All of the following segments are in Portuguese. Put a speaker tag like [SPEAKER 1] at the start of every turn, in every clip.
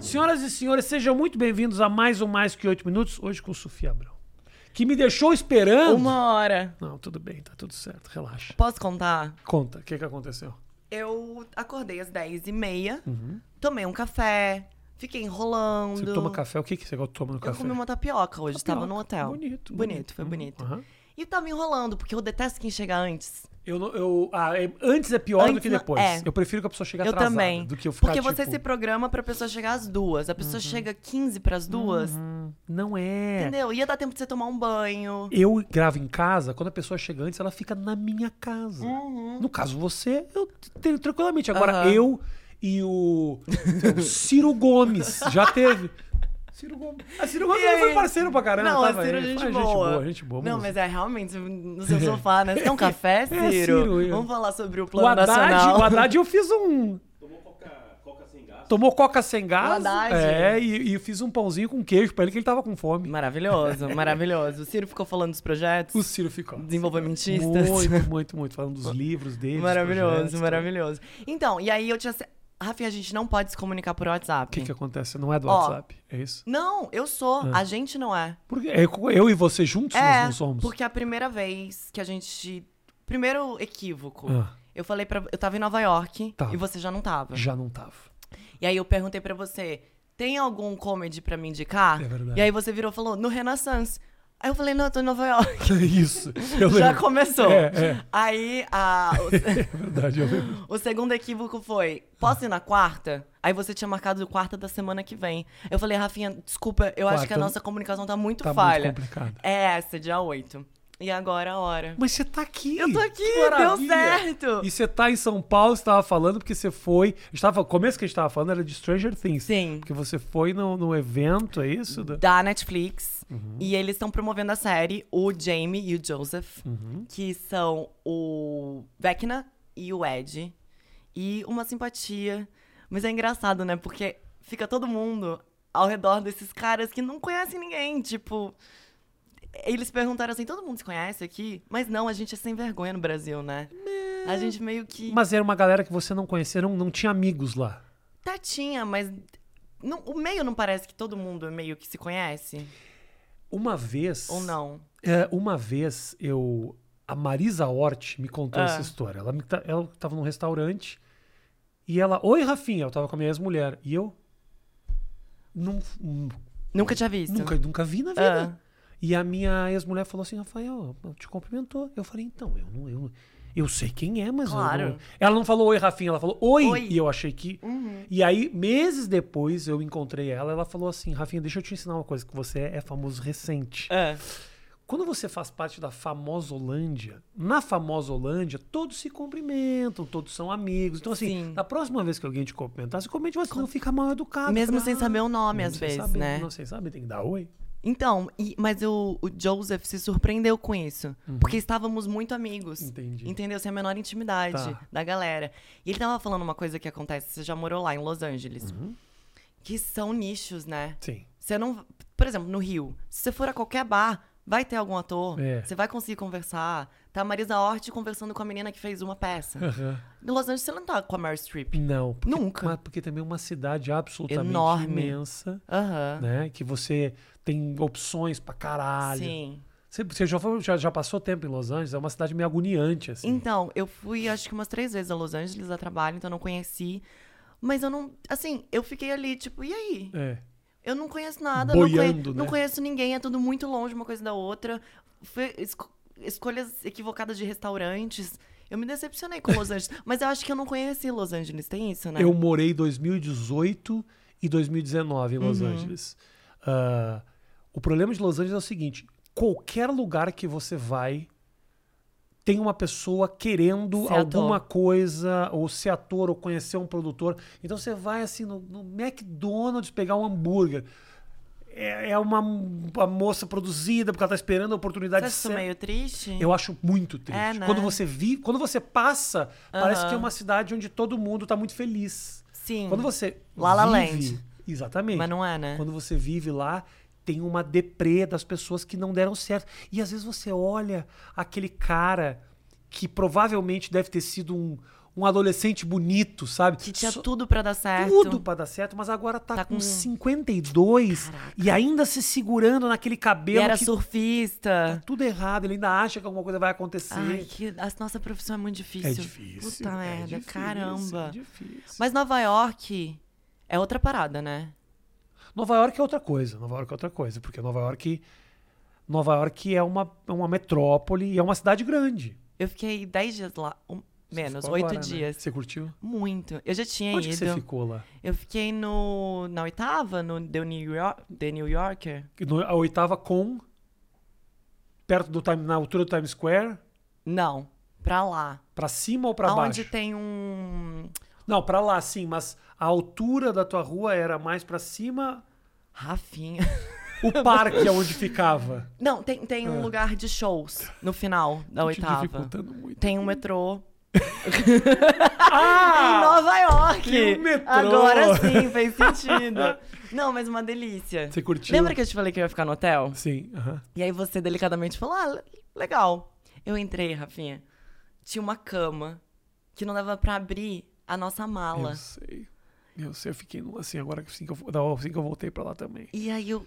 [SPEAKER 1] Senhoras e senhores, sejam muito bem-vindos a mais um Mais Que Oito Minutos, hoje com Sofia Abrão. Que me deixou esperando.
[SPEAKER 2] Uma hora.
[SPEAKER 1] Não, tudo bem, tá tudo certo, relaxa.
[SPEAKER 2] Posso contar?
[SPEAKER 1] Conta, o que, que aconteceu?
[SPEAKER 2] Eu acordei às 10h30, tomei um café, fiquei enrolando.
[SPEAKER 1] Uhum. Você toma café, o que, que você toma no
[SPEAKER 2] Eu
[SPEAKER 1] café?
[SPEAKER 2] comi uma tapioca hoje,
[SPEAKER 1] Tapioca.
[SPEAKER 2] estava no hotel.
[SPEAKER 1] Bonito,
[SPEAKER 2] Bonito, Uhum.
[SPEAKER 1] bonito.
[SPEAKER 2] foi
[SPEAKER 1] Hum,
[SPEAKER 2] bonito.
[SPEAKER 1] aham.
[SPEAKER 2] E tava enrolando, porque eu detesto quem chega antes.
[SPEAKER 1] Eu, não- eu- ah, é- antes é pior do
[SPEAKER 2] Antes
[SPEAKER 1] que
[SPEAKER 2] não-
[SPEAKER 1] depois.
[SPEAKER 2] é.
[SPEAKER 1] Eu prefiro que a pessoa chegue
[SPEAKER 2] Eu
[SPEAKER 1] atrasada
[SPEAKER 2] também.
[SPEAKER 1] do que eu ficar,
[SPEAKER 2] porque você
[SPEAKER 1] tipo, Uhum.
[SPEAKER 2] se programa pra pessoa chegar às duas. A pessoa chega 15 pras duas.
[SPEAKER 1] Não é.
[SPEAKER 2] Entendeu? Ia dar tempo de você tomar um banho.
[SPEAKER 1] Eu gravo em casa, quando a pessoa chega antes, ela fica na minha casa. No caso, você, eu tenho tranquilamente. Agora,
[SPEAKER 2] Uhum. Aham.
[SPEAKER 1] eu e o, o Ciro Gomes já teve. Ciro Gomes. A Ciro Gomes
[SPEAKER 2] E aí?
[SPEAKER 1] foi parceiro pra caramba.
[SPEAKER 2] Não,
[SPEAKER 1] tava
[SPEAKER 2] a Ciro é
[SPEAKER 1] ele.
[SPEAKER 2] gente,
[SPEAKER 1] Ah,
[SPEAKER 2] boa.
[SPEAKER 1] gente boa.
[SPEAKER 2] Não,
[SPEAKER 1] moço.
[SPEAKER 2] mas é realmente no seu sofá, né? Você quer um café, Ciro?
[SPEAKER 1] Ciro, eu-
[SPEAKER 2] Vamos falar sobre o
[SPEAKER 1] o
[SPEAKER 2] plano
[SPEAKER 1] Haddad,
[SPEAKER 2] nacional.
[SPEAKER 1] o Haddad, eu fiz um. Tomou coca sem gás.
[SPEAKER 2] O Haddad.
[SPEAKER 1] É, e, e eu fiz um pãozinho com queijo pra ele, que ele tava com fome.
[SPEAKER 2] Maravilhoso, maravilhoso. O Ciro ficou falando dos projetos
[SPEAKER 1] O Ciro ficou.
[SPEAKER 2] desenvolvimentistas.
[SPEAKER 1] Muito, muito, muito. Falando dos livros dele. né? dos projetos,
[SPEAKER 2] maravilhoso,
[SPEAKER 1] tudo.
[SPEAKER 2] maravilhoso. Então, e aí eu tinha. ce- Rafinha, a gente não pode se comunicar por
[SPEAKER 1] O que,
[SPEAKER 2] WhatsApp.
[SPEAKER 1] que acontece? Não é do
[SPEAKER 2] Ó.
[SPEAKER 1] WhatsApp, é isso?
[SPEAKER 2] Não, eu sou. A gente não é.
[SPEAKER 1] Porque eu, eu e você juntos nós
[SPEAKER 2] é,
[SPEAKER 1] não somos.
[SPEAKER 2] porque a primeira vez que a gente. Primeiro equívoco.
[SPEAKER 1] Ah.
[SPEAKER 2] Eu falei pra. Eu tava em Nova York
[SPEAKER 1] Tá.
[SPEAKER 2] e você já não tava.
[SPEAKER 1] Já não tava.
[SPEAKER 2] E aí eu perguntei pra você, tem algum comedy pra me indicar?
[SPEAKER 1] É verdade.
[SPEAKER 2] E aí você virou e falou, no Renaissance. Aí eu falei, não, eu tô em Nova York.
[SPEAKER 1] É isso. Eu
[SPEAKER 2] Já
[SPEAKER 1] lembro.
[SPEAKER 2] começou.
[SPEAKER 1] É, é.
[SPEAKER 2] Aí a-
[SPEAKER 1] É verdade, eu lembro.
[SPEAKER 2] o, o segundo equívoco foi, posso ir na quarta? Aí você tinha marcado quarta da semana que vem. Eu falei, Rafinha, desculpa, eu acho que a
[SPEAKER 1] Quarta-
[SPEAKER 2] nossa comunicação tá muito
[SPEAKER 1] Tá
[SPEAKER 2] falha.
[SPEAKER 1] muito complicado.
[SPEAKER 2] É essa, dia 8. E agora a hora.
[SPEAKER 1] Mas você tá aqui.
[SPEAKER 2] Eu tô aqui,
[SPEAKER 1] Que
[SPEAKER 2] deu
[SPEAKER 1] maravilha.
[SPEAKER 2] certo.
[SPEAKER 1] E você tá em São Paulo, você tava falando porque você foi. a gente tava- o começo que a gente tava falando era de Stranger Things.
[SPEAKER 2] Sim.
[SPEAKER 1] Porque você foi no, no evento, é isso? Da-
[SPEAKER 2] da Netflix.
[SPEAKER 1] Uhum.
[SPEAKER 2] E eles estão promovendo a série, o Jamie e o Joseph,
[SPEAKER 1] Uhum.
[SPEAKER 2] que são o Vecna e o Ed. E uma simpatia. Mas é engraçado, né? Porque fica todo mundo ao redor desses caras que não conhecem ninguém. Tipo. Eles perguntaram assim: todo mundo se conhece aqui? Mas não, a gente é sem vergonha no Brasil, né? A gente meio que.
[SPEAKER 1] Mas era uma galera que você não conhecia, não, não tinha amigos lá.
[SPEAKER 2] Tá, tinha, mas. não- o meio não parece que todo mundo é meio que se conhece?
[SPEAKER 1] Uma vez.
[SPEAKER 2] Ou não?
[SPEAKER 1] É, uma vez eu. A Marisa Hort me contou
[SPEAKER 2] Ah.
[SPEAKER 1] essa história. Ela, me, ta- ela tava num restaurante e ela. Oi, Rafinha, eu tava com a minha ex-mulher. E eu. Não,
[SPEAKER 2] Nunca tinha visto.
[SPEAKER 1] nunca, nunca vi na
[SPEAKER 2] Ah.
[SPEAKER 1] vida. E a minha ex-mulher falou assim: Rafael, te cumprimentou. Eu falei: então, eu não. Eu, eu sei quem é, mas eu
[SPEAKER 2] Claro.
[SPEAKER 1] não- Ela não falou oi, Rafinha, ela falou oi.
[SPEAKER 2] Oi. Uhum.
[SPEAKER 1] E eu achei que. E aí, meses depois, eu encontrei ela. Ela falou assim: Rafinha, deixa eu te ensinar uma coisa, que você é famoso recente.
[SPEAKER 2] É.
[SPEAKER 1] Quando você faz parte da famosa Holândia, na famosa Holândia, todos se cumprimentam, todos são amigos. Então, assim,
[SPEAKER 2] Sim.
[SPEAKER 1] na próxima vez que alguém te cumprimentar, você comente, você não fica mal educado.
[SPEAKER 2] Mesmo
[SPEAKER 1] Fala,
[SPEAKER 2] sem
[SPEAKER 1] "Ah,
[SPEAKER 2] saber o nome, às
[SPEAKER 1] sem
[SPEAKER 2] vezes,
[SPEAKER 1] saber,
[SPEAKER 2] né?
[SPEAKER 1] Não sem saber, tem que dar oi.
[SPEAKER 2] Então, e- mas o, o Joseph se surpreendeu com isso. Porque estávamos muito amigos.
[SPEAKER 1] Uhum. Entendi.
[SPEAKER 2] Entendeu? Sem a menor intimidade
[SPEAKER 1] Tá.
[SPEAKER 2] da galera. E ele tava falando uma coisa que acontece. Você já morou lá em Los Angeles.
[SPEAKER 1] Uhum.
[SPEAKER 2] Que são nichos, né?
[SPEAKER 1] Sim.
[SPEAKER 2] Você não. Por exemplo, no Rio, se você for a qualquer bar, vai ter algum ator.
[SPEAKER 1] É.
[SPEAKER 2] Você vai conseguir conversar. Tá a Marisa Hort conversando com a menina que fez uma peça. No Los Angeles, você não tá com a Mary Streep.
[SPEAKER 1] Não. Porque,
[SPEAKER 2] Nunca.
[SPEAKER 1] Mas porque também é uma cidade absolutamente
[SPEAKER 2] Enorme. Ah.
[SPEAKER 1] imensa,
[SPEAKER 2] Aham.
[SPEAKER 1] né? Que você tem opções pra caralho.
[SPEAKER 2] Sim.
[SPEAKER 1] Você, você já, foi- já, já passou tempo em Los Angeles, é uma cidade meio agoniante, assim.
[SPEAKER 2] Então, eu fui acho que umas três vezes a Los Angeles a trabalho, então eu não conheci. Mas eu não. Assim, eu fiquei ali, tipo, e aí?
[SPEAKER 1] É.
[SPEAKER 2] Eu não conheço nada, não, conhe-
[SPEAKER 1] Boiando, né?
[SPEAKER 2] não conheço ninguém, é tudo muito longe uma coisa da outra. Foi esco- escolhas equivocadas de restaurantes. Eu me decepcionei com Los Angeles. Mas eu acho que eu não conheci Los Angeles, tem isso, né?
[SPEAKER 1] Eu morei 2018 e 2019 em
[SPEAKER 2] Uhum.
[SPEAKER 1] Los Angeles. Ah, o problema de Los Angeles é o seguinte: qualquer lugar que você vai, tem uma pessoa querendo
[SPEAKER 2] Ser ator.
[SPEAKER 1] alguma coisa, ou ser ator, ou conhecer um produtor. Então você vai assim no, no McDonald's pegar um hambúrguer. É, é uma, uma moça produzida, porque ela tá esperando a
[SPEAKER 2] Você
[SPEAKER 1] oportunidade
[SPEAKER 2] acha isso
[SPEAKER 1] certa.
[SPEAKER 2] meio triste?
[SPEAKER 1] Eu acho muito triste.
[SPEAKER 2] É, né?
[SPEAKER 1] Quando você vi, quando você passa, parece
[SPEAKER 2] Aham.
[SPEAKER 1] que é uma cidade onde todo mundo tá muito feliz.
[SPEAKER 2] Sim.
[SPEAKER 1] Quando você
[SPEAKER 2] La La
[SPEAKER 1] vive,
[SPEAKER 2] Land.
[SPEAKER 1] exatamente.
[SPEAKER 2] Mas não é, né?
[SPEAKER 1] Quando você vive lá, tem uma deprê das pessoas que não deram certo. E às vezes você olha aquele cara que provavelmente deve ter sido um um adolescente bonito, sabe?
[SPEAKER 2] Que tinha
[SPEAKER 1] Só-
[SPEAKER 2] tudo pra dar certo.
[SPEAKER 1] tudo pra dar certo, mas agora tá,
[SPEAKER 2] Tá
[SPEAKER 1] com,
[SPEAKER 2] com-
[SPEAKER 1] 52 e ainda se segurando naquele
[SPEAKER 2] E
[SPEAKER 1] cabelo
[SPEAKER 2] era
[SPEAKER 1] que tá
[SPEAKER 2] surfista.
[SPEAKER 1] tudo errado, ele ainda acha que alguma coisa vai acontecer.
[SPEAKER 2] Ai, que... A nossa profissão é muito difícil.
[SPEAKER 1] é difícil.
[SPEAKER 2] Puta
[SPEAKER 1] é
[SPEAKER 2] merda,
[SPEAKER 1] difícil,
[SPEAKER 2] caramba.
[SPEAKER 1] é difícil.
[SPEAKER 2] Mas Nova York é outra parada, né?
[SPEAKER 1] Nova York é outra coisa, Nova York é outra coisa, porque Nova York Nova York é uma, é uma metrópole e é uma cidade grande.
[SPEAKER 2] Eu fiquei 10 dias lá, um-
[SPEAKER 1] Você
[SPEAKER 2] menos,
[SPEAKER 1] ficou
[SPEAKER 2] 8
[SPEAKER 1] agora, né?
[SPEAKER 2] dias.
[SPEAKER 1] Você curtiu?
[SPEAKER 2] Muito. Eu já tinha
[SPEAKER 1] Onde que
[SPEAKER 2] ido.
[SPEAKER 1] você ficou lá?
[SPEAKER 2] Eu fiquei no na oitava, no The New, York, The New Yorker.
[SPEAKER 1] No- a oitava com perto do time na altura do Times Square,
[SPEAKER 2] Não, pra lá.
[SPEAKER 1] Pra cima ou pra
[SPEAKER 2] Onde
[SPEAKER 1] baixo?
[SPEAKER 2] tem um
[SPEAKER 1] Não, pra lá sim, mas a altura da tua rua era mais pra cima.
[SPEAKER 2] Rafinha.
[SPEAKER 1] O parque é onde ficava.
[SPEAKER 2] Não, tem, tem
[SPEAKER 1] É.
[SPEAKER 2] um lugar de shows no final da oitava.
[SPEAKER 1] dificultando muito.
[SPEAKER 2] Tem um metrô em
[SPEAKER 1] Ah!
[SPEAKER 2] Nova York.
[SPEAKER 1] E o metrô?
[SPEAKER 2] Agora sim, fez sentido. Não, mas uma delícia.
[SPEAKER 1] Você curtiu?
[SPEAKER 2] Lembra que eu te falei que eu ia ficar no hotel?
[SPEAKER 1] Sim. aham.
[SPEAKER 2] E aí você delicadamente falou: Ah, le- legal. Eu entrei, Rafinha. Tinha uma cama que não dava pra abrir a nossa mala.
[SPEAKER 1] Eu sei. Eu sei, eu fiquei num- assim agora assim que eu, não, assim que eu voltei pra lá também.
[SPEAKER 2] E aí eu,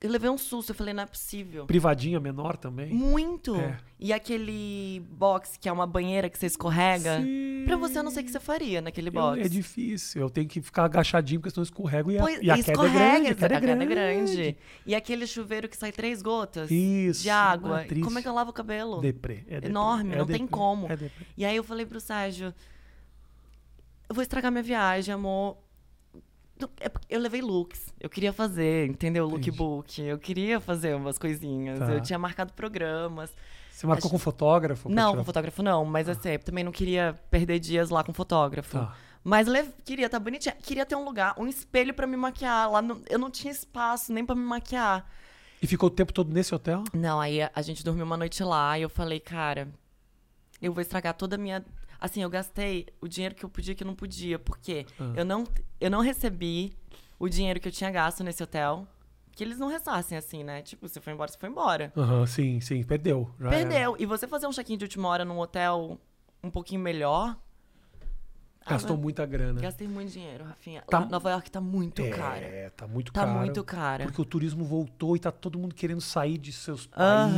[SPEAKER 2] eu levei um susto. Eu falei: Não é possível.
[SPEAKER 1] Privadinha menor
[SPEAKER 2] Hum,
[SPEAKER 1] também?
[SPEAKER 2] Muito!
[SPEAKER 1] É.
[SPEAKER 2] E aquele box que é uma banheira que você escorrega.
[SPEAKER 1] Sim.
[SPEAKER 2] Pra você, eu não sei o que você faria naquele
[SPEAKER 1] Eu-
[SPEAKER 2] box.
[SPEAKER 1] é difícil, eu tenho que ficar agachadinho porque senão eu escorrego e a,
[SPEAKER 2] Pois,
[SPEAKER 1] e a queda é grande. A queda é
[SPEAKER 2] a queda
[SPEAKER 1] grande.
[SPEAKER 2] é grande. E aquele chuveiro que sai três gotas
[SPEAKER 1] Isso.
[SPEAKER 2] de água.
[SPEAKER 1] é triste.
[SPEAKER 2] Como é que eu lavo o cabelo?
[SPEAKER 1] Deprê, é deprê,
[SPEAKER 2] Enorme,
[SPEAKER 1] é
[SPEAKER 2] não tem
[SPEAKER 1] deprê,
[SPEAKER 2] como.
[SPEAKER 1] é deprê.
[SPEAKER 2] E aí eu falei pro Sérgio: Eu vou estragar minha viagem, amor. Tu- é porque Eu levei looks. Eu queria fazer, entendeu?
[SPEAKER 1] Entendi.
[SPEAKER 2] Lookbook. Eu queria fazer umas coisinhas.
[SPEAKER 1] Tá.
[SPEAKER 2] Eu tinha marcado programas.
[SPEAKER 1] Você marcou
[SPEAKER 2] Acho-
[SPEAKER 1] com fotógrafo? pra
[SPEAKER 2] não,
[SPEAKER 1] tirar Ah.
[SPEAKER 2] com fotógrafo não, mas assim, eu também não queria perder dias lá com fotógrafo.
[SPEAKER 1] Tá.
[SPEAKER 2] Mas le- queria estar bonitinha. Queria ter um lugar, um espelho pra me maquiar. Lá no- eu não tinha espaço nem pra me maquiar.
[SPEAKER 1] E ficou o tempo todo nesse hotel?
[SPEAKER 2] Não, aí a, a gente dormiu uma noite lá e eu falei, cara, eu vou estragar toda a minha. Assim, eu gastei o dinheiro que eu podia e que eu não podia, porque
[SPEAKER 1] Ah.
[SPEAKER 2] eu, não, eu não recebi o dinheiro que eu tinha gasto nesse hotel. Que eles não ressassem assim, né? Tipo, você foi embora, você foi embora.
[SPEAKER 1] Aham, sim, sim, perdeu. já era.
[SPEAKER 2] Perdeu. E você fazer um check-in de última hora num hotel um pouquinho melhor. Ah,
[SPEAKER 1] Gastou
[SPEAKER 2] mas-
[SPEAKER 1] muita grana.
[SPEAKER 2] Gastei muito dinheiro, Rafinha.
[SPEAKER 1] Né. Tá-
[SPEAKER 2] Lá- Nova York tá muito
[SPEAKER 1] é,
[SPEAKER 2] cara.
[SPEAKER 1] tá muito
[SPEAKER 2] Tá
[SPEAKER 1] caro.
[SPEAKER 2] muito cara.
[SPEAKER 1] Porque o turismo voltou e tá todo mundo querendo sair de seus
[SPEAKER 2] Aham.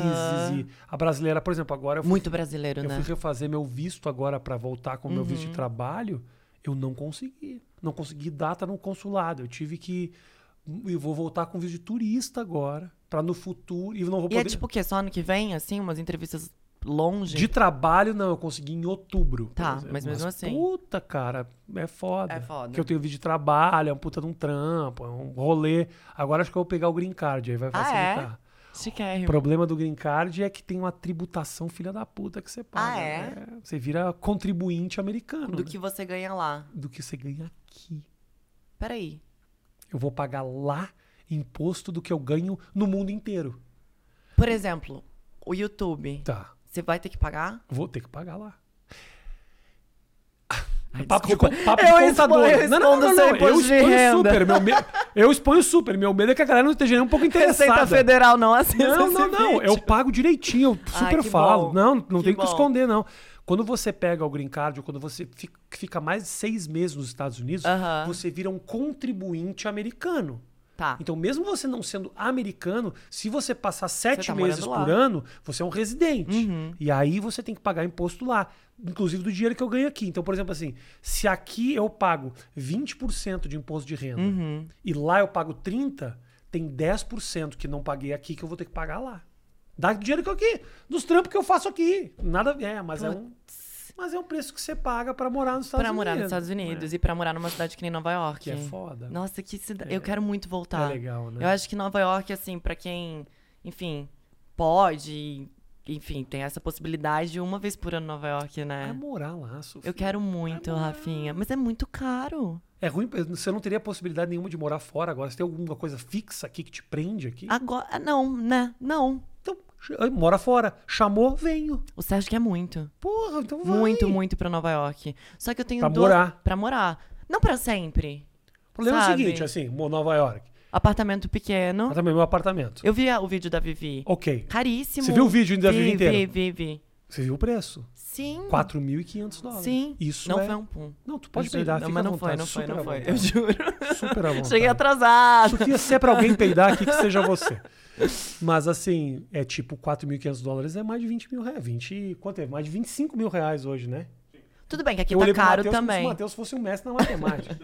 [SPEAKER 1] países. E a brasileira, por exemplo, agora eu fui,
[SPEAKER 2] Muito brasileiro,
[SPEAKER 1] eu
[SPEAKER 2] né? Uhum.
[SPEAKER 1] fui refazer meu visto agora pra voltar com o meu visto de trabalho. Eu não consegui. Não consegui data no consulado. Eu tive que. E vou voltar com visto de turista agora. Pra no futuro. E eu não vou
[SPEAKER 2] E
[SPEAKER 1] poder.
[SPEAKER 2] é tipo o quê? Só ano que vem, assim? Umas entrevistas longe?
[SPEAKER 1] De trabalho, não, eu consegui em outubro. por
[SPEAKER 2] Tá,
[SPEAKER 1] exemplo.
[SPEAKER 2] mas mesmo assim.
[SPEAKER 1] Puta, cara, é foda.
[SPEAKER 2] É foda.
[SPEAKER 1] Porque eu tenho vídeo de trabalho, é um puta de um trampo, é um rolê. Agora acho que eu vou pegar o green card, aí
[SPEAKER 2] Ah,
[SPEAKER 1] vai
[SPEAKER 2] é?
[SPEAKER 1] facilitar. O
[SPEAKER 2] Chiquérrimo.
[SPEAKER 1] problema do green card é que tem uma tributação filha da puta que você paga.
[SPEAKER 2] Ah, é?
[SPEAKER 1] né? Você vira contribuinte americano.
[SPEAKER 2] Do
[SPEAKER 1] né?
[SPEAKER 2] que você ganha lá.
[SPEAKER 1] do que você ganha aqui.
[SPEAKER 2] Peraí.
[SPEAKER 1] Eu vou pagar lá imposto do que eu ganho no mundo inteiro.
[SPEAKER 2] Por exemplo, o YouTube.
[SPEAKER 1] Tá,
[SPEAKER 2] Você vai ter que pagar?
[SPEAKER 1] vou ter que pagar lá.
[SPEAKER 2] Ai,
[SPEAKER 1] Papo de,
[SPEAKER 2] Ah, desculpa.
[SPEAKER 1] co- papo de
[SPEAKER 2] Eu
[SPEAKER 1] contador.
[SPEAKER 2] exponho- eu
[SPEAKER 1] não, não, não,
[SPEAKER 2] expondo
[SPEAKER 1] não,
[SPEAKER 2] seu
[SPEAKER 1] Eu
[SPEAKER 2] imposto de
[SPEAKER 1] exponho
[SPEAKER 2] renda.
[SPEAKER 1] super. Meu me- Eu exponho super. Meu medo é que a galera não esteja nem um pouco
[SPEAKER 2] Receita
[SPEAKER 1] interessada.
[SPEAKER 2] Federal não aceita
[SPEAKER 1] Não, não,
[SPEAKER 2] esse
[SPEAKER 1] não.
[SPEAKER 2] vídeo.
[SPEAKER 1] Eu pago direitinho. Eu
[SPEAKER 2] Ai,
[SPEAKER 1] super
[SPEAKER 2] que
[SPEAKER 1] falo.
[SPEAKER 2] bom.
[SPEAKER 1] Não, não
[SPEAKER 2] Que
[SPEAKER 1] tem o que
[SPEAKER 2] bom.
[SPEAKER 1] esconder, não. Quando você pega o green card, ou quando você fi- fica mais de seis meses nos Estados Unidos,
[SPEAKER 2] Aham.
[SPEAKER 1] você vira um contribuinte americano.
[SPEAKER 2] Tá.
[SPEAKER 1] Então, mesmo você não sendo americano, se você passar sete
[SPEAKER 2] tá
[SPEAKER 1] meses
[SPEAKER 2] morando lá. Uhum.
[SPEAKER 1] por ano, você é um residente. E aí você tem que pagar imposto lá, inclusive do dinheiro que eu ganho aqui. Então, por exemplo, assim, se aqui eu pago 20% de imposto de renda
[SPEAKER 2] Uhum.
[SPEAKER 1] e lá eu pago 30%, tem 10% que não paguei aqui que eu vou ter que pagar lá. Dá dinheiro que eu aqui, dos trampos que eu faço aqui. Nada. É, mas é um. Mas é um preço que você paga pra morar nos Estados Unidos. É,
[SPEAKER 2] pra
[SPEAKER 1] né?
[SPEAKER 2] morar nos Estados Unidos e pra morar numa cidade que nem Nova York.
[SPEAKER 1] Que é foda.
[SPEAKER 2] Nossa, que cidade. Eu quero muito voltar.
[SPEAKER 1] É legal, né?
[SPEAKER 2] tá. Eu acho que Nova York, assim, pra quem, enfim, pode, enfim, tem essa possibilidade de uma vez por ano Nova York,
[SPEAKER 1] É
[SPEAKER 2] né?
[SPEAKER 1] morar lá, Sofia.
[SPEAKER 2] Eu quero muito, Rafinha. Mas é muito caro.
[SPEAKER 1] É ruim, porque você não teria possibilidade nenhuma de morar fora agora. Você tem alguma coisa fixa aqui que te prende aqui?
[SPEAKER 2] Agora. Não, né? Não.
[SPEAKER 1] Então, ch- mora fora. Chamou, venho.
[SPEAKER 2] O Sérgio quer muito.
[SPEAKER 1] Porra, então vai.
[SPEAKER 2] Muito, muito pra Nova York. Só que eu tenho
[SPEAKER 1] Pra
[SPEAKER 2] duas.
[SPEAKER 1] morar.
[SPEAKER 2] Pra morar. Não pra sempre.
[SPEAKER 1] O problema é o
[SPEAKER 2] sabe? Ah.
[SPEAKER 1] seguinte, assim, mo- Nova York.
[SPEAKER 2] Apartamento pequeno.
[SPEAKER 1] Mas também meu apartamento.
[SPEAKER 2] Eu vi a- o vídeo da Vivi.
[SPEAKER 1] Ok.
[SPEAKER 2] Caríssimo.
[SPEAKER 1] Você viu o vídeo da Vivi
[SPEAKER 2] Vi,
[SPEAKER 1] inteiro?
[SPEAKER 2] Vi, vi, vi.
[SPEAKER 1] Você viu o preço?
[SPEAKER 2] Sim.
[SPEAKER 1] 4.500 dólares.
[SPEAKER 2] Hum. Sim.
[SPEAKER 1] Isso
[SPEAKER 2] não
[SPEAKER 1] é...
[SPEAKER 2] foi um pum.
[SPEAKER 1] Não, tu pode
[SPEAKER 2] Eu juro.
[SPEAKER 1] peidar,
[SPEAKER 2] Não,
[SPEAKER 1] fica
[SPEAKER 2] mas
[SPEAKER 1] à
[SPEAKER 2] não
[SPEAKER 1] vontade,
[SPEAKER 2] foi, não foi,
[SPEAKER 1] super à
[SPEAKER 2] não foi. Eu
[SPEAKER 1] vontade.
[SPEAKER 2] juro.
[SPEAKER 1] Super à vontade.
[SPEAKER 2] Cheguei atrasado.
[SPEAKER 1] Sofia, se é pra alguém peidar aqui, que seja você. Mas assim, é tipo 4.500 dólares é mais de 20 mil reais. 20, quanto é? Mais de 25 mil reais hoje, né?
[SPEAKER 2] Tudo bem que aqui
[SPEAKER 1] Eu
[SPEAKER 2] tá
[SPEAKER 1] olhei pro
[SPEAKER 2] caro
[SPEAKER 1] Matheus como se
[SPEAKER 2] também.
[SPEAKER 1] o Matheus fosse um mestre na matemática.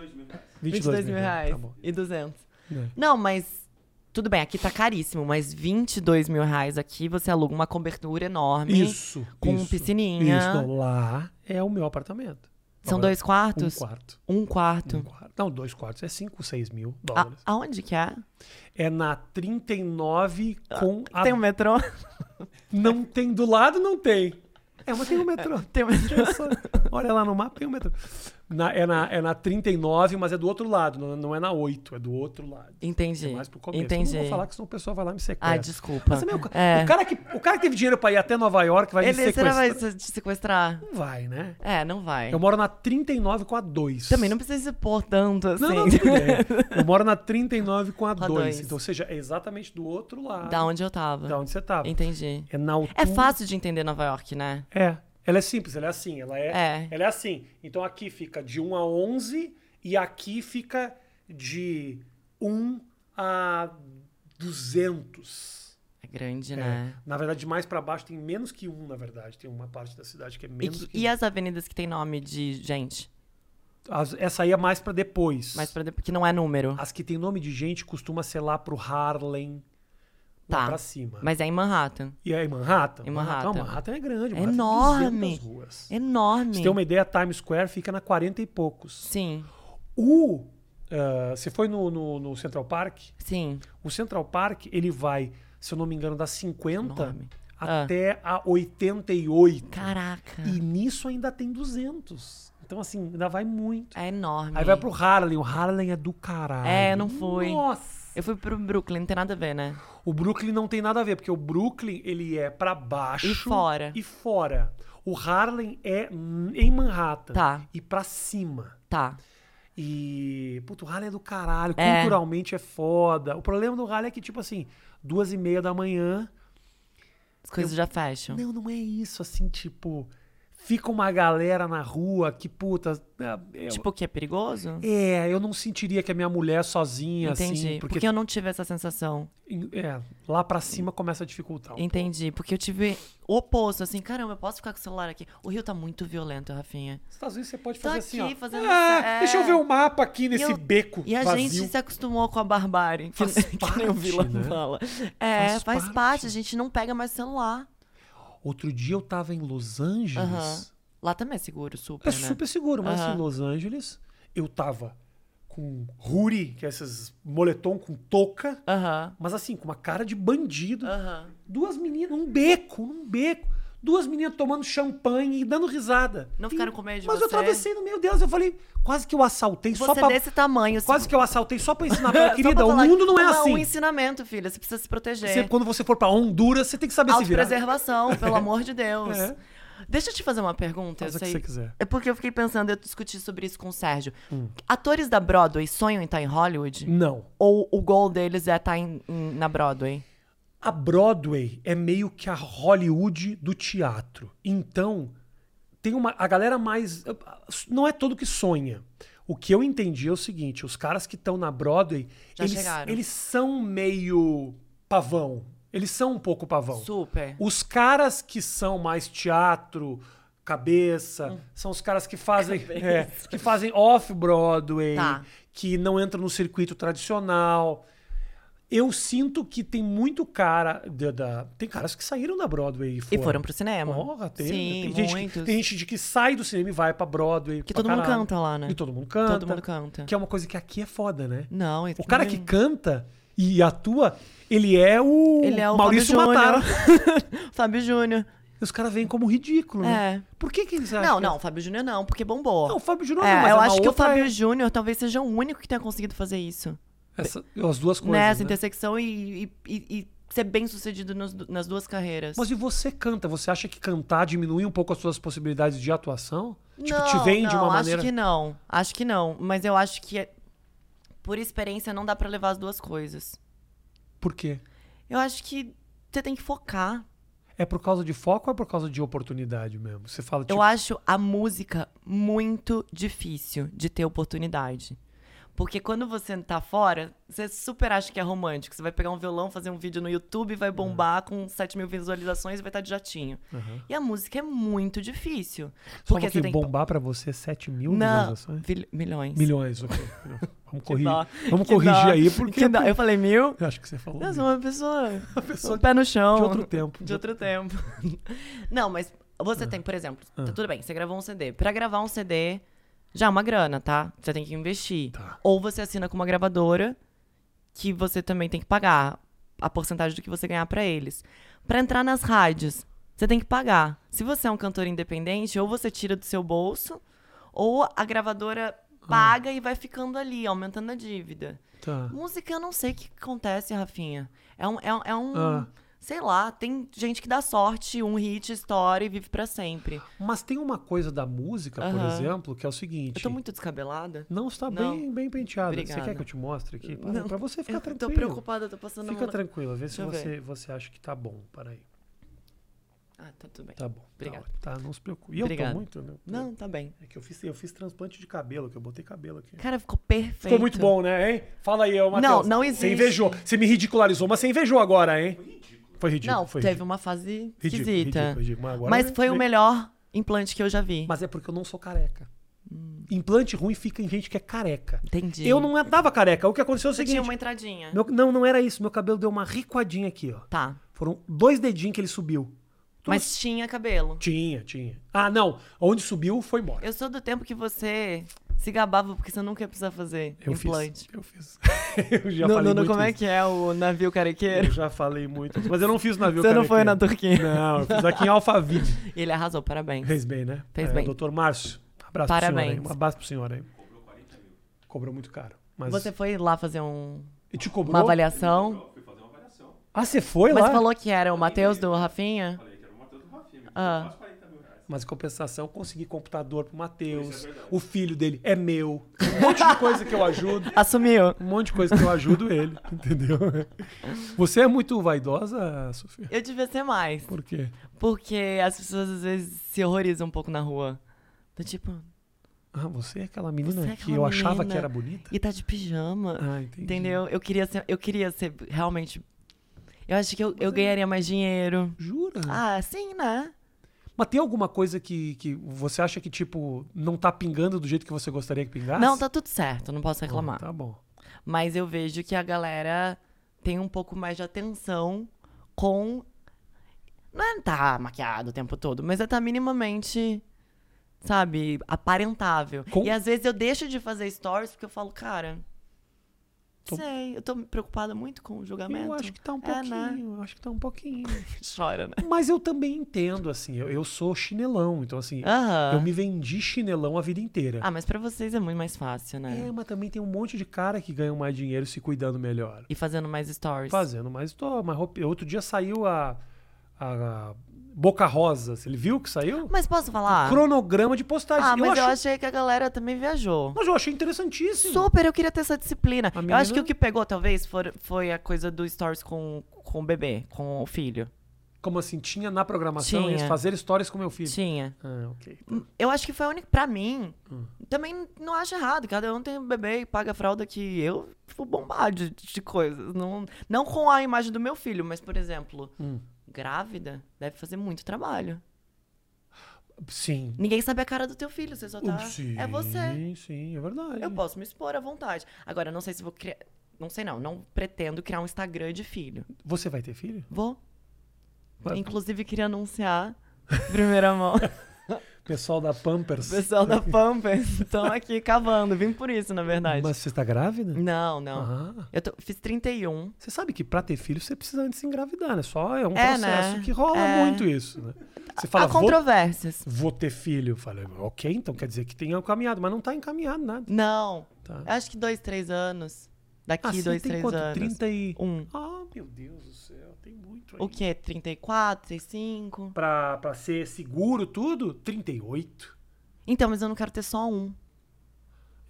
[SPEAKER 2] 22 mil reais
[SPEAKER 1] Tá bom.
[SPEAKER 2] e 200.
[SPEAKER 1] É.
[SPEAKER 2] Não, mas tudo bem, aqui tá caríssimo, mas 22 mil reais aqui você aluga uma cobertura enorme.
[SPEAKER 1] Isso.
[SPEAKER 2] Com
[SPEAKER 1] isso,
[SPEAKER 2] piscininha.
[SPEAKER 1] Isso. Não, lá é o meu apartamento.
[SPEAKER 2] São
[SPEAKER 1] Agora,
[SPEAKER 2] dois quartos?
[SPEAKER 1] Um quarto.
[SPEAKER 2] Um quarto.
[SPEAKER 1] Um quarto. Não, dois quartos. É 5, 6 mil
[SPEAKER 2] A-
[SPEAKER 1] dólares.
[SPEAKER 2] aonde que é?
[SPEAKER 1] É na 39 com a.
[SPEAKER 2] Tem um metrô?
[SPEAKER 1] Não tem do lado, não tem. É, mas tem um metrô.
[SPEAKER 2] Tem um metrô.
[SPEAKER 1] Olha só. Olha lá no mapa, tem um metrô. Na- é, na, é na 39, mas é do outro lado. Não, não é na 8, é do outro lado.
[SPEAKER 2] Entendi.
[SPEAKER 1] É mais pro começo.
[SPEAKER 2] Entendi. Ah,
[SPEAKER 1] Eu não vou falar que senão o pessoal vai lá e me sequestra.
[SPEAKER 2] Ai, desculpa.
[SPEAKER 1] Mas também o, ca-
[SPEAKER 2] É.
[SPEAKER 1] o cara que, o cara que teve dinheiro pra ir até Nova York vai me
[SPEAKER 2] Ele será
[SPEAKER 1] sequestrar.
[SPEAKER 2] vai se- te sequestrar?
[SPEAKER 1] Não vai, né?
[SPEAKER 2] É, não vai.
[SPEAKER 1] Eu moro na 39 com a 2.
[SPEAKER 2] Também não precisa se pôr tanto assim.
[SPEAKER 1] Não, não, tudo bem. Eu moro na 39 com a
[SPEAKER 2] Com a
[SPEAKER 1] 2.
[SPEAKER 2] dois.
[SPEAKER 1] Então, ou seja, é exatamente do outro lado.
[SPEAKER 2] da onde eu tava.
[SPEAKER 1] Ah, Da onde você tava.
[SPEAKER 2] Entendi.
[SPEAKER 1] É na altura.
[SPEAKER 2] É fácil de entender Nova York, né?
[SPEAKER 1] É. Ela é simples, ela é assim, ela é,
[SPEAKER 2] É.
[SPEAKER 1] ela é assim. Então aqui fica de 1 a 11 e aqui fica de 1 a 200.
[SPEAKER 2] É grande,
[SPEAKER 1] É.
[SPEAKER 2] né?
[SPEAKER 1] Na verdade, mais pra baixo tem menos que 1, na verdade. Tem uma parte da cidade que é
[SPEAKER 2] E,
[SPEAKER 1] menos
[SPEAKER 2] que-
[SPEAKER 1] que,
[SPEAKER 2] e as avenidas que tem nome de gente?
[SPEAKER 1] As- Essa aí é mais pra depois.
[SPEAKER 2] Mas pra depois- que não é número.
[SPEAKER 1] As que tem nome de gente costuma ser lá pro Harlem, lá
[SPEAKER 2] Tá.
[SPEAKER 1] pra cima.
[SPEAKER 2] Mas é em Manhattan.
[SPEAKER 1] E aí, Manhattan?
[SPEAKER 2] Em
[SPEAKER 1] Não,
[SPEAKER 2] Manhattan.
[SPEAKER 1] Manhattan é grande.
[SPEAKER 2] É
[SPEAKER 1] Manhattan tem
[SPEAKER 2] enorme. É
[SPEAKER 1] 200 ruas.
[SPEAKER 2] Enorme.
[SPEAKER 1] Se tem uma ideia, Times Square fica na 40 e poucos.
[SPEAKER 2] Sim,
[SPEAKER 1] O... ah, você foi no, no- no Central Park?
[SPEAKER 2] sim.
[SPEAKER 1] O Central Park, ele vai, se eu não me engano, da 50
[SPEAKER 2] Enorme. Ah.
[SPEAKER 1] até a 88.
[SPEAKER 2] Caraca.
[SPEAKER 1] E nisso ainda tem 200. Então, assim, ainda vai muito.
[SPEAKER 2] É enorme.
[SPEAKER 1] Aí vai pro Harlem. O Harlem é do caralho.
[SPEAKER 2] É, eu não fui.
[SPEAKER 1] Nossa!
[SPEAKER 2] Eu fui pro Brooklyn, não tem nada a ver, né?
[SPEAKER 1] O Brooklyn não tem nada a ver, porque o Brooklyn, ele é pra baixo.
[SPEAKER 2] E fora.
[SPEAKER 1] E fora. O Harlem é n- em Manhattan.
[SPEAKER 2] Tá.
[SPEAKER 1] E pra cima.
[SPEAKER 2] Tá.
[SPEAKER 1] E, puto, o Harlem é do caralho.
[SPEAKER 2] É.
[SPEAKER 1] Culturalmente é foda. O problema do Harlem é que, tipo assim, duas e meia da manhã,
[SPEAKER 2] As coisas já fecham.
[SPEAKER 1] Não, não é isso, assim, tipo. Fica uma galera na rua que, puta. ah, eu-
[SPEAKER 2] Tipo, o que é perigoso?
[SPEAKER 1] é, eu não sentiria que a minha mulher sozinha,
[SPEAKER 2] Entendi.
[SPEAKER 1] assim.
[SPEAKER 2] porque...
[SPEAKER 1] Porque,
[SPEAKER 2] eu não tive essa sensação.
[SPEAKER 1] é, lá pra cima começa a dificultar. um
[SPEAKER 2] Entendi. Porque eu tive o oposto, assim, caramba, eu posso ficar com o celular aqui. O Rio tá muito violento, Rafinha.
[SPEAKER 1] pouco. Nos Estados Unidos você pode
[SPEAKER 2] Tô
[SPEAKER 1] fazer assim,
[SPEAKER 2] aqui
[SPEAKER 1] ó.
[SPEAKER 2] fazendo
[SPEAKER 1] ah,
[SPEAKER 2] essa- é.
[SPEAKER 1] deixa eu ver o mapa aqui nesse
[SPEAKER 2] eu-
[SPEAKER 1] beco
[SPEAKER 2] E a
[SPEAKER 1] vazio.
[SPEAKER 2] gente se acostumou com a barbárie, que,
[SPEAKER 1] Faz
[SPEAKER 2] que nem o
[SPEAKER 1] parte,
[SPEAKER 2] Vila
[SPEAKER 1] né?
[SPEAKER 2] fala. É,
[SPEAKER 1] Faz
[SPEAKER 2] faz, parte.
[SPEAKER 1] parte.
[SPEAKER 2] a gente não pega mais celular.
[SPEAKER 1] Outro dia eu tava em Los Angeles.
[SPEAKER 2] Aham. Lá também é seguro, super,
[SPEAKER 1] É
[SPEAKER 2] né?
[SPEAKER 1] super seguro, mas
[SPEAKER 2] Aham.
[SPEAKER 1] em Los Angeles eu tava com hoodie, que é esses moletom com touca,
[SPEAKER 2] Aham,
[SPEAKER 1] mas assim, com uma cara de bandido.
[SPEAKER 2] aham.
[SPEAKER 1] Duas meninas, num beco, num beco. Duas meninas tomando champanhe e dando risada.
[SPEAKER 2] Não
[SPEAKER 1] E-
[SPEAKER 2] ficaram com medo de
[SPEAKER 1] Mas eu
[SPEAKER 2] você?
[SPEAKER 1] atravessei no meio delas. Eu falei, quase que eu assaltei só
[SPEAKER 2] Você é
[SPEAKER 1] pra.
[SPEAKER 2] desse tamanho, assim,
[SPEAKER 1] Quase que eu assaltei só pra ensinar pra ela,
[SPEAKER 2] Só
[SPEAKER 1] querida.
[SPEAKER 2] pra
[SPEAKER 1] o
[SPEAKER 2] falar que
[SPEAKER 1] mundo não é
[SPEAKER 2] como um
[SPEAKER 1] assim.
[SPEAKER 2] ensinamento, filha. Você precisa se proteger.
[SPEAKER 1] Você- quando você for pra Honduras, você tem que saber se virar.
[SPEAKER 2] Autopreservação, pelo amor de Deus.
[SPEAKER 1] É.
[SPEAKER 2] Deixa eu te fazer uma pergunta.
[SPEAKER 1] Faz o
[SPEAKER 2] eu
[SPEAKER 1] que
[SPEAKER 2] sei-
[SPEAKER 1] você quiser. Hum.
[SPEAKER 2] É porque eu fiquei pensando, eu discuti sobre isso com o Sérgio. Atores da Broadway sonham em estar em Hollywood?
[SPEAKER 1] Não.
[SPEAKER 2] Ou o goal deles é estar em- em- na Broadway?
[SPEAKER 1] A Broadway é meio que a Hollywood do teatro. Então, tem uma. A galera mais. Não é todo que sonha. O que eu entendi é o seguinte: os caras que estão na Broadway,
[SPEAKER 2] Já
[SPEAKER 1] eles,
[SPEAKER 2] chegaram.
[SPEAKER 1] eles são meio pavão. Eles são um pouco pavão.
[SPEAKER 2] Super.
[SPEAKER 1] Os caras que são mais teatro, cabeça,
[SPEAKER 2] Hum.
[SPEAKER 1] são os caras que fazem é, que fazem off Broadway,
[SPEAKER 2] Tá.
[SPEAKER 1] que não entram no circuito tradicional. Eu sinto que tem muito cara da, da- tem caras que saíram da Broadway e
[SPEAKER 2] E
[SPEAKER 1] foram.
[SPEAKER 2] foram pro cinema.
[SPEAKER 1] Porra, tem,
[SPEAKER 2] Sim,
[SPEAKER 1] tem gente que,
[SPEAKER 2] muitos.
[SPEAKER 1] tem gente que sai do cinema e vai pra Broadway.
[SPEAKER 2] Que
[SPEAKER 1] pra
[SPEAKER 2] todo mundo
[SPEAKER 1] caralho.
[SPEAKER 2] canta lá, né?
[SPEAKER 1] E todo mundo canta.
[SPEAKER 2] Todo mundo canta.
[SPEAKER 1] Que é uma coisa que aqui é foda, né?
[SPEAKER 2] Não,
[SPEAKER 1] O cara que canta e atua, ele é o,
[SPEAKER 2] Ele é o
[SPEAKER 1] Maurício
[SPEAKER 2] Fábio
[SPEAKER 1] Matara.
[SPEAKER 2] Júnior. Fábio Júnior.
[SPEAKER 1] E os caras veem como ridículo, né?
[SPEAKER 2] É.
[SPEAKER 1] Por que, que eles acham?
[SPEAKER 2] Não,
[SPEAKER 1] que- é?
[SPEAKER 2] não, Fábio Júnior não, porque bombou.
[SPEAKER 1] Não, o Fábio Júnior não,
[SPEAKER 2] é,
[SPEAKER 1] mas
[SPEAKER 2] eu
[SPEAKER 1] é uma
[SPEAKER 2] acho que o
[SPEAKER 1] outra-
[SPEAKER 2] Fábio Júnior talvez seja o único que tenha conseguido fazer isso.
[SPEAKER 1] Essa- as duas coisas.
[SPEAKER 2] nessa
[SPEAKER 1] né?
[SPEAKER 2] intersecção e, e- e- e ser bem sucedido nos du- nas duas carreiras.
[SPEAKER 1] Mas e você canta? Você acha que cantar diminui um pouco as suas possibilidades de atuação? Tipo,
[SPEAKER 2] não,
[SPEAKER 1] te vem
[SPEAKER 2] não,
[SPEAKER 1] de uma maneira.
[SPEAKER 2] Acho que não, acho que não. Mas eu acho que é- por experiência não dá pra levar as duas coisas.
[SPEAKER 1] Por quê?
[SPEAKER 2] Eu acho que você tem que focar.
[SPEAKER 1] É por causa de foco ou é por causa de oportunidade mesmo? Você fala, tipo,
[SPEAKER 2] Eu acho a música muito difícil de ter oportunidade. Porque quando você tá fora, você super acha que é romântico. Você vai pegar um violão, fazer um vídeo no YouTube, vai bombar
[SPEAKER 1] É.
[SPEAKER 2] com 7 mil visualizações e vai estar de jatinho.
[SPEAKER 1] Aham.
[SPEAKER 2] E a música é muito difícil.
[SPEAKER 1] só um
[SPEAKER 2] porque
[SPEAKER 1] que
[SPEAKER 2] você tem que-
[SPEAKER 1] bombar pra você é 7 mil
[SPEAKER 2] Não,
[SPEAKER 1] visualizações?
[SPEAKER 2] vil- milhões.
[SPEAKER 1] Milhões, ok. Não, Vamos,
[SPEAKER 2] Que
[SPEAKER 1] corrigir,
[SPEAKER 2] dó,
[SPEAKER 1] vamos
[SPEAKER 2] que
[SPEAKER 1] corrigir
[SPEAKER 2] dó,
[SPEAKER 1] aí, porque
[SPEAKER 2] que dó. Eu falei mil?
[SPEAKER 1] eu acho que você falou
[SPEAKER 2] Eu
[SPEAKER 1] de
[SPEAKER 2] sou uma pessoa,
[SPEAKER 1] uma pessoa
[SPEAKER 2] um pé no chão.
[SPEAKER 1] de outro tempo.
[SPEAKER 2] De outro tempo. Não, mas você tem, por exemplo, tá
[SPEAKER 1] Ah.
[SPEAKER 2] tudo bem, você gravou um CD. Pra gravar um CD, já é uma grana, tá? Você tem que investir.
[SPEAKER 1] Tá.
[SPEAKER 2] Ou você assina com uma gravadora, que você também tem que pagar a porcentagem do que você ganhar pra eles. Pra entrar nas rádios, você tem que pagar. Se você é um cantor independente, ou você tira do seu bolso, ou a gravadora
[SPEAKER 1] Ah.
[SPEAKER 2] paga e vai ficando ali, aumentando a dívida.
[SPEAKER 1] Tá.
[SPEAKER 2] Música, eu não sei o que acontece, Rafinha. É um. É um, é um-
[SPEAKER 1] Ah.
[SPEAKER 2] Sei lá, tem gente que dá sorte, um hit, história e vive pra sempre.
[SPEAKER 1] Mas tem uma coisa da música, por
[SPEAKER 2] Aham.
[SPEAKER 1] exemplo, que é o seguinte.
[SPEAKER 2] Eu tô muito descabelada.
[SPEAKER 1] Não, está
[SPEAKER 2] Não.
[SPEAKER 1] bem, bem penteado. Você quer
[SPEAKER 2] Obrigada.
[SPEAKER 1] que eu te mostre aqui? Para,
[SPEAKER 2] Não.
[SPEAKER 1] pra você ficar
[SPEAKER 2] eu
[SPEAKER 1] tranquilo.
[SPEAKER 2] tô preocupada, eu tô passando
[SPEAKER 1] Fica
[SPEAKER 2] mal.
[SPEAKER 1] tranquila, vê se
[SPEAKER 2] Deixa eu
[SPEAKER 1] você, você acha que tá bom. Peraí.
[SPEAKER 2] Ah, tá tudo bem.
[SPEAKER 1] Tá bom.
[SPEAKER 2] Obrigado.
[SPEAKER 1] Tá, tá, não se preocupe. E eu
[SPEAKER 2] Obrigado.
[SPEAKER 1] tô muito, né?
[SPEAKER 2] Não, tá bem.
[SPEAKER 1] É que eu fiz, eu fiz transplante de cabelo, que eu botei cabelo aqui.
[SPEAKER 2] Cara, ficou perfeito.
[SPEAKER 1] Ficou muito bom, né, hein? Fala aí, ô, Matheus.
[SPEAKER 2] não
[SPEAKER 1] Você
[SPEAKER 2] existe.
[SPEAKER 1] invejou. Você me ridicularizou, mas você invejou agora, hein? Foi ridículo.
[SPEAKER 2] Não,
[SPEAKER 1] foi
[SPEAKER 2] teve
[SPEAKER 1] ridículo.
[SPEAKER 2] uma fase
[SPEAKER 1] Ridículo,
[SPEAKER 2] esquisita.
[SPEAKER 1] ridículo, ridículo. Mas agora
[SPEAKER 2] Mas
[SPEAKER 1] eu
[SPEAKER 2] foi o
[SPEAKER 1] sei.
[SPEAKER 2] melhor implante que eu já vi.
[SPEAKER 1] Mas é porque eu não sou careca. Implante ruim fica em gente que é careca.
[SPEAKER 2] Hum. Entendi.
[SPEAKER 1] Eu não tava careca. O que aconteceu é o
[SPEAKER 2] Você tinha
[SPEAKER 1] seguinte.
[SPEAKER 2] uma entradinha.
[SPEAKER 1] Meu- não, não era isso. Meu cabelo deu uma ricoadinha aqui, ó.
[SPEAKER 2] Tá.
[SPEAKER 1] Foram dois dedinhos que ele subiu. Tu-
[SPEAKER 2] Mas tinha cabelo.
[SPEAKER 1] Tinha, tinha. Ah, não. Onde subiu, foi embora.
[SPEAKER 2] Eu sou do tempo que você se gabava porque você nunca ia precisar fazer implante.
[SPEAKER 1] fiz. Eu fiz. eu já
[SPEAKER 2] não,
[SPEAKER 1] falei
[SPEAKER 2] não, não,
[SPEAKER 1] muito
[SPEAKER 2] como é
[SPEAKER 1] isso.
[SPEAKER 2] que é o navio carequeiro?
[SPEAKER 1] Eu já falei muito. isso. Mas eu não fiz navio,
[SPEAKER 2] Você não foi na
[SPEAKER 1] carequeiro.
[SPEAKER 2] Turquia.
[SPEAKER 1] Não, eu fiz aqui em Alphaville.
[SPEAKER 2] Ele arrasou, parabéns.
[SPEAKER 1] Fez bem, né?
[SPEAKER 2] Fez
[SPEAKER 1] é,
[SPEAKER 2] bem.
[SPEAKER 1] Doutor Márcio. Abraço pro senhor aí.
[SPEAKER 2] Parabéns.
[SPEAKER 1] Um abraço pro senhor aí. Cobrou 40 mil. Cobrou muito caro. Mas
[SPEAKER 2] Você foi lá fazer um-
[SPEAKER 1] E te cobrou?
[SPEAKER 2] uma avaliação,
[SPEAKER 1] Ah, você foi
[SPEAKER 2] mas
[SPEAKER 1] lá?
[SPEAKER 2] falou que era o Matheus do Rafinha? Falei que era o Matheus do Rafinha. Ah,
[SPEAKER 1] Mas em compensação, eu consegui computador pro Matheus. o filho dele é meu. Um monte de coisa que eu ajudo.
[SPEAKER 2] assumiu.
[SPEAKER 1] Um monte de coisa que eu ajudo ele, entendeu? Você é muito vaidosa, Sofia?
[SPEAKER 2] Eu devia ser mais,
[SPEAKER 1] Por quê?
[SPEAKER 2] porque as pessoas às vezes se horrorizam um pouco na rua. Tá tipo,
[SPEAKER 1] Ah, você é aquela menina
[SPEAKER 2] Você é
[SPEAKER 1] que
[SPEAKER 2] aquela
[SPEAKER 1] eu achava
[SPEAKER 2] menina.
[SPEAKER 1] que era bonita?
[SPEAKER 2] e tá de pijama.
[SPEAKER 1] Ah, entendi.
[SPEAKER 2] Entendeu? Eu queria ser, eu queria ser realmente. Eu acho que eu, eu ganharia mais dinheiro.
[SPEAKER 1] Jura?
[SPEAKER 2] Ah, sim, né?
[SPEAKER 1] Mas tem alguma coisa que, que você acha que, tipo, não tá pingando do jeito que você gostaria que pingasse?
[SPEAKER 2] Não, tá tudo certo, não posso
[SPEAKER 1] Ah,
[SPEAKER 2] reclamar.
[SPEAKER 1] Tá bom.
[SPEAKER 2] Mas eu vejo que a galera tem um pouco mais de atenção com. Não é tá maquiado o tempo todo, mas é tá minimamente, sabe, aparentável.
[SPEAKER 1] Com-
[SPEAKER 2] E às vezes eu deixo de fazer stories porque eu falo, cara.
[SPEAKER 1] Tô-
[SPEAKER 2] Sei, eu tô preocupada muito com o julgamento.
[SPEAKER 1] Eu acho que tá um
[SPEAKER 2] É,
[SPEAKER 1] pouquinho,
[SPEAKER 2] né?
[SPEAKER 1] eu acho que tá um pouquinho.
[SPEAKER 2] Chora, né?
[SPEAKER 1] Mas eu também entendo, assim, eu, eu sou chinelão, então assim,
[SPEAKER 2] Aham.
[SPEAKER 1] eu me vendi chinelão a vida inteira.
[SPEAKER 2] Ah, mas pra vocês é muito mais fácil, né?
[SPEAKER 1] É, mas também tem um monte de cara que ganha mais dinheiro se cuidando melhor.
[SPEAKER 2] E fazendo mais stories.
[SPEAKER 1] Fazendo mais tô, mas roupa- outro dia saiu a, a Boca Rosa, você viu que saiu?
[SPEAKER 2] Mas posso falar?
[SPEAKER 1] Cronograma de postagem.
[SPEAKER 2] Ah, mas eu,
[SPEAKER 1] eu, achei,
[SPEAKER 2] achei que a galera também viajou.
[SPEAKER 1] mas eu achei interessantíssimo.
[SPEAKER 2] Super, eu queria ter essa disciplina.
[SPEAKER 1] A
[SPEAKER 2] Eu acho
[SPEAKER 1] menina-
[SPEAKER 2] que o que pegou, talvez, for- foi a coisa do stories com, com o bebê, com o filho.
[SPEAKER 1] Como assim, tinha na programação
[SPEAKER 2] Tinha.
[SPEAKER 1] isso, fazer histórias com meu filho.
[SPEAKER 2] Tinha.
[SPEAKER 1] Ah, ok.
[SPEAKER 2] Hum, Eu acho que foi a única. Pra mim,
[SPEAKER 1] Hum.
[SPEAKER 2] também não acho errado. Cada um tem um bebê e paga a fralda que eu vou bombar de, de coisas. Não, não com a imagem do meu filho, mas, por exemplo,
[SPEAKER 1] Hum.
[SPEAKER 2] grávida deve fazer muito trabalho.
[SPEAKER 1] Sim.
[SPEAKER 2] Ninguém sabe a cara do teu filho, você só tá.
[SPEAKER 1] Sim,
[SPEAKER 2] É você.
[SPEAKER 1] Sim, é verdade.
[SPEAKER 2] Eu posso me expor à vontade. Agora, eu não sei se vou criar. Não sei, não. Não pretendo criar um Instagram de filho.
[SPEAKER 1] Você vai ter filho?
[SPEAKER 2] Vou.
[SPEAKER 1] Vai-
[SPEAKER 2] Inclusive, queria anunciar, em primeira mão, o
[SPEAKER 1] Pessoal da Pampers.
[SPEAKER 2] pessoal da Pampers estão aqui cavando. Vim por isso, na verdade.
[SPEAKER 1] Mas você está grávida?
[SPEAKER 2] Não, não.
[SPEAKER 1] Ah.
[SPEAKER 2] Eu tô- fiz 31.
[SPEAKER 1] Você sabe que pra ter filho você precisa antes se engravidar, né? Só é um
[SPEAKER 2] É,
[SPEAKER 1] processo
[SPEAKER 2] né?
[SPEAKER 1] que rola
[SPEAKER 2] É.
[SPEAKER 1] muito isso, né? Você fala,
[SPEAKER 2] Há
[SPEAKER 1] vou,
[SPEAKER 2] controvérsias.
[SPEAKER 1] vou ter filho. Eu falei, ok, então quer dizer que tem encaminhado, mas não tá encaminhado nada.
[SPEAKER 2] Não.
[SPEAKER 1] Tá.
[SPEAKER 2] Eu Acho que dois, três anos. Daqui
[SPEAKER 1] Ah, você
[SPEAKER 2] É, dois,
[SPEAKER 1] tem
[SPEAKER 2] três
[SPEAKER 1] quanto?
[SPEAKER 2] anos.
[SPEAKER 1] 30 e...
[SPEAKER 2] Um.
[SPEAKER 1] Ah, meu Deus do céu, tem muito aí.
[SPEAKER 2] O quê? 34, 35?
[SPEAKER 1] Pra, pra ser seguro tudo, 38.
[SPEAKER 2] Então, mas eu não quero ter só um.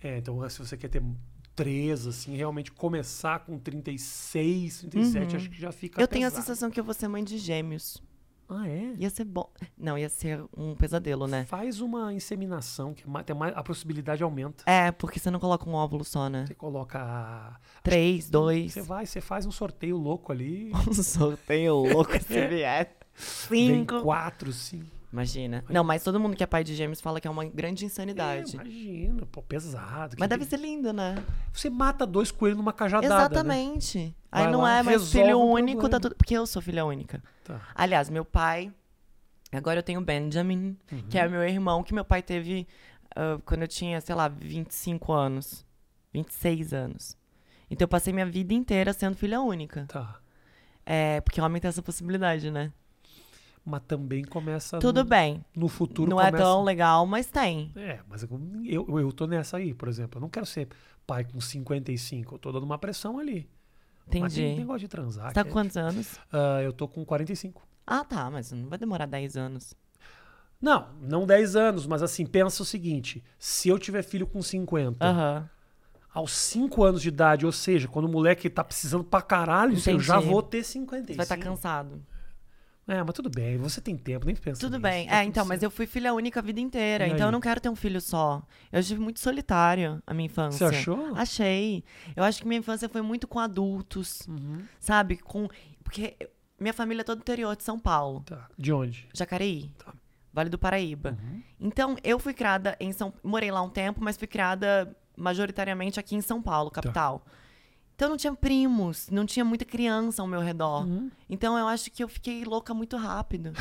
[SPEAKER 1] É, então se você quer ter três, assim, realmente começar com 36, 37, acho que já fica
[SPEAKER 2] Uhum. Eu tenho a
[SPEAKER 1] pesado.
[SPEAKER 2] sensação que eu vou ser mãe de gêmeos.
[SPEAKER 1] Ah, é?
[SPEAKER 2] Ia ser bom. Não, ia ser um pesadelo, né?
[SPEAKER 1] Faz uma inseminação, que é mais, tem mais- a possibilidade aumenta.
[SPEAKER 2] É, porque você não coloca um óvulo só, né?
[SPEAKER 1] Você coloca. a-
[SPEAKER 2] Três, dois.
[SPEAKER 1] Você vai, você faz um sorteio louco ali.
[SPEAKER 2] Um sorteio louco se vier.
[SPEAKER 1] Vem
[SPEAKER 2] Cinco.
[SPEAKER 1] quatro, cinco.
[SPEAKER 2] Imagina. Não, mas todo mundo que é pai de gêmeos fala que é uma grande
[SPEAKER 1] É,
[SPEAKER 2] insanidade.
[SPEAKER 1] imagina, pô, pesado. que
[SPEAKER 2] Mas deve
[SPEAKER 1] tem-
[SPEAKER 2] ser lindo, né?
[SPEAKER 1] Você mata dois coelhos numa cajadada. né?
[SPEAKER 2] Exatamente. Aí
[SPEAKER 1] Vai
[SPEAKER 2] não
[SPEAKER 1] lá,
[SPEAKER 2] é mais
[SPEAKER 1] resolve
[SPEAKER 2] filho
[SPEAKER 1] o
[SPEAKER 2] único, tá
[SPEAKER 1] problema.
[SPEAKER 2] tudo. Porque eu sou filha única.
[SPEAKER 1] Tá.
[SPEAKER 2] Aliás, meu pai. Agora eu tenho o Benjamin,
[SPEAKER 1] Uhum.
[SPEAKER 2] que é meu irmão, que meu pai teve ah, quando eu tinha, sei lá, 25 anos. 26 anos. Então eu passei minha vida inteira sendo filha única.
[SPEAKER 1] Tá.
[SPEAKER 2] É, porque homem tem essa possibilidade, né?
[SPEAKER 1] Mas também começa.
[SPEAKER 2] Tudo
[SPEAKER 1] no,
[SPEAKER 2] bem.
[SPEAKER 1] no futuro
[SPEAKER 2] não
[SPEAKER 1] começa...
[SPEAKER 2] é tão legal, mas tem.
[SPEAKER 1] É, mas eu, eu, eu tô nessa aí, por exemplo. Eu não quero ser pai com 55. Eu tô dando uma pressão ali. Mas tem
[SPEAKER 2] Entendi.
[SPEAKER 1] negócio de transar.
[SPEAKER 2] Você tá
[SPEAKER 1] que
[SPEAKER 2] com
[SPEAKER 1] é-
[SPEAKER 2] quantos anos?
[SPEAKER 1] Ah, eu tô com 45.
[SPEAKER 2] Ah, tá, mas não vai demorar 10 anos.
[SPEAKER 1] Não, não 10 anos, mas assim, pensa o seguinte: se eu tiver filho com 50,
[SPEAKER 2] Aham.
[SPEAKER 1] aos 5 anos de idade, ou seja, quando o moleque tá precisando pra caralho, eu
[SPEAKER 2] Entendi.
[SPEAKER 1] já vou ter
[SPEAKER 2] Você
[SPEAKER 1] 55.
[SPEAKER 2] vai tá estar cansado.
[SPEAKER 1] É, mas tudo bem, você tem tempo, nem pensa.
[SPEAKER 2] Tudo
[SPEAKER 1] nisso,
[SPEAKER 2] bem.
[SPEAKER 1] tá
[SPEAKER 2] É,
[SPEAKER 1] tudo
[SPEAKER 2] então,
[SPEAKER 1] certo.
[SPEAKER 2] mas eu fui filha única a vida inteira.
[SPEAKER 1] E
[SPEAKER 2] então
[SPEAKER 1] aí?
[SPEAKER 2] eu não quero ter um filho só. Eu estive muito solitária assim, a minha
[SPEAKER 1] Você
[SPEAKER 2] infância.
[SPEAKER 1] achou?
[SPEAKER 2] Achei. Eu acho que minha infância foi muito com adultos,
[SPEAKER 1] Uhum,
[SPEAKER 2] sabe? Com. Porque minha família é toda do interior de São Paulo.
[SPEAKER 1] tá. De onde?
[SPEAKER 2] Jacareí.
[SPEAKER 1] Tá. Uhum.
[SPEAKER 2] Vale do Paraíba. Então, eu fui criada em São... Morei lá um tempo, mas fui criada majoritariamente aqui em São Paulo,
[SPEAKER 1] Tá.
[SPEAKER 2] capital. Então, não tinha primos, não tinha muita criança ao meu redor.
[SPEAKER 1] Uhum.
[SPEAKER 2] Então, eu acho que eu fiquei louca muito rápido.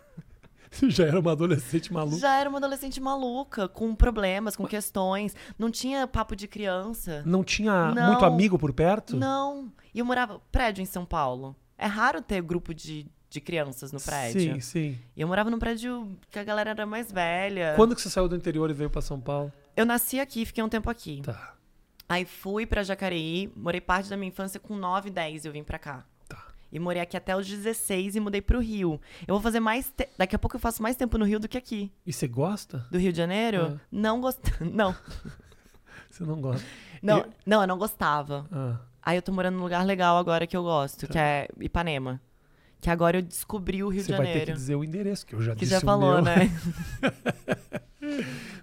[SPEAKER 1] já era uma adolescente maluca.
[SPEAKER 2] Já era uma adolescente maluca, com problemas, com questões. Não tinha papo de criança.
[SPEAKER 1] Não tinha
[SPEAKER 2] Não.
[SPEAKER 1] muito amigo por perto?
[SPEAKER 2] Não. E eu morava prédio em São Paulo. É raro ter grupo de, de crianças no prédio.
[SPEAKER 1] Sim, sim.
[SPEAKER 2] E eu morava num prédio que a galera era mais velha.
[SPEAKER 1] Quando que você saiu do interior e veio pra São Paulo?
[SPEAKER 2] Eu nasci aqui, fiquei um tempo aqui.
[SPEAKER 1] Tá,
[SPEAKER 2] Aí fui pra Jacareí, morei parte da minha infância com 9, 10 eu vim pra cá.
[SPEAKER 1] tá.
[SPEAKER 2] E morei aqui até os 16 e mudei pro Rio. Eu vou fazer mais. te- Daqui a pouco eu faço mais tempo no Rio do que aqui.
[SPEAKER 1] E você gosta?
[SPEAKER 2] Do Rio de Janeiro?
[SPEAKER 1] Ah.
[SPEAKER 2] Não gostava. Não.
[SPEAKER 1] Você não gosta?
[SPEAKER 2] Não,
[SPEAKER 1] Eu-
[SPEAKER 2] não, eu não gostava.
[SPEAKER 1] Ah,
[SPEAKER 2] Aí eu tô morando num lugar legal agora que eu gosto, que é Ipanema. Que agora eu descobri o Rio
[SPEAKER 1] Tá. você
[SPEAKER 2] de
[SPEAKER 1] vai ter que
[SPEAKER 2] Janeiro.
[SPEAKER 1] dizer o endereço, que eu já
[SPEAKER 2] que
[SPEAKER 1] disse
[SPEAKER 2] já
[SPEAKER 1] o
[SPEAKER 2] falou,
[SPEAKER 1] meu.
[SPEAKER 2] né?
[SPEAKER 1] Não.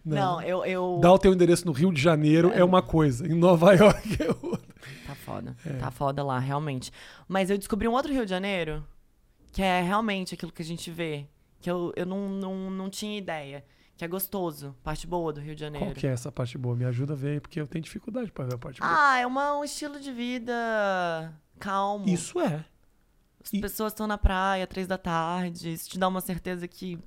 [SPEAKER 2] Não, eu. eu...
[SPEAKER 1] Dar o teu endereço no Rio de Janeiro é uma coisa, em Nova York é outra.
[SPEAKER 2] Tá foda.
[SPEAKER 1] É.
[SPEAKER 2] Tá foda lá, realmente. Mas eu descobri um outro Rio de Janeiro que é realmente aquilo que a gente vê. Que eu, eu não, não, não tinha ideia. Que é gostoso. Parte boa do Rio de Janeiro.
[SPEAKER 1] Qual que é Tipo, essa parte boa? Me ajuda a ver aí, porque eu tenho dificuldade pra ver a parte boa.
[SPEAKER 2] Ah, é uma, um estilo de vida calmo.
[SPEAKER 1] Isso é.
[SPEAKER 2] As
[SPEAKER 1] e-
[SPEAKER 2] pessoas estão na praia, três da tarde. Isso te dá uma certeza que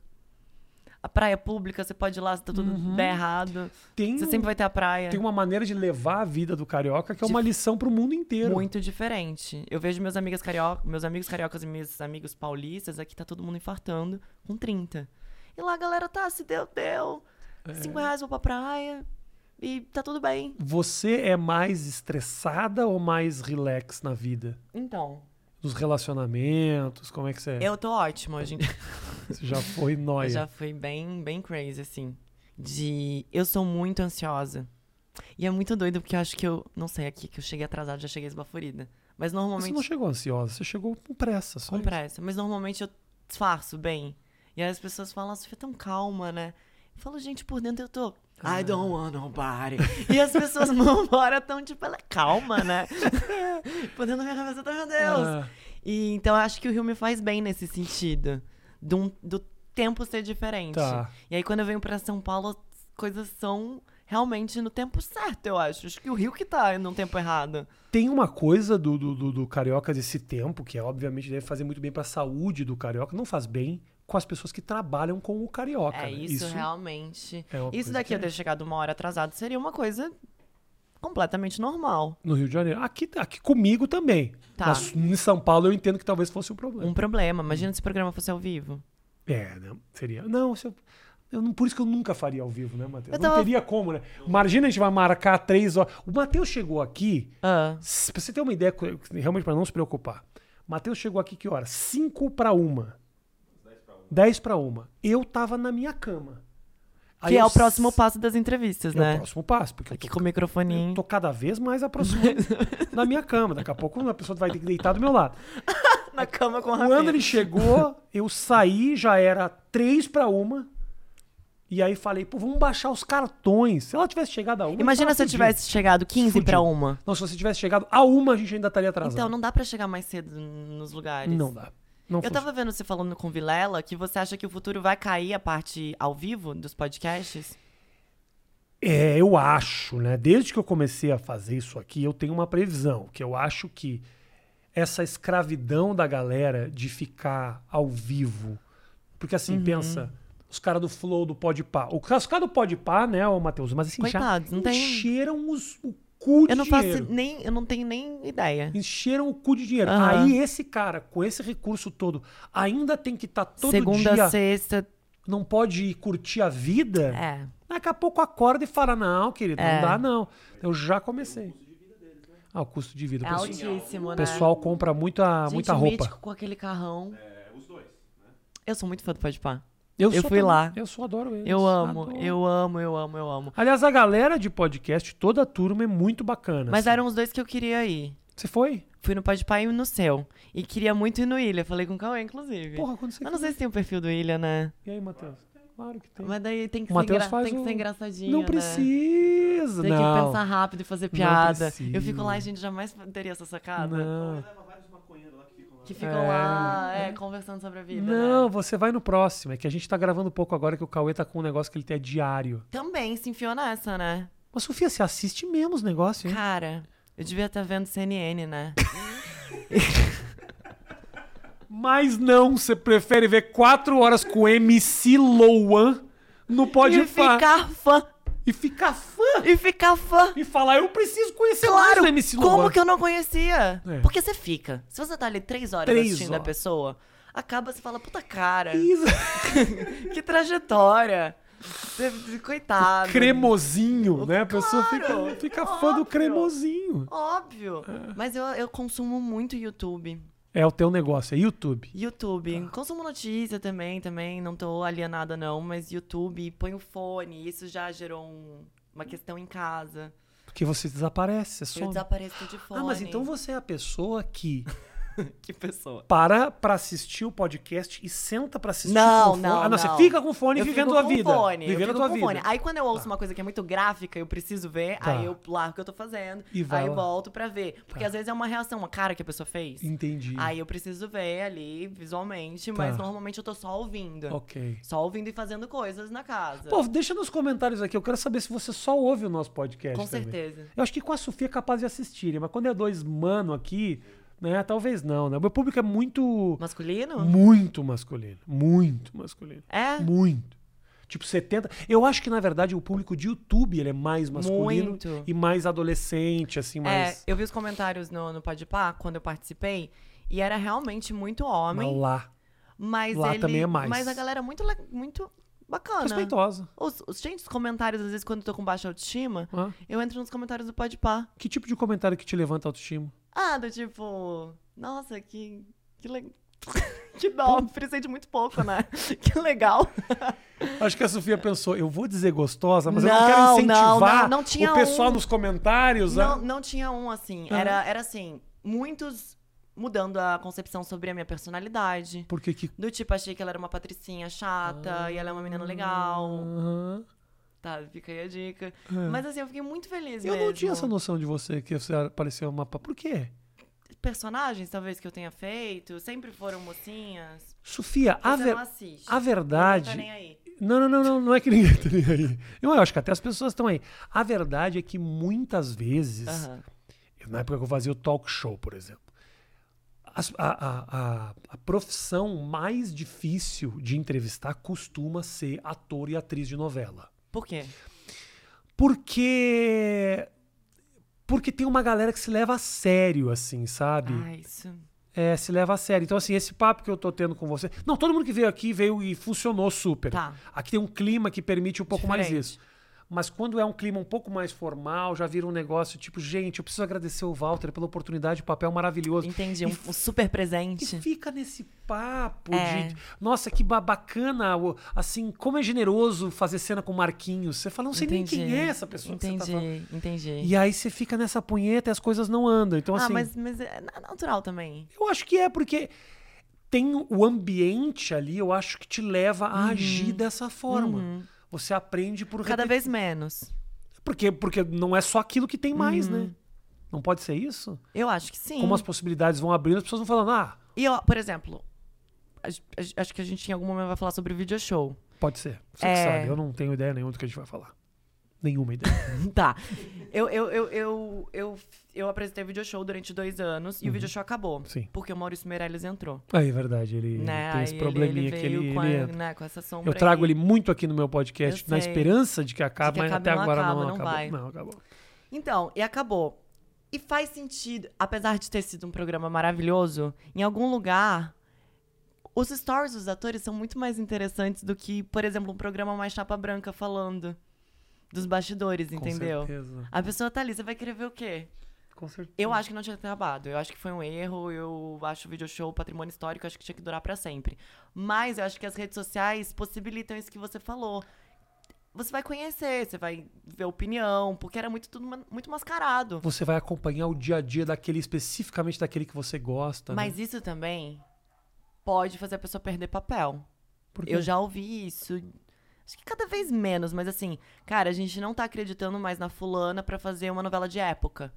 [SPEAKER 2] a praia é pública, você pode ir lá se tá tudo der errado.
[SPEAKER 1] Tem,
[SPEAKER 2] Você sempre vai ter a praia.
[SPEAKER 1] Uhum. tem uma maneira de levar a vida do carioca que é
[SPEAKER 2] É. De-
[SPEAKER 1] uma lição pro mundo inteiro.
[SPEAKER 2] Muito diferente. Eu vejo meus amigas carioca, meus amigos cariocas e meus amigos paulistas, aqui tá todo mundo infartando com 30. E lá a galera tá, se deu, deu. Cinco reais vou pra praia. E tá tudo bem.
[SPEAKER 1] Você é mais estressada ou mais relax na vida?
[SPEAKER 2] Então,
[SPEAKER 1] Nos relacionamentos, como é que você é?
[SPEAKER 2] eu tô ótima hoje em dia.
[SPEAKER 1] Você já foi nóia.
[SPEAKER 2] Eu já fui bem, bem crazy, assim. De. Eu sou muito ansiosa. E é muito doido, porque eu acho que eu. Não sei aqui, que eu cheguei atrasada, já cheguei esbaforida. Mas
[SPEAKER 1] Você
[SPEAKER 2] normalmente.
[SPEAKER 1] não chegou ansiosa, você chegou com pressa. Só
[SPEAKER 2] com
[SPEAKER 1] isso.
[SPEAKER 2] pressa. Mas normalmente eu disfarço bem. E aí as pessoas falam, você é tão calma, né? Eu falo, gente, por dentro eu tô.
[SPEAKER 1] Ah.
[SPEAKER 2] I don't want nobody. e as pessoas embora tão tipo, ela é calma, né? por dentro da minha cabeça, eu tô, meu Deus.
[SPEAKER 1] Ah,
[SPEAKER 2] E então eu acho que o Rio me faz bem nesse sentido. Do, do tempo ser diferente.
[SPEAKER 1] Tá.
[SPEAKER 2] E aí quando eu venho pra São Paulo, as coisas são realmente no tempo certo, eu acho. Acho que o Rio que tá no tempo errado.
[SPEAKER 1] Tem uma coisa do, do, do- do carioca desse tempo, que é, obviamente deve fazer muito bem pra saúde do carioca, não faz bem com as pessoas que trabalham com o carioca.
[SPEAKER 2] É
[SPEAKER 1] né?
[SPEAKER 2] isso, realmente.
[SPEAKER 1] é uma
[SPEAKER 2] Isso
[SPEAKER 1] coisa
[SPEAKER 2] daqui
[SPEAKER 1] que
[SPEAKER 2] eu ter chegado uma hora atrasado seria uma coisa completamente normal.
[SPEAKER 1] No Rio de Janeiro. Aqui, aqui comigo também.
[SPEAKER 2] Tá.
[SPEAKER 1] Mas em São Paulo eu entendo que talvez fosse um problema.
[SPEAKER 2] Um problema. Imagina se o programa fosse ao vivo.
[SPEAKER 1] É, né? Seria. Não, se eu, eu não- por isso que eu nunca faria ao vivo, né, Matheus?
[SPEAKER 2] Eu
[SPEAKER 1] Não
[SPEAKER 2] tava-
[SPEAKER 1] teria como, né? Imagina a gente vai marcar três horas. O Matheus chegou aqui,
[SPEAKER 2] Ah,
[SPEAKER 1] s- pra você ter uma ideia, co- realmente pra não se preocupar. Matheus chegou aqui que hora? Cinco pra uma. Dez pra uma. Eu tava na minha cama. Aí
[SPEAKER 2] que é
[SPEAKER 1] eu
[SPEAKER 2] o próximo
[SPEAKER 1] s-
[SPEAKER 2] passo das entrevistas,
[SPEAKER 1] É o
[SPEAKER 2] né?
[SPEAKER 1] próximo passo, porque eu tô
[SPEAKER 2] Aqui com o microfoninho.
[SPEAKER 1] Tô cada vez mais aproximando da minha cama. Daqui a pouco uma pessoa vai ter que deitar do meu lado.
[SPEAKER 2] na cama com o
[SPEAKER 1] Quando
[SPEAKER 2] Rafinha.
[SPEAKER 1] ele chegou, eu saí, já era três pra uma. E aí falei, pô, vamos baixar os cartões. Se ela tivesse chegado a uma.
[SPEAKER 2] Imagina
[SPEAKER 1] tava
[SPEAKER 2] se eu
[SPEAKER 1] fudido.
[SPEAKER 2] tivesse chegado 15 pra
[SPEAKER 1] Fudido.
[SPEAKER 2] uma.
[SPEAKER 1] Não, se você tivesse chegado a uma, a gente ainda estaria atrasado.
[SPEAKER 2] Então, não dá pra chegar mais cedo nos lugares.
[SPEAKER 1] Não dá. Não
[SPEAKER 2] Eu tava vendo você falando com o Vilela que você acha que o futuro vai cair a parte ao vivo dos podcasts.
[SPEAKER 1] É, eu acho, né? Desde que eu comecei a fazer isso aqui, eu tenho uma previsão, que eu acho que essa escravidão da galera de ficar ao vivo. Porque assim,
[SPEAKER 2] Uhum.
[SPEAKER 1] pensa, os caras do Flow, do Podpah. O caso cara do Podpah, né, o Matheus, mas assim,
[SPEAKER 2] Coitados,
[SPEAKER 1] já
[SPEAKER 2] não tem-
[SPEAKER 1] encheram os- o cu de
[SPEAKER 2] Eu não
[SPEAKER 1] dinheiro.
[SPEAKER 2] faço nem. Eu não tenho nem ideia.
[SPEAKER 1] Encheram o cu de dinheiro.
[SPEAKER 2] Aham.
[SPEAKER 1] Aí esse cara, com esse recurso todo, ainda tem que estar todo
[SPEAKER 2] Segunda,
[SPEAKER 1] dia,
[SPEAKER 2] sexta.
[SPEAKER 1] não pode ir curtir a vida.
[SPEAKER 2] É.
[SPEAKER 1] Daqui a pouco acorda e fala: não, querido,
[SPEAKER 2] É.
[SPEAKER 1] não dá, não. Eu já comecei. Ah, o custo de vida.
[SPEAKER 2] É
[SPEAKER 1] O pessoal-
[SPEAKER 2] altíssimo,
[SPEAKER 1] o
[SPEAKER 2] né?
[SPEAKER 1] pessoal compra muita,
[SPEAKER 2] Gente,
[SPEAKER 1] muita
[SPEAKER 2] o
[SPEAKER 1] roupa.
[SPEAKER 2] Mítico com aquele carrão. Eu sou muito fã do Podpah.
[SPEAKER 1] sou
[SPEAKER 2] fui
[SPEAKER 1] também-
[SPEAKER 2] lá.
[SPEAKER 1] Eu só adoro eles.
[SPEAKER 2] Eu amo,
[SPEAKER 1] adoro.
[SPEAKER 2] eu amo, eu amo, eu amo.
[SPEAKER 1] Aliás, a galera de podcast, toda a turma é muito bacana.
[SPEAKER 2] Mas um
[SPEAKER 1] assim.
[SPEAKER 2] eram os dois que eu queria ir.
[SPEAKER 1] Você foi?
[SPEAKER 2] Fui no Podpah e um no seu. E queria muito ir no Ilha. Falei com o Cauê, inclusive.
[SPEAKER 1] Porra, quando você.
[SPEAKER 2] Eu Ah, não sei se tem o perfil do Ilha, né?
[SPEAKER 1] E aí, Matheus? Claro que tem.
[SPEAKER 2] Mas daí tem que,
[SPEAKER 1] O
[SPEAKER 2] ser,
[SPEAKER 1] Matheus
[SPEAKER 2] engra...
[SPEAKER 1] faz
[SPEAKER 2] tem que
[SPEAKER 1] o-
[SPEAKER 2] ser engraçadinho.
[SPEAKER 1] não
[SPEAKER 2] né?
[SPEAKER 1] precisa,
[SPEAKER 2] Tem
[SPEAKER 1] não.
[SPEAKER 2] que pensar rápido e fazer
[SPEAKER 1] Não
[SPEAKER 2] piada.
[SPEAKER 1] precisa.
[SPEAKER 2] Eu fico lá e gente jamais teria essa sacada.
[SPEAKER 1] Não.
[SPEAKER 2] Que ficam
[SPEAKER 1] É.
[SPEAKER 2] lá, é, conversando sobre a vida.
[SPEAKER 1] Não,
[SPEAKER 2] né?
[SPEAKER 1] você vai no próximo. É que a gente tá gravando pouco agora que o Cauê tá com um negócio que ele tem é diário.
[SPEAKER 2] Também se enfiou nessa, né?
[SPEAKER 1] Mas, Sofia, você assiste mesmo os negócios, hein?
[SPEAKER 2] Cara, eu devia estar vendo CNN, né?
[SPEAKER 1] Mas não, você prefere ver quatro horas com MC Loan no Pode
[SPEAKER 2] e ficar fã.
[SPEAKER 1] e ficar fã
[SPEAKER 2] E ficar fã.
[SPEAKER 1] e falar, eu preciso conhecer mais
[SPEAKER 2] Claro,
[SPEAKER 1] o MC Loan.
[SPEAKER 2] como que eu não conhecia?
[SPEAKER 1] É.
[SPEAKER 2] Porque você fica. Se você tá ali três horas
[SPEAKER 1] Três
[SPEAKER 2] assistindo a
[SPEAKER 1] horas.
[SPEAKER 2] pessoa, acaba, você fala, puta cara,
[SPEAKER 1] Isso.
[SPEAKER 2] que trajetória. Você- Coitado.
[SPEAKER 1] Cremosinho, né? A pessoa
[SPEAKER 2] Claro,
[SPEAKER 1] fica, fica fã do
[SPEAKER 2] óbvio.
[SPEAKER 1] cremosinho.
[SPEAKER 2] Óbvio. Mas eu, eu consumo muito YouTube.
[SPEAKER 1] É o teu negócio, é YouTube.
[SPEAKER 2] YouTube.
[SPEAKER 1] Tá.
[SPEAKER 2] Consumo notícia também, também. Não tô alienada, não. Mas YouTube, põe o fone. Isso já gerou um- uma questão em casa.
[SPEAKER 1] Porque você desaparece, é só.
[SPEAKER 2] Eu desapareço de fone.
[SPEAKER 1] Ah, mas então você é a pessoa que
[SPEAKER 2] Que pessoa.
[SPEAKER 1] para pra assistir o podcast e senta pra assistir
[SPEAKER 2] Não,
[SPEAKER 1] com o fone.
[SPEAKER 2] não,
[SPEAKER 1] ah, não,
[SPEAKER 2] não.
[SPEAKER 1] você fica com o fone
[SPEAKER 2] eu
[SPEAKER 1] e vivendo
[SPEAKER 2] fico
[SPEAKER 1] a
[SPEAKER 2] com
[SPEAKER 1] vida.
[SPEAKER 2] Fone, eu
[SPEAKER 1] vivendo
[SPEAKER 2] fico
[SPEAKER 1] a tua
[SPEAKER 2] com
[SPEAKER 1] vida.
[SPEAKER 2] Fone. Aí quando eu ouço uma coisa que é muito gráfica, eu preciso ver,
[SPEAKER 1] Tá.
[SPEAKER 2] aí eu largo o que eu tô fazendo,
[SPEAKER 1] E vai
[SPEAKER 2] aí
[SPEAKER 1] lá. Tá.
[SPEAKER 2] volto pra ver. Porque às vezes é uma reação, uma cara que a pessoa fez.
[SPEAKER 1] Entendi.
[SPEAKER 2] Aí eu preciso ver ali visualmente, mas
[SPEAKER 1] Tá.
[SPEAKER 2] normalmente eu tô só ouvindo.
[SPEAKER 1] Ok.
[SPEAKER 2] Só ouvindo e fazendo coisas na casa.
[SPEAKER 1] Pô, deixa nos comentários aqui. Eu quero saber se você só ouve o nosso podcast.
[SPEAKER 2] com
[SPEAKER 1] também.
[SPEAKER 2] certeza.
[SPEAKER 1] Eu acho que com a Sofia é capaz de assistir, mas quando é dois mano aqui, né? Talvez não, né? O meu público é muito.
[SPEAKER 2] Masculino?
[SPEAKER 1] Muito masculino. Muito masculino.
[SPEAKER 2] É?
[SPEAKER 1] Muito. Tipo, 70. Eu acho que, na verdade, o público de YouTube ele é mais masculino
[SPEAKER 2] Muito.
[SPEAKER 1] e mais adolescente, assim, mais.
[SPEAKER 2] É, eu vi os comentários no, no Podpah quando eu participei. E era realmente muito homem,
[SPEAKER 1] Mas lá.
[SPEAKER 2] mas
[SPEAKER 1] lá
[SPEAKER 2] ele...
[SPEAKER 1] também é mais.
[SPEAKER 2] Mas a galera é muito, le- muito bacana.
[SPEAKER 1] Respeitosa.
[SPEAKER 2] Os, os- gente, os comentários, às vezes, quando eu tô com baixa autoestima,
[SPEAKER 1] Hã?
[SPEAKER 2] eu entro nos comentários do Podpah.
[SPEAKER 1] né? Que tipo de comentário que te levanta a autoestima?
[SPEAKER 2] Ah, do tipo... Nossa, que... Que legal... que dó, precisei de muito pouco, né? que legal.
[SPEAKER 1] Acho que a Sofia pensou, eu vou dizer gostosa, mas eu
[SPEAKER 2] Não,
[SPEAKER 1] não quero
[SPEAKER 2] não,
[SPEAKER 1] incentivar
[SPEAKER 2] não, não tinha
[SPEAKER 1] o pessoal
[SPEAKER 2] um.
[SPEAKER 1] nos comentários. a-
[SPEAKER 2] Não, não tinha um assim. Era, era assim, muitos mudando a concepção sobre a minha personalidade.
[SPEAKER 1] Porque que.
[SPEAKER 2] Do tipo, achei que ela era uma patricinha chata e ela é uma menina
[SPEAKER 1] Ah.
[SPEAKER 2] legal.
[SPEAKER 1] Aham.
[SPEAKER 2] Tá, fica aí a dica. Mas assim, eu fiquei muito feliz
[SPEAKER 1] É. Eu não tinha
[SPEAKER 2] mesmo.
[SPEAKER 1] essa noção de você, que você parecia uma. pa- Por quê?
[SPEAKER 2] Personagens, talvez, que eu tenha feito, sempre foram mocinhas.
[SPEAKER 1] Sofia, a,
[SPEAKER 2] Você
[SPEAKER 1] ver-
[SPEAKER 2] não assiste.
[SPEAKER 1] a
[SPEAKER 2] Não tá
[SPEAKER 1] verdade.
[SPEAKER 2] nem aí.
[SPEAKER 1] Não, não, não, não, não é que ninguém tá nem aí. Eu acho que até as pessoas estão aí. A verdade é que muitas vezes,
[SPEAKER 2] Aham.
[SPEAKER 1] na época que eu fazia o talk show, por exemplo, as- a, a- a- a profissão mais difícil de entrevistar costuma ser ator e atriz de novela.
[SPEAKER 2] Por quê?
[SPEAKER 1] Porque. Porque tem uma galera que se leva a sério, assim, sabe?
[SPEAKER 2] Ah, isso.
[SPEAKER 1] É, se leva a sério. Então, assim, esse papo que eu tô tendo com você. Não, todo mundo que veio aqui veio e funcionou super.
[SPEAKER 2] Tá.
[SPEAKER 1] Aqui tem um clima que permite um pouco mais
[SPEAKER 2] Diferente.
[SPEAKER 1] isso. Mas quando é um clima um pouco mais formal, já vira um negócio tipo, gente, eu preciso agradecer o Walter pela oportunidade, o papel é maravilhoso.
[SPEAKER 2] Entendi,
[SPEAKER 1] E
[SPEAKER 2] um, um super
[SPEAKER 1] E
[SPEAKER 2] presente.
[SPEAKER 1] fica nesse papo
[SPEAKER 2] É.
[SPEAKER 1] de. Nossa, que ba- bacana. o- Assim, como é generoso fazer cena com o Marquinhos. Você fala, não sei nem
[SPEAKER 2] Entendi.
[SPEAKER 1] quem é essa pessoa que você tá
[SPEAKER 2] Entendi,
[SPEAKER 1] falando.
[SPEAKER 2] entendi.
[SPEAKER 1] E aí você fica nessa punheta e as coisas não andam. Então,
[SPEAKER 2] ah,
[SPEAKER 1] assim.
[SPEAKER 2] mas, mas é na- natural também.
[SPEAKER 1] Eu acho que é, porque tem o ambiente ali, eu acho que te leva a agir dessa forma. Você aprende por
[SPEAKER 2] Uhum. Cada
[SPEAKER 1] repeti-
[SPEAKER 2] vez menos.
[SPEAKER 1] Porque, porque não é só aquilo que tem mais, né? Não pode ser isso?
[SPEAKER 2] Eu acho que sim.
[SPEAKER 1] Como as possibilidades vão abrindo, as pessoas vão falando, ah,
[SPEAKER 2] E, ó, por exemplo, a- a- acho que a gente em algum momento vai falar sobre video show.
[SPEAKER 1] pode ser. Você que
[SPEAKER 2] É.
[SPEAKER 1] sabe, eu não tenho ideia nenhuma do que a gente vai falar. Nenhuma ideia.
[SPEAKER 2] Tá. Eu, eu, eu, eu, eu, eu apresentei video show durante dois anos e o video show acabou.
[SPEAKER 1] Uhum. Sim.
[SPEAKER 2] Porque o Maurício Meirelles entrou.
[SPEAKER 1] Aí, é verdade, ele
[SPEAKER 2] né?
[SPEAKER 1] tem
[SPEAKER 2] Aí
[SPEAKER 1] esse probleminha
[SPEAKER 2] ele, ele
[SPEAKER 1] que ele,
[SPEAKER 2] veio com,
[SPEAKER 1] ele
[SPEAKER 2] a-
[SPEAKER 1] entra.
[SPEAKER 2] né, com essa sombra.
[SPEAKER 1] Eu trago
[SPEAKER 2] aí.
[SPEAKER 1] ele muito aqui no meu podcast,
[SPEAKER 2] Eu
[SPEAKER 1] na
[SPEAKER 2] sei.
[SPEAKER 1] esperança de que acabe,
[SPEAKER 2] que
[SPEAKER 1] mas
[SPEAKER 2] acabe,
[SPEAKER 1] até
[SPEAKER 2] não
[SPEAKER 1] agora
[SPEAKER 2] acaba,
[SPEAKER 1] não
[SPEAKER 2] não
[SPEAKER 1] acabou.
[SPEAKER 2] vai.
[SPEAKER 1] Não, acabou.
[SPEAKER 2] Então, e acabou. E faz sentido, apesar de ter sido um programa maravilhoso, em algum lugar, os stories dos atores são muito mais interessantes do que, por exemplo, um programa mais chapa branca falando dos bastidores, entendeu?
[SPEAKER 1] Com certeza.
[SPEAKER 2] A pessoa tá ali, você vai querer ver o quê?
[SPEAKER 1] Com certeza.
[SPEAKER 2] Eu acho que não tinha que ter acabado. Eu acho que foi um erro. Eu acho o video show patrimônio histórico. eu acho que tinha que durar pra sempre. Mas eu acho que as redes sociais possibilitam isso que você falou. Você vai conhecer, você vai ver opinião, porque era muito tudo ma- muito mascarado.
[SPEAKER 1] você vai acompanhar o dia a dia daquele, especificamente daquele que você gosta. né?
[SPEAKER 2] Mas isso também pode fazer a pessoa perder papel.
[SPEAKER 1] Por quê?
[SPEAKER 2] Eu já ouvi isso. Acho que cada vez menos, mas assim, cara, a gente não tá acreditando mais na fulana pra fazer uma novela de época.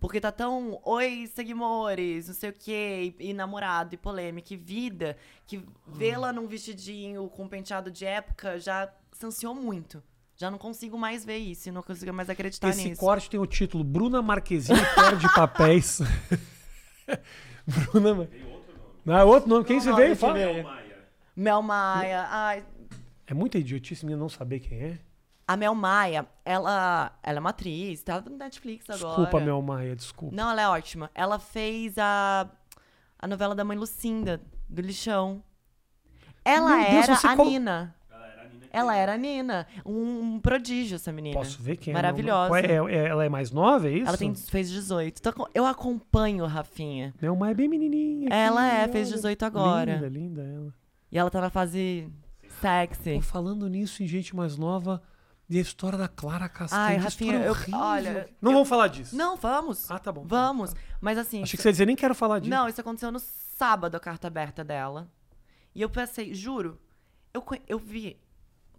[SPEAKER 2] Porque tá tão, oi, seguimores, não sei o quê, e, e namorado, e polêmica, e vida, que vê-la num vestidinho com um penteado de época já sanciou muito. Já não consigo mais ver isso e não consigo mais acreditar
[SPEAKER 1] Esse
[SPEAKER 2] Tá nisso.
[SPEAKER 1] corte tem o título Bruna Marquezine perde papéis. Bruna Mar... Não, é outro nome. Quem se
[SPEAKER 2] nome
[SPEAKER 1] veio?
[SPEAKER 2] que
[SPEAKER 1] Fala.
[SPEAKER 2] veio. Mel Maia, ai,
[SPEAKER 1] É muita idiotice minha não saber quem é.
[SPEAKER 2] a Mel Maia, ela, ela é uma atriz, tá no Netflix agora.
[SPEAKER 1] Desculpa, Mel Maia, desculpa.
[SPEAKER 2] Não, ela é ótima. Ela fez a, a novela da mãe Lucinda, do lixão. Ela
[SPEAKER 1] Meu Deus,
[SPEAKER 2] era
[SPEAKER 1] você
[SPEAKER 2] a
[SPEAKER 1] colo-
[SPEAKER 2] Nina. Ela era a Nina. Um, um prodígio, essa menina.
[SPEAKER 1] Posso ver quem
[SPEAKER 2] Maravilhosa.
[SPEAKER 1] é? Maravilhosa. ela é mais nova, é isso?
[SPEAKER 2] Ela tem, fez 18. Então, eu acompanho a Rafinha.
[SPEAKER 1] Mel Maia é bem menininha.
[SPEAKER 2] Ela
[SPEAKER 1] aqui,
[SPEAKER 2] é,
[SPEAKER 1] olha.
[SPEAKER 2] fez 18 agora.
[SPEAKER 1] Linda, linda ela.
[SPEAKER 2] E ela tá na fase
[SPEAKER 1] Pô,
[SPEAKER 2] sexy.
[SPEAKER 1] falando nisso em gente mais nova, e a história da Clara Castanho.
[SPEAKER 2] Ai,
[SPEAKER 1] que
[SPEAKER 2] Rafinha,
[SPEAKER 1] história
[SPEAKER 2] eu-
[SPEAKER 1] horrível.
[SPEAKER 2] olha,
[SPEAKER 1] Não vamos falar disso.
[SPEAKER 2] Não, vamos.
[SPEAKER 1] Ah, tá bom.
[SPEAKER 2] Vamos. Mas assim.
[SPEAKER 1] Achei que você ia dizer, nem quero falar disso.
[SPEAKER 2] Não, isso aconteceu no sábado, a carta aberta dela. E eu pensei, juro, eu, conhe- eu vi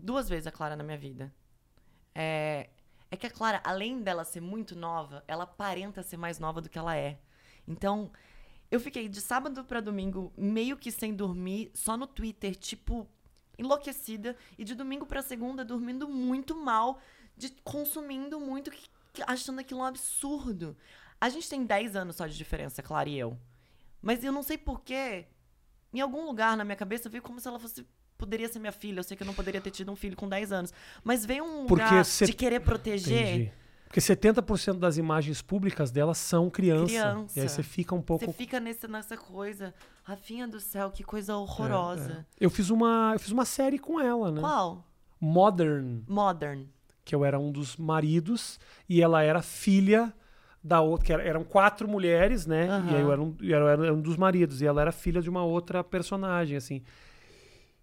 [SPEAKER 2] duas vezes a Clara na minha vida. É, é que a Clara, além dela ser muito nova, ela aparenta ser mais nova do que ela é. Então, eu fiquei de sábado pra domingo meio que sem dormir, só no Twitter, tipo, enlouquecida. E de domingo pra segunda, dormindo muito mal, de, consumindo muito, que- que- achando aquilo um absurdo. A gente tem 10 anos só de diferença, Clara e eu. Mas eu não sei porquê. Em algum lugar na minha cabeça veio como se ela fosse. Poderia ser minha filha. Eu sei que eu não poderia ter tido um filho com 10 anos. Mas veio um
[SPEAKER 1] Porque
[SPEAKER 2] lugar
[SPEAKER 1] cê-
[SPEAKER 2] de querer proteger.
[SPEAKER 1] Entendi. Porque 70% das imagens públicas dela são criança.
[SPEAKER 2] Criança.
[SPEAKER 1] E aí você fica um pouco.
[SPEAKER 2] Você fica nesse, nessa coisa. Rafinha do céu, que
[SPEAKER 1] É,
[SPEAKER 2] coisa horrorosa.
[SPEAKER 1] Eu fiz uma, eu fiz uma série com ela, né?
[SPEAKER 2] Qual?
[SPEAKER 1] Modern,
[SPEAKER 2] Modern.
[SPEAKER 1] que eu era um dos maridos e ela era filha da outra, que era- eram quatro mulheres, né? E aí eu era, um, eu era- eu era um dos maridos e ela era filha de uma outra personagem, assim.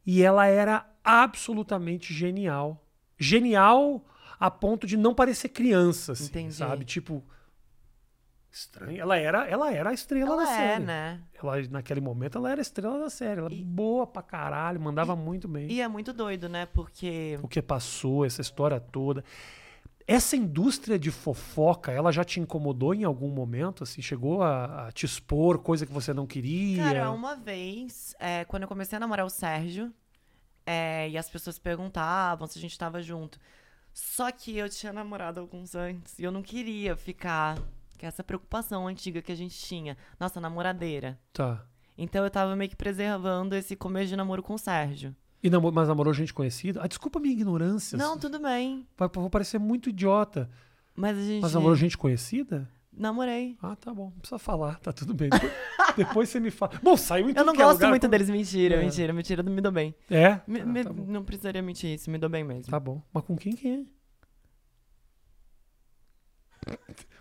[SPEAKER 1] E ela era absolutamente genial. Genial a ponto de não parecer criança, assim,
[SPEAKER 2] Entendi.
[SPEAKER 1] sabe? Tipo estranha. Ela era, ela era a estrela
[SPEAKER 2] Ela
[SPEAKER 1] da
[SPEAKER 2] é,
[SPEAKER 1] série.
[SPEAKER 2] né?
[SPEAKER 1] Ela naquele momento ela era a estrela da série, ela boa pra caralho, mandava muito bem.
[SPEAKER 2] E é muito doido, né? Porque.
[SPEAKER 1] o que passou, essa história toda. Essa indústria de fofoca, ela já te incomodou em algum momento? Assim, chegou a, a te expor coisa que você não queria?
[SPEAKER 2] Cara, é um uma vez, é, quando eu comecei a namorar o Sérgio, é, e as pessoas perguntavam se a gente tava junto. Só que eu tinha namorado alguns antes e eu não queria ficar com essa preocupação antiga que a gente tinha. Nossa, namoradeira.
[SPEAKER 1] Tá.
[SPEAKER 2] Então eu tava meio que preservando esse começo de namoro com o Sérgio.
[SPEAKER 1] E namo- mas namorou gente conhecida? Ah, desculpa a minha ignorância. assim.
[SPEAKER 2] Não, tudo bem.
[SPEAKER 1] Vai- vou parecer muito idiota.
[SPEAKER 2] Mas a gente.
[SPEAKER 1] Mas namorou gente conhecida?
[SPEAKER 2] Namorei.
[SPEAKER 1] Ah, tá bom. Não precisa falar, tá tudo bem. Depois, depois você me fala. Bom, saiu em
[SPEAKER 2] Eu
[SPEAKER 1] tudo
[SPEAKER 2] não
[SPEAKER 1] que é
[SPEAKER 2] gosto
[SPEAKER 1] lugar.
[SPEAKER 2] muito deles, mentira,
[SPEAKER 1] É.
[SPEAKER 2] mentira, mentira, não me dou bem.
[SPEAKER 1] É?
[SPEAKER 2] Me-
[SPEAKER 1] Ah,
[SPEAKER 2] me-
[SPEAKER 1] tá, bom.
[SPEAKER 2] Não precisaria mentir isso, me dou bem mesmo.
[SPEAKER 1] Tá bom. Mas com quem que é?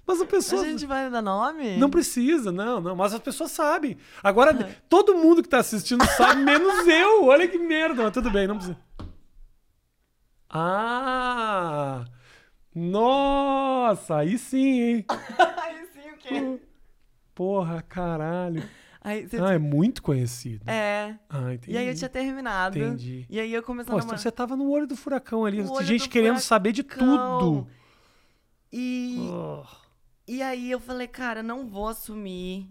[SPEAKER 1] Mas a
[SPEAKER 2] A
[SPEAKER 1] pessoa.
[SPEAKER 2] gente vai dar nome?
[SPEAKER 1] Não precisa, não, não. Mas as pessoas sabem. Agora, todo mundo que tá assistindo sabe, menos eu. Olha que merda. Mas tudo bem, não precisa. Ah! Nossa, aí sim, hein?
[SPEAKER 2] Ai, sim, o
[SPEAKER 1] Hum.
[SPEAKER 2] quê?
[SPEAKER 1] Porra, caralho.
[SPEAKER 2] Ai, você-
[SPEAKER 1] Ah, é muito conhecido.
[SPEAKER 2] É.
[SPEAKER 1] Ah, entendi.
[SPEAKER 2] E aí eu tinha terminado.
[SPEAKER 1] Entendi.
[SPEAKER 2] E aí eu comecei
[SPEAKER 1] Pô,
[SPEAKER 2] a
[SPEAKER 1] então
[SPEAKER 2] namorar.
[SPEAKER 1] você tava no olho do furacão ali.
[SPEAKER 2] No olho
[SPEAKER 1] gente
[SPEAKER 2] do
[SPEAKER 1] querendo
[SPEAKER 2] furacão.
[SPEAKER 1] saber de tudo.
[SPEAKER 2] E,
[SPEAKER 1] Oh.
[SPEAKER 2] e aí eu falei, cara, não vou assumir.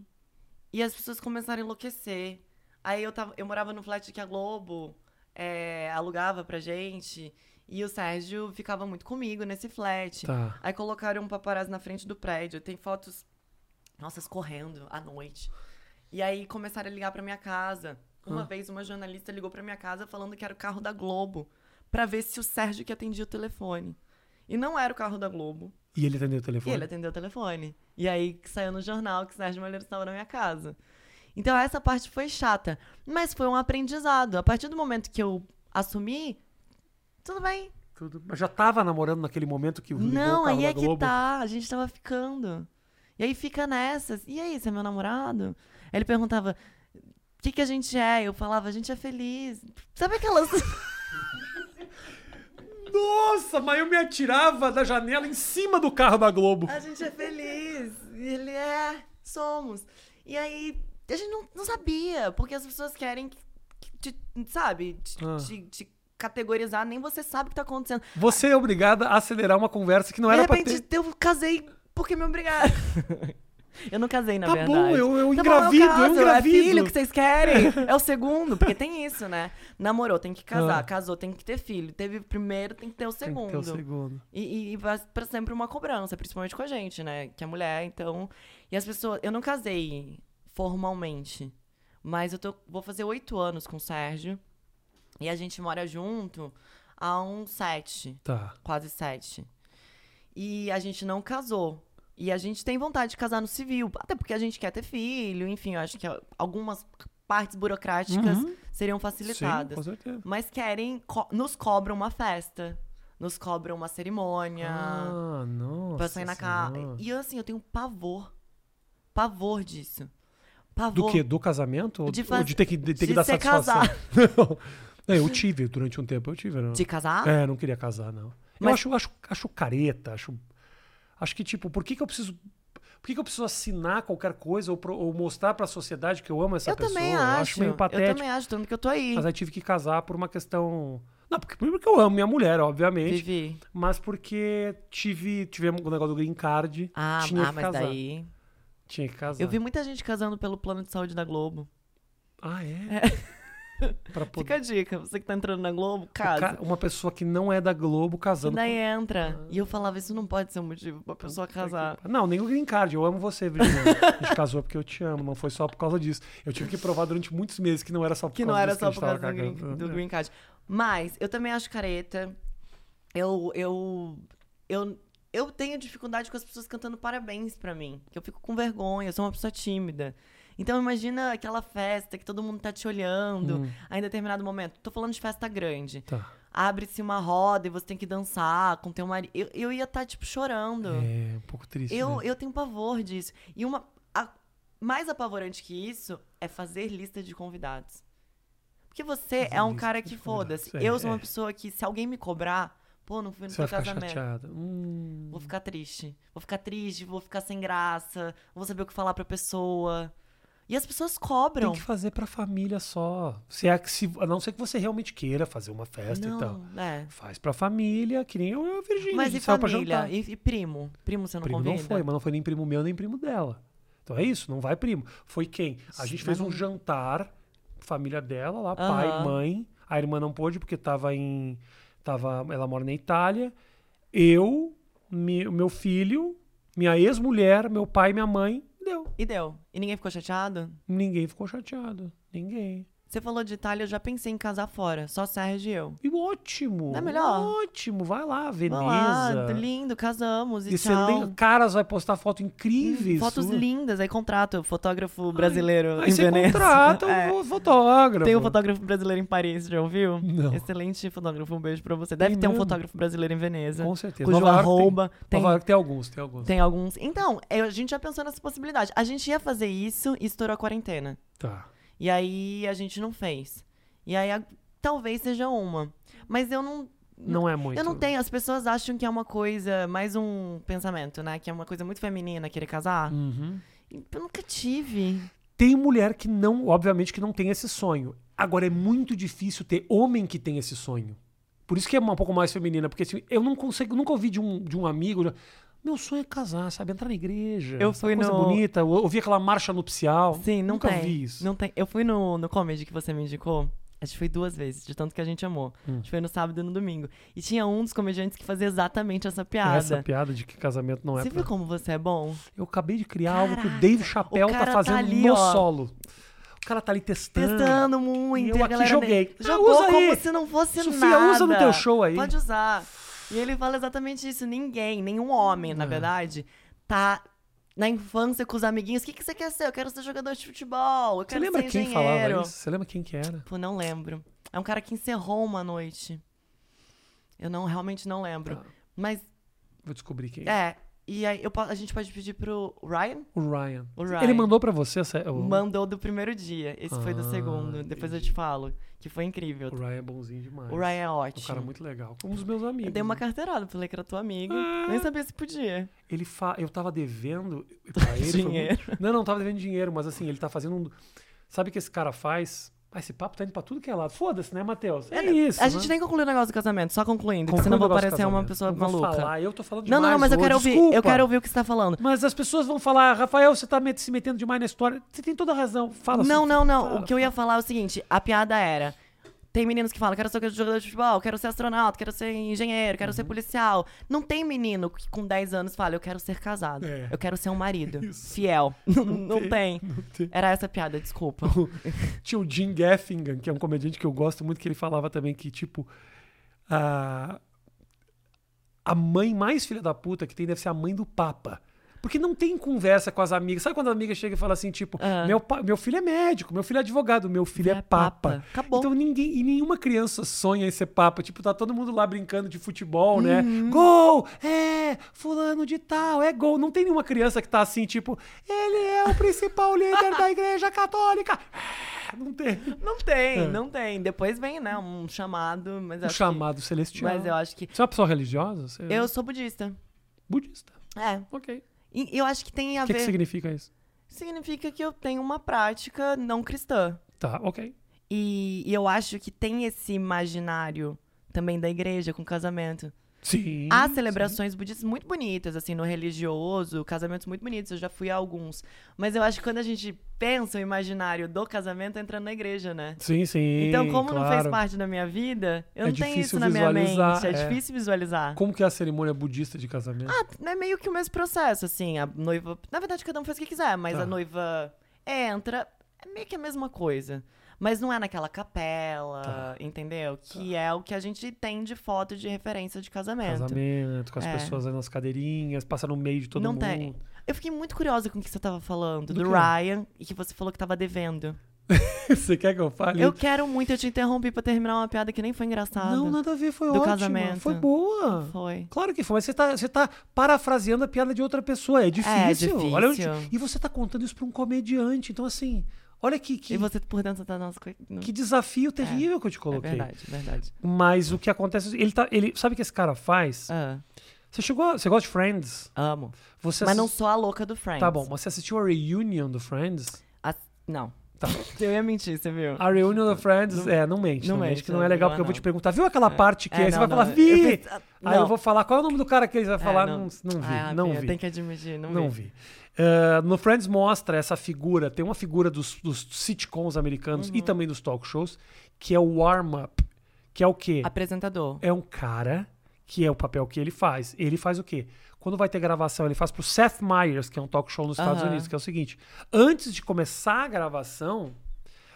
[SPEAKER 2] E as pessoas começaram a enlouquecer. Aí eu, tava, eu morava no flat que a Globo é, alugava pra gente. E o Sérgio ficava muito comigo nesse flat.
[SPEAKER 1] Tá.
[SPEAKER 2] Aí colocaram um paparazzo na frente do prédio. Tem fotos, nossas, correndo à noite. E aí começaram a ligar pra minha casa. Uma
[SPEAKER 1] Ah.
[SPEAKER 2] vez, uma jornalista ligou pra minha casa falando que era o carro da Globo. pra ver se o Sérgio que atendia o telefone. E não era o carro da Globo.
[SPEAKER 1] E ele atendeu o
[SPEAKER 2] E
[SPEAKER 1] telefone.
[SPEAKER 2] ele atendeu o telefone. E aí que saiu no jornal que o Sérgio Malheiro estava na minha casa. Então essa parte foi chata. Mas foi um aprendizado. A partir do momento que eu assumi, tudo bem.
[SPEAKER 1] Tudo- Mas já tava namorando naquele momento que ligou o
[SPEAKER 2] Não,
[SPEAKER 1] carro
[SPEAKER 2] aí
[SPEAKER 1] da
[SPEAKER 2] é que
[SPEAKER 1] Globo?
[SPEAKER 2] tá. A gente tava ficando. E aí fica nessas. E aí, você é meu namorado? Aí ele perguntava, o que, que a gente é? Eu falava, a gente é feliz. Sabe aquelas.
[SPEAKER 1] Nossa, mas eu me atirava da janela em cima do carro da Globo.
[SPEAKER 2] A gente é feliz. E ele é, somos. E aí, a gente não, não sabia, porque as pessoas querem, que- que te, sabe, te,
[SPEAKER 1] Ah.
[SPEAKER 2] te- te categorizar, nem você sabe o que tá acontecendo.
[SPEAKER 1] Você é obrigada a acelerar uma conversa que não
[SPEAKER 2] De
[SPEAKER 1] era pra
[SPEAKER 2] repente,
[SPEAKER 1] ter.
[SPEAKER 2] eu casei porque me obrigaram. Eu não casei, na
[SPEAKER 1] Tá
[SPEAKER 2] verdade.
[SPEAKER 1] bom, eu, eu
[SPEAKER 2] Tá bom, é o
[SPEAKER 1] engravido, eu
[SPEAKER 2] caso, É filho
[SPEAKER 1] engravido.
[SPEAKER 2] que vocês querem. É o segundo, porque tem isso, né? Namorou, tem que casar.
[SPEAKER 1] Ah.
[SPEAKER 2] Casou, tem que ter filho. Teve o primeiro, tem que ter o
[SPEAKER 1] Tem que
[SPEAKER 2] segundo.
[SPEAKER 1] ter o segundo.
[SPEAKER 2] E, e, e vai pra sempre uma cobrança, principalmente com a gente, né? Que é mulher, então. E as pessoas. Eu não casei formalmente, mas eu tô, vou fazer oito anos com o Sérgio. E a gente mora junto há uns sete,
[SPEAKER 1] Tá.
[SPEAKER 2] quase sete. E a gente não casou. E a gente tem vontade de casar no civil, até porque a gente quer ter filho, enfim, eu acho que algumas partes burocráticas
[SPEAKER 1] Uhum.
[SPEAKER 2] seriam
[SPEAKER 1] Sim,
[SPEAKER 2] facilitadas.
[SPEAKER 1] com certeza.
[SPEAKER 2] Mas querem, co- nos cobram uma festa, nos cobram uma cerimônia
[SPEAKER 1] Ah, nossa.
[SPEAKER 2] pra sair na casa.
[SPEAKER 1] Senhora.
[SPEAKER 2] E eu, assim, eu tenho pavor. Pavor disso. Pavor.
[SPEAKER 1] Do que? Do casamento? Ou
[SPEAKER 2] De
[SPEAKER 1] de,
[SPEAKER 2] faz-
[SPEAKER 1] ou de ter que, de ter
[SPEAKER 2] de
[SPEAKER 1] que dar
[SPEAKER 2] ser
[SPEAKER 1] satisfação? Não. É, eu tive, durante um tempo eu tive. Não.
[SPEAKER 2] De casar?
[SPEAKER 1] É, não queria casar, não.
[SPEAKER 2] Ah. Mas-
[SPEAKER 1] Eu acho, acho, acho careta, acho. Acho que, tipo, por que, que eu preciso. Por que, que eu preciso assinar qualquer coisa ou, pro- ou mostrar pra sociedade que eu amo essa
[SPEAKER 2] eu
[SPEAKER 1] pessoa?
[SPEAKER 2] também
[SPEAKER 1] eu
[SPEAKER 2] acho.
[SPEAKER 1] acho meio patético.
[SPEAKER 2] Eu também acho, tanto que eu tô aí.
[SPEAKER 1] Mas aí tive que casar por uma questão. Não, porque primeiro porque eu amo minha mulher, obviamente.
[SPEAKER 2] Vivi.
[SPEAKER 1] Mas porque tive, tivemos o negócio do green card.
[SPEAKER 2] Ah,
[SPEAKER 1] tinha
[SPEAKER 2] ah,
[SPEAKER 1] que
[SPEAKER 2] mas
[SPEAKER 1] casar.
[SPEAKER 2] daí.
[SPEAKER 1] Tinha que casar.
[SPEAKER 2] Eu vi muita gente casando pelo plano de saúde da Globo.
[SPEAKER 1] Ah, é? pra poder.
[SPEAKER 2] Fica a dica, você que tá entrando na Globo,
[SPEAKER 1] o
[SPEAKER 2] casa.
[SPEAKER 1] ca- Uma pessoa que não é da Globo
[SPEAKER 2] E
[SPEAKER 1] casando.
[SPEAKER 2] daí entra. E eu falava, isso não pode ser um motivo pra pessoa casar.
[SPEAKER 1] com- Não, nem o green card. Eu amo você, Virginia. A gente casou porque eu te amo, não foi só por causa disso. Eu tive que provar durante muitos meses que não era só por
[SPEAKER 2] Que
[SPEAKER 1] causa
[SPEAKER 2] não era
[SPEAKER 1] disso
[SPEAKER 2] só
[SPEAKER 1] que
[SPEAKER 2] por
[SPEAKER 1] a gente
[SPEAKER 2] causa
[SPEAKER 1] tava
[SPEAKER 2] do green,
[SPEAKER 1] cagando. É.
[SPEAKER 2] do green card. Mas eu também acho careta. Eu, eu, eu, eu tenho dificuldade com as pessoas cantando parabéns pra mim. Que eu fico com vergonha, eu sou uma pessoa tímida. Então imagina aquela festa que todo mundo tá te olhando aí em determinado momento. Tô falando de festa grande.
[SPEAKER 1] Tá.
[SPEAKER 2] Abre-se uma roda e você tem que dançar com teu marido. Eu, eu ia estar, tipo, chorando.
[SPEAKER 1] É, um pouco triste.
[SPEAKER 2] Eu,
[SPEAKER 1] né?
[SPEAKER 2] eu tenho pavor disso. E uma. a- mais apavorante que isso é fazer lista de convidados. Porque você
[SPEAKER 1] Fazer
[SPEAKER 2] é um
[SPEAKER 1] lista
[SPEAKER 2] cara
[SPEAKER 1] de
[SPEAKER 2] que
[SPEAKER 1] convidados,
[SPEAKER 2] foda-se.
[SPEAKER 1] é,
[SPEAKER 2] Eu sou
[SPEAKER 1] é.
[SPEAKER 2] uma pessoa que, se alguém me cobrar, pô, não fui no
[SPEAKER 1] Você vai
[SPEAKER 2] teu
[SPEAKER 1] ficar
[SPEAKER 2] casamento.
[SPEAKER 1] chateada. Hum.
[SPEAKER 2] Vou ficar triste. Vou ficar triste, vou ficar sem graça, não vou saber o que falar pra pessoa. E as pessoas cobram.
[SPEAKER 1] Tem que fazer pra família só. Se é, que- se, a não ser que você realmente queira fazer uma festa
[SPEAKER 2] não,
[SPEAKER 1] e tal.
[SPEAKER 2] é.
[SPEAKER 1] Faz pra família, que nem eu e a Virgínia. a
[SPEAKER 2] Mas
[SPEAKER 1] gente
[SPEAKER 2] e
[SPEAKER 1] saiu pra
[SPEAKER 2] família?
[SPEAKER 1] jantar.
[SPEAKER 2] E, e primo? Primo você não né?
[SPEAKER 1] primo
[SPEAKER 2] convida?
[SPEAKER 1] não foi, mas não foi nem primo meu, nem primo dela. Então é isso, não vai primo. Foi quem? A
[SPEAKER 2] Sim,
[SPEAKER 1] gente
[SPEAKER 2] mas
[SPEAKER 1] fez um
[SPEAKER 2] não-
[SPEAKER 1] jantar, família dela lá, pai,
[SPEAKER 2] Aham.
[SPEAKER 1] mãe. A irmã não pôde porque tava em. Tava, ela mora na Itália. Eu, me- meu filho, minha ex-mulher, meu pai e minha mãe. Deu.
[SPEAKER 2] E deu. E ninguém ficou chateado?
[SPEAKER 1] Ninguém ficou chateado. Ninguém.
[SPEAKER 2] Você Você falou de Itália, eu já pensei em casar fora. Só Sérgio e eu.
[SPEAKER 1] E ótimo.
[SPEAKER 2] Não é melhor?
[SPEAKER 1] Ótimo. Vai lá, Veneza.
[SPEAKER 2] Vamos lá, lindo, casamos e
[SPEAKER 1] Excelente.
[SPEAKER 2] tchau.
[SPEAKER 1] Caras vai postar foto incríveis.
[SPEAKER 2] Fotos
[SPEAKER 1] sua.
[SPEAKER 2] lindas, aí contrato o fotógrafo brasileiro
[SPEAKER 1] Aí
[SPEAKER 2] em
[SPEAKER 1] você
[SPEAKER 2] Veneza.
[SPEAKER 1] contrata
[SPEAKER 2] É.
[SPEAKER 1] o fotógrafo.
[SPEAKER 2] Tem um fotógrafo brasileiro em Paris, já ouviu?
[SPEAKER 1] Não.
[SPEAKER 2] Excelente fotógrafo, um beijo pra você.
[SPEAKER 1] Tem
[SPEAKER 2] Deve ter um
[SPEAKER 1] mesmo?
[SPEAKER 2] fotógrafo brasileiro em Veneza.
[SPEAKER 1] Com certeza.
[SPEAKER 2] Cujo
[SPEAKER 1] Nova York
[SPEAKER 2] arroba
[SPEAKER 1] tem,
[SPEAKER 2] tem,
[SPEAKER 1] Nova York tem alguns, tem alguns.
[SPEAKER 2] tem alguns. Então, eu- a gente já pensou nessa possibilidade. A gente ia fazer isso e estourou a quarentena.
[SPEAKER 1] Tá.
[SPEAKER 2] E aí a gente não fez. E aí a- talvez seja uma. Mas eu não.
[SPEAKER 1] Não é muito.
[SPEAKER 2] Eu não tenho, as pessoas acham que é uma coisa, mais um pensamento, né? Que é uma coisa muito feminina querer casar.
[SPEAKER 1] Uhum.
[SPEAKER 2] Eu nunca tive.
[SPEAKER 1] Tem mulher que não, obviamente, que não tem esse sonho. Agora, é muito difícil ter homem que tem esse sonho. Por isso que é uma pouco mais feminina, porque assim, eu não consigo, nunca ouvi de um, de um amigo. Meu sonho é casar, sabe? Entrar na igreja.
[SPEAKER 2] Eu
[SPEAKER 1] essa
[SPEAKER 2] fui
[SPEAKER 1] coisa
[SPEAKER 2] no-
[SPEAKER 1] bonita, eu ouvi aquela marcha nupcial.
[SPEAKER 2] Sim, não
[SPEAKER 1] nunca
[SPEAKER 2] tem.
[SPEAKER 1] vi isso.
[SPEAKER 2] Não tem. Eu fui no, no comedy que você me indicou. A gente foi duas vezes, de tanto que a gente amou. A gente foi no sábado e no domingo. E tinha um dos comediantes que fazia exatamente essa piada.
[SPEAKER 1] Essa piada de que casamento não é
[SPEAKER 2] você
[SPEAKER 1] pra...
[SPEAKER 2] viu como você é bom?
[SPEAKER 1] Eu acabei de criar algo que o
[SPEAKER 2] Caraca,
[SPEAKER 1] Dave Chappelle
[SPEAKER 2] o
[SPEAKER 1] tá
[SPEAKER 2] cara tá
[SPEAKER 1] fazendo
[SPEAKER 2] ali,
[SPEAKER 1] no
[SPEAKER 2] ó.
[SPEAKER 1] solo. O cara tá ali testando.
[SPEAKER 2] Testando muito.
[SPEAKER 1] eu
[SPEAKER 2] e a
[SPEAKER 1] aqui
[SPEAKER 2] galera
[SPEAKER 1] joguei.
[SPEAKER 2] nem-
[SPEAKER 1] Ah,
[SPEAKER 2] Jogou
[SPEAKER 1] usa
[SPEAKER 2] como
[SPEAKER 1] aí.
[SPEAKER 2] se não fosse
[SPEAKER 1] Sofia,
[SPEAKER 2] nada.
[SPEAKER 1] usa no teu show aí.
[SPEAKER 2] Pode usar. E ele fala exatamente isso. Ninguém, nenhum homem,
[SPEAKER 1] É.
[SPEAKER 2] na verdade, tá na infância com os amiguinhos. O que, que você quer ser? Eu quero ser jogador de futebol. Eu
[SPEAKER 1] Você
[SPEAKER 2] quero
[SPEAKER 1] lembra
[SPEAKER 2] ser
[SPEAKER 1] quem
[SPEAKER 2] engenheiro.
[SPEAKER 1] falava isso? Você lembra quem que era?
[SPEAKER 2] Pô, não lembro. É um cara que encerrou uma noite. Eu não, realmente não lembro.
[SPEAKER 1] Tá.
[SPEAKER 2] Mas,
[SPEAKER 1] Vou descobrir quem. É.
[SPEAKER 2] é. E aí, eu po- a gente pode pedir pro Ryan?
[SPEAKER 1] O Ryan.
[SPEAKER 2] O Ryan.
[SPEAKER 1] Ele mandou pra você essa... o-
[SPEAKER 2] Mandou do primeiro dia. Esse foi do
[SPEAKER 1] Ah,
[SPEAKER 2] segundo. Depois eu
[SPEAKER 1] entendi.
[SPEAKER 2] te falo. Que foi incrível.
[SPEAKER 1] O Ryan é bonzinho demais.
[SPEAKER 2] O Ryan é
[SPEAKER 1] Um
[SPEAKER 2] ótimo.
[SPEAKER 1] cara muito legal. Um dos meus amigos.
[SPEAKER 2] Eu dei uma carteirada, falei que era tua amiga.
[SPEAKER 1] Ah.
[SPEAKER 2] Nem sabia se podia.
[SPEAKER 1] Ele fa... Eu tava devendo pra ele. foi muito-
[SPEAKER 2] Dinheiro.
[SPEAKER 1] Não, não tava devendo dinheiro, mas assim, ele tá fazendo um. Sabe o que esse cara faz? Ah, esse papo tá indo pra tudo que é lado. Foda-se, né, Matheus? É, isso.
[SPEAKER 2] A
[SPEAKER 1] né?
[SPEAKER 2] gente nem concluiu o negócio do casamento, só concluindo,
[SPEAKER 1] Conclui
[SPEAKER 2] que senão
[SPEAKER 1] o
[SPEAKER 2] vou
[SPEAKER 1] negócio do
[SPEAKER 2] parecer uma
[SPEAKER 1] casamento.
[SPEAKER 2] pessoa
[SPEAKER 1] Não vou
[SPEAKER 2] maluca.
[SPEAKER 1] falar, eu tô falando
[SPEAKER 2] Não,
[SPEAKER 1] demais.
[SPEAKER 2] não, não, mas eu
[SPEAKER 1] hoje,
[SPEAKER 2] quero ouvir. Eu
[SPEAKER 1] desculpa.
[SPEAKER 2] quero ouvir o que você tá falando.
[SPEAKER 1] Mas as pessoas vão falar, Rafael, você tá met- se metendo demais na história. Você tem toda a razão. Fala
[SPEAKER 2] Não,
[SPEAKER 1] assim,
[SPEAKER 2] não, não.
[SPEAKER 1] fala.
[SPEAKER 2] O que eu ia falar é o seguinte: a piada era. Tem meninos que falam, quero ser jogador de futebol, quero ser astronauta, quero ser engenheiro, quero
[SPEAKER 1] Uhum.
[SPEAKER 2] ser policial. Não tem menino que com 10 anos fala, eu quero ser casado,
[SPEAKER 1] É.
[SPEAKER 2] eu quero ser um marido,
[SPEAKER 1] Isso.
[SPEAKER 2] fiel. Não, não tem.
[SPEAKER 1] tem.
[SPEAKER 2] Era essa a piada, desculpa.
[SPEAKER 1] Tinha o Jim Gaffigan, que é um comediante que eu gosto muito, que ele falava também que, tipo, a, a mãe mais filha da puta que tem deve ser a mãe do Papa. Porque não tem conversa com as amigas. Sabe quando a amiga chega e fala assim, tipo,
[SPEAKER 2] Ah.
[SPEAKER 1] meu, pa- meu filho é médico, meu filho é advogado, meu filho é, papa.
[SPEAKER 2] Acabou.
[SPEAKER 1] Então ninguém, e nenhuma criança sonha em ser papa. Tipo, tá todo mundo lá brincando de futebol, né?
[SPEAKER 2] Uhum.
[SPEAKER 1] Gol! É, fulano de tal, é gol. Não tem nenhuma criança que tá assim, tipo, ele é o principal líder da igreja católica. É, Não tem.
[SPEAKER 2] Não tem, não tem. Depois vem, né, um chamado, mas
[SPEAKER 1] O
[SPEAKER 2] acho
[SPEAKER 1] chamado
[SPEAKER 2] que...
[SPEAKER 1] celestial.
[SPEAKER 2] Mas eu acho que...
[SPEAKER 1] Você é uma pessoa religiosa? Você é
[SPEAKER 2] Eu sou budista.
[SPEAKER 1] budista.
[SPEAKER 2] É.
[SPEAKER 1] Ok.
[SPEAKER 2] E eu acho que tem a
[SPEAKER 1] O que,
[SPEAKER 2] ver...
[SPEAKER 1] que significa isso?
[SPEAKER 2] Significa que eu tenho uma prática não cristã.
[SPEAKER 1] Tá, ok.
[SPEAKER 2] E, e eu acho que tem esse imaginário também da igreja com casamento.
[SPEAKER 1] Sim.
[SPEAKER 2] Há celebrações budistas muito bonitas, assim, no religioso, casamentos muito bonitos, eu já fui a alguns. Mas eu acho que quando a gente pensa o imaginário do casamento, é entrando na igreja, né?
[SPEAKER 1] Sim, sim.
[SPEAKER 2] Então, como não fez
[SPEAKER 1] claro.
[SPEAKER 2] parte da minha vida, eu
[SPEAKER 1] É
[SPEAKER 2] não tenho
[SPEAKER 1] difícil
[SPEAKER 2] isso na minha mente.
[SPEAKER 1] visualizar,
[SPEAKER 2] É,
[SPEAKER 1] é.
[SPEAKER 2] difícil visualizar.
[SPEAKER 1] Como que é a cerimônia budista de casamento?
[SPEAKER 2] Ah, é meio que o mesmo processo, assim. A noiva. Na verdade, cada um faz o que quiser, mas
[SPEAKER 1] Tá.
[SPEAKER 2] a noiva entra. É meio que a mesma coisa. Mas não é naquela capela,
[SPEAKER 1] Tá.
[SPEAKER 2] entendeu? Que é o que a gente tem de foto de referência de casamento.
[SPEAKER 1] Casamento, com as
[SPEAKER 2] É.
[SPEAKER 1] pessoas aí nas cadeirinhas, passa no meio de todo
[SPEAKER 2] não
[SPEAKER 1] mundo.
[SPEAKER 2] tem. Eu fiquei muito curiosa com o que você tava falando,
[SPEAKER 1] Do
[SPEAKER 2] do,
[SPEAKER 1] quê?
[SPEAKER 2] Ryan, e que você falou que tava devendo.
[SPEAKER 1] Você quer que eu fale?
[SPEAKER 2] Eu quero muito, eu te interrompi pra terminar uma piada que nem foi engraçada.
[SPEAKER 1] Não, nada a ver, foi
[SPEAKER 2] Do
[SPEAKER 1] ótima.
[SPEAKER 2] casamento.
[SPEAKER 1] Foi boa.
[SPEAKER 2] Foi.
[SPEAKER 1] Claro que foi, mas você tá, você tá parafraseando a piada de outra pessoa. É difícil.
[SPEAKER 2] difícil.
[SPEAKER 1] Olha onde- E você tá contando isso pra um comediante. Então, assim, olha que, que,
[SPEAKER 2] E você por dentro tá nas coisas.
[SPEAKER 1] que desafio terrível que eu te
[SPEAKER 2] É
[SPEAKER 1] coloquei.
[SPEAKER 2] verdade, verdade.
[SPEAKER 1] Mas o que acontece. Ele tá. Ele, sabe o que esse cara faz?
[SPEAKER 2] Ah,
[SPEAKER 1] Você chegou. a- Você gosta de Friends?
[SPEAKER 2] amo.
[SPEAKER 1] Você
[SPEAKER 2] Mas não
[SPEAKER 1] assis-
[SPEAKER 2] sou a louca do Friends.
[SPEAKER 1] Tá bom, mas você assistiu a reunion do Friends?
[SPEAKER 2] A- Não.
[SPEAKER 1] Tá.
[SPEAKER 2] Eu ia mentir, você viu?
[SPEAKER 1] A reunion do Friends. é, não mente. Não,
[SPEAKER 2] não
[SPEAKER 1] mente,
[SPEAKER 2] mente,
[SPEAKER 1] que não
[SPEAKER 2] né?
[SPEAKER 1] é legal,
[SPEAKER 2] Não é
[SPEAKER 1] porque eu vou te
[SPEAKER 2] não.
[SPEAKER 1] perguntar. Viu aquela parte que
[SPEAKER 2] É,
[SPEAKER 1] aí você
[SPEAKER 2] não,
[SPEAKER 1] vai
[SPEAKER 2] não,
[SPEAKER 1] falar,
[SPEAKER 2] eu
[SPEAKER 1] vi!
[SPEAKER 2] fiz- ah,
[SPEAKER 1] Aí eu
[SPEAKER 2] não.
[SPEAKER 1] vou falar, qual é o nome do cara que eles vão
[SPEAKER 2] É,
[SPEAKER 1] falar? não, não vi,
[SPEAKER 2] Ah,
[SPEAKER 1] não
[SPEAKER 2] Bia,
[SPEAKER 1] vi.
[SPEAKER 2] Tem que admitir, não,
[SPEAKER 1] Não
[SPEAKER 2] vi.
[SPEAKER 1] vi. Eh, no Friends mostra essa figura, tem uma figura dos, dos sitcoms americanos
[SPEAKER 2] Uhum.
[SPEAKER 1] e também dos talk shows, que é o warm-up. Que é o quê?
[SPEAKER 2] Apresentador.
[SPEAKER 1] É um cara que é o papel que ele faz. Ele faz o quê? Quando vai ter gravação, ele faz pro Seth Meyers, que é um talk show nos Estados
[SPEAKER 2] Aham.
[SPEAKER 1] Unidos, que é o seguinte: antes de começar a gravação,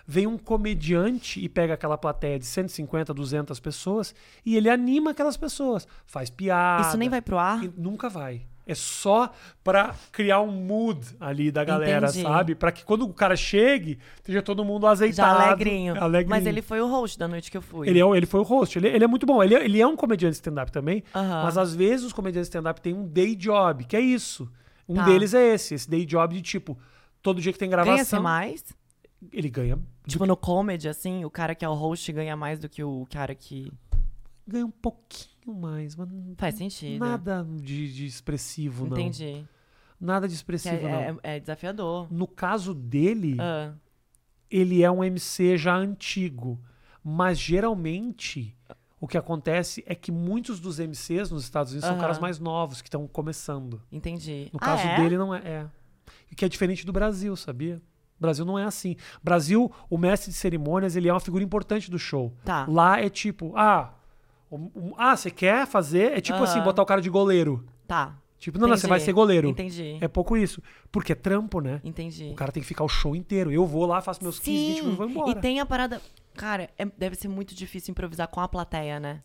[SPEAKER 1] vem um comediante e pega aquela plateia de 150, 200 pessoas e ele anima aquelas pessoas, faz piada.
[SPEAKER 2] Isso nem vai pro ar?
[SPEAKER 1] E nunca vai. É só pra criar um mood ali da galera,
[SPEAKER 2] Entendi.
[SPEAKER 1] sabe? Pra que quando o cara chegue, esteja todo mundo azeitado.
[SPEAKER 2] Já alegrinho.
[SPEAKER 1] alegrinho.
[SPEAKER 2] Mas ele foi o host da noite que eu fui.
[SPEAKER 1] Ele, é, o- ele foi o host. Ele, ele é muito bom. Ele, é- ele é um comediante stand-up também.
[SPEAKER 2] Aham.
[SPEAKER 1] Mas às vezes os comediantes stand-up têm um day job, que é isso. Um
[SPEAKER 2] Tá.
[SPEAKER 1] deles é esse. Esse day job de tipo, todo dia que tem gravação.
[SPEAKER 2] Ganha-se mais?
[SPEAKER 1] Ele ganha,
[SPEAKER 2] Tipo, no comedy, assim, o cara que é o host ganha mais do que o cara que...
[SPEAKER 1] ganha um pouquinho mais, mas não-
[SPEAKER 2] Faz sentido.
[SPEAKER 1] nada de, de expressivo, não.
[SPEAKER 2] né? Entendi.
[SPEAKER 1] Nada de
[SPEAKER 2] Que
[SPEAKER 1] expressivo,
[SPEAKER 2] É,
[SPEAKER 1] não.
[SPEAKER 2] é- é desafiador.
[SPEAKER 1] No caso dele,
[SPEAKER 2] Ah,
[SPEAKER 1] ele é um MC já antigo. Mas geralmente o que acontece é que muitos dos MCs nos Estados Unidos são
[SPEAKER 2] Aham.
[SPEAKER 1] caras mais novos que estão começando.
[SPEAKER 2] entendi.
[SPEAKER 1] No
[SPEAKER 2] Ah,
[SPEAKER 1] caso
[SPEAKER 2] é?
[SPEAKER 1] dele, não é. é. O Que é diferente do Brasil, sabia? O Brasil não é assim. Brasil, o mestre de cerimônias, ele é uma figura importante do show.
[SPEAKER 2] Tá.
[SPEAKER 1] Lá é tipo, ah, um- um- ah, você quer fazer? É tipo
[SPEAKER 2] Aham.
[SPEAKER 1] assim, botar o cara de goleiro.
[SPEAKER 2] Tá.
[SPEAKER 1] Tipo, não, não, você
[SPEAKER 2] Entendi.
[SPEAKER 1] vai ser goleiro.
[SPEAKER 2] Entendi.
[SPEAKER 1] É pouco isso. Porque é trampo, né?
[SPEAKER 2] Entendi.
[SPEAKER 1] O cara tem que ficar o show inteiro. Eu vou lá, faço meus 15, 20 minutos e vou embora.
[SPEAKER 2] E tem a parada. Cara, é- deve ser muito difícil improvisar com a plateia, né?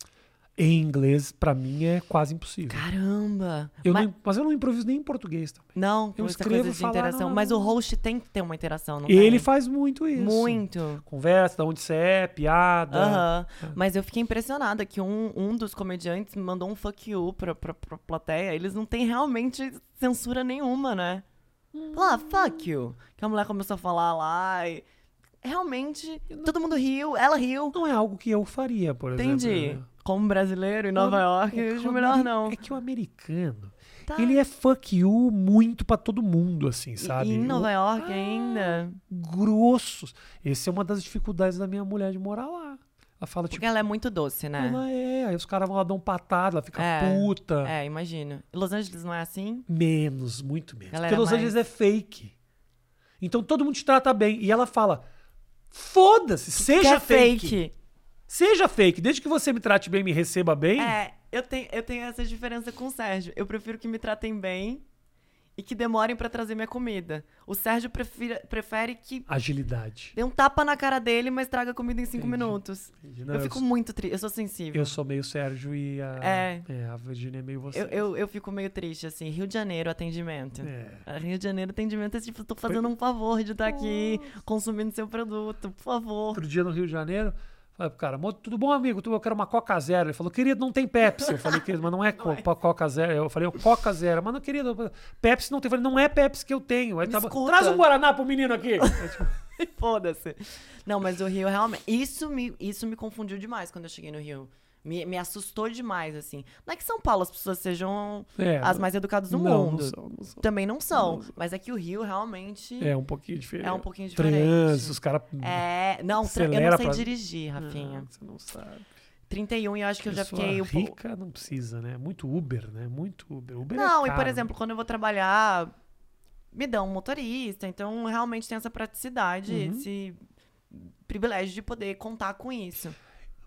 [SPEAKER 1] Em inglês, pra mim, é quase impossível.
[SPEAKER 2] Caramba!
[SPEAKER 1] eu
[SPEAKER 2] mas,
[SPEAKER 1] não- mas eu não improviso nem em português tá? também.
[SPEAKER 2] não,
[SPEAKER 1] eu
[SPEAKER 2] essa
[SPEAKER 1] escrevo,
[SPEAKER 2] coisa de
[SPEAKER 1] falar,
[SPEAKER 2] interação.
[SPEAKER 1] não,
[SPEAKER 2] mas
[SPEAKER 1] não.
[SPEAKER 2] o host tem que ter uma interação, não
[SPEAKER 1] Ele
[SPEAKER 2] tem?
[SPEAKER 1] faz muito isso.
[SPEAKER 2] Muito.
[SPEAKER 1] Conversa, da onde você é, piada.
[SPEAKER 2] Aham. Mas eu fiquei impressionada que um, um dos comediantes mandou um fuck you pra, pra, pra plateia. Eles não têm realmente censura nenhuma, né? Lá, fuck you. Que a mulher começou a falar lá e. Realmente, todo mundo riu, ela riu.
[SPEAKER 1] Não é algo que eu faria, por exemplo.
[SPEAKER 2] Entendi.
[SPEAKER 1] né?
[SPEAKER 2] Como brasileiro em Nova
[SPEAKER 1] O-
[SPEAKER 2] York, eu acho
[SPEAKER 1] o
[SPEAKER 2] melhor
[SPEAKER 1] ameri-
[SPEAKER 2] não.
[SPEAKER 1] É que o americano,
[SPEAKER 2] Tá.
[SPEAKER 1] ele é fuck you muito pra todo mundo, assim,
[SPEAKER 2] E-
[SPEAKER 1] sabe?
[SPEAKER 2] E em Nova
[SPEAKER 1] O-
[SPEAKER 2] York ainda.
[SPEAKER 1] Grossos. Essa é uma das dificuldades da minha mulher de morar lá. Ela fala,
[SPEAKER 2] Porque
[SPEAKER 1] tipo,
[SPEAKER 2] ela é muito doce, né?
[SPEAKER 1] ela é. Aí os caras vão lá dar um patado, ela fica
[SPEAKER 2] É,
[SPEAKER 1] puta.
[SPEAKER 2] É, imagino. E Los Angeles não é assim?
[SPEAKER 1] Menos, muito menos.
[SPEAKER 2] Galera
[SPEAKER 1] Porque Los
[SPEAKER 2] mais-
[SPEAKER 1] Angeles é fake. Então todo mundo te trata bem. E ela fala, foda-se,
[SPEAKER 2] Que
[SPEAKER 1] seja
[SPEAKER 2] é fake.
[SPEAKER 1] Seja fake. Desde que você me trate bem, me receba bem.
[SPEAKER 2] É, eu tenho, eu tenho essa diferença com o Sérgio. Eu prefiro que me tratem bem e que demorem pra trazer minha comida. O Sérgio prefira- prefere que
[SPEAKER 1] Agilidade.
[SPEAKER 2] dê um tapa na cara dele, mas traga comida em cinco
[SPEAKER 1] Entendi.
[SPEAKER 2] minutos.
[SPEAKER 1] Entendi. Não,
[SPEAKER 2] eu
[SPEAKER 1] eu
[SPEAKER 2] fico
[SPEAKER 1] sou-
[SPEAKER 2] muito triste. Eu sou sensível.
[SPEAKER 1] Eu sou meio Sérgio e a.
[SPEAKER 2] É.
[SPEAKER 1] a Virginia é meio você.
[SPEAKER 2] Eu, eu, eu fico meio triste, assim. Rio de Janeiro, atendimento.
[SPEAKER 1] É.
[SPEAKER 2] Ah, Rio de Janeiro, atendimento é tipo, tô fazendo um favor de estar aqui consumindo seu produto, por favor.
[SPEAKER 1] Outro dia no Rio de Janeiro, falei pro cara, "Mo- tudo bom, amigo? Tudo bom? Eu quero uma Coca Zero. Ele falou, querido, não tem Pepsi. Eu falei, querido, mas não é, co- Coca Zero. Eu falei, "Ó, Coca Zero. Mas não, querido, Pepsi não tem. Eu falei, não é Pepsi que eu tenho. Aí
[SPEAKER 2] Me
[SPEAKER 1] tá bom.
[SPEAKER 2] escuta.
[SPEAKER 1] Traz um Guaraná pro menino aqui. É, tipo,
[SPEAKER 2] Foda-se. Não, mas o Rio realmente. Isso me, isso me confundiu demais quando eu cheguei no Rio. Me, me assustou demais, assim. Não é que São Paulo as pessoas sejam
[SPEAKER 1] é,
[SPEAKER 2] as mais educadas do
[SPEAKER 1] não,
[SPEAKER 2] mundo.
[SPEAKER 1] Não são, não são.
[SPEAKER 2] Também não são. Mas é que o Rio realmente.
[SPEAKER 1] É um pouquinho diferente.
[SPEAKER 2] É um pouquinho diferente.
[SPEAKER 1] Trânsito, os caras.
[SPEAKER 2] É, não, tra- eu
[SPEAKER 1] Acelera
[SPEAKER 2] não sei
[SPEAKER 1] pra-
[SPEAKER 2] dirigir, Rafinha.
[SPEAKER 1] Ah, Você não sabe.
[SPEAKER 2] 31 e eu acho que eu já
[SPEAKER 1] Pessoa
[SPEAKER 2] fiquei um pouco.
[SPEAKER 1] rica não precisa, né? Muito Uber, né? Muito Uber. Uber é
[SPEAKER 2] Não, e por
[SPEAKER 1] caro.
[SPEAKER 2] exemplo, quando eu vou trabalhar, me dão um motorista, então realmente tem essa praticidade, esse privilégio de poder contar com isso.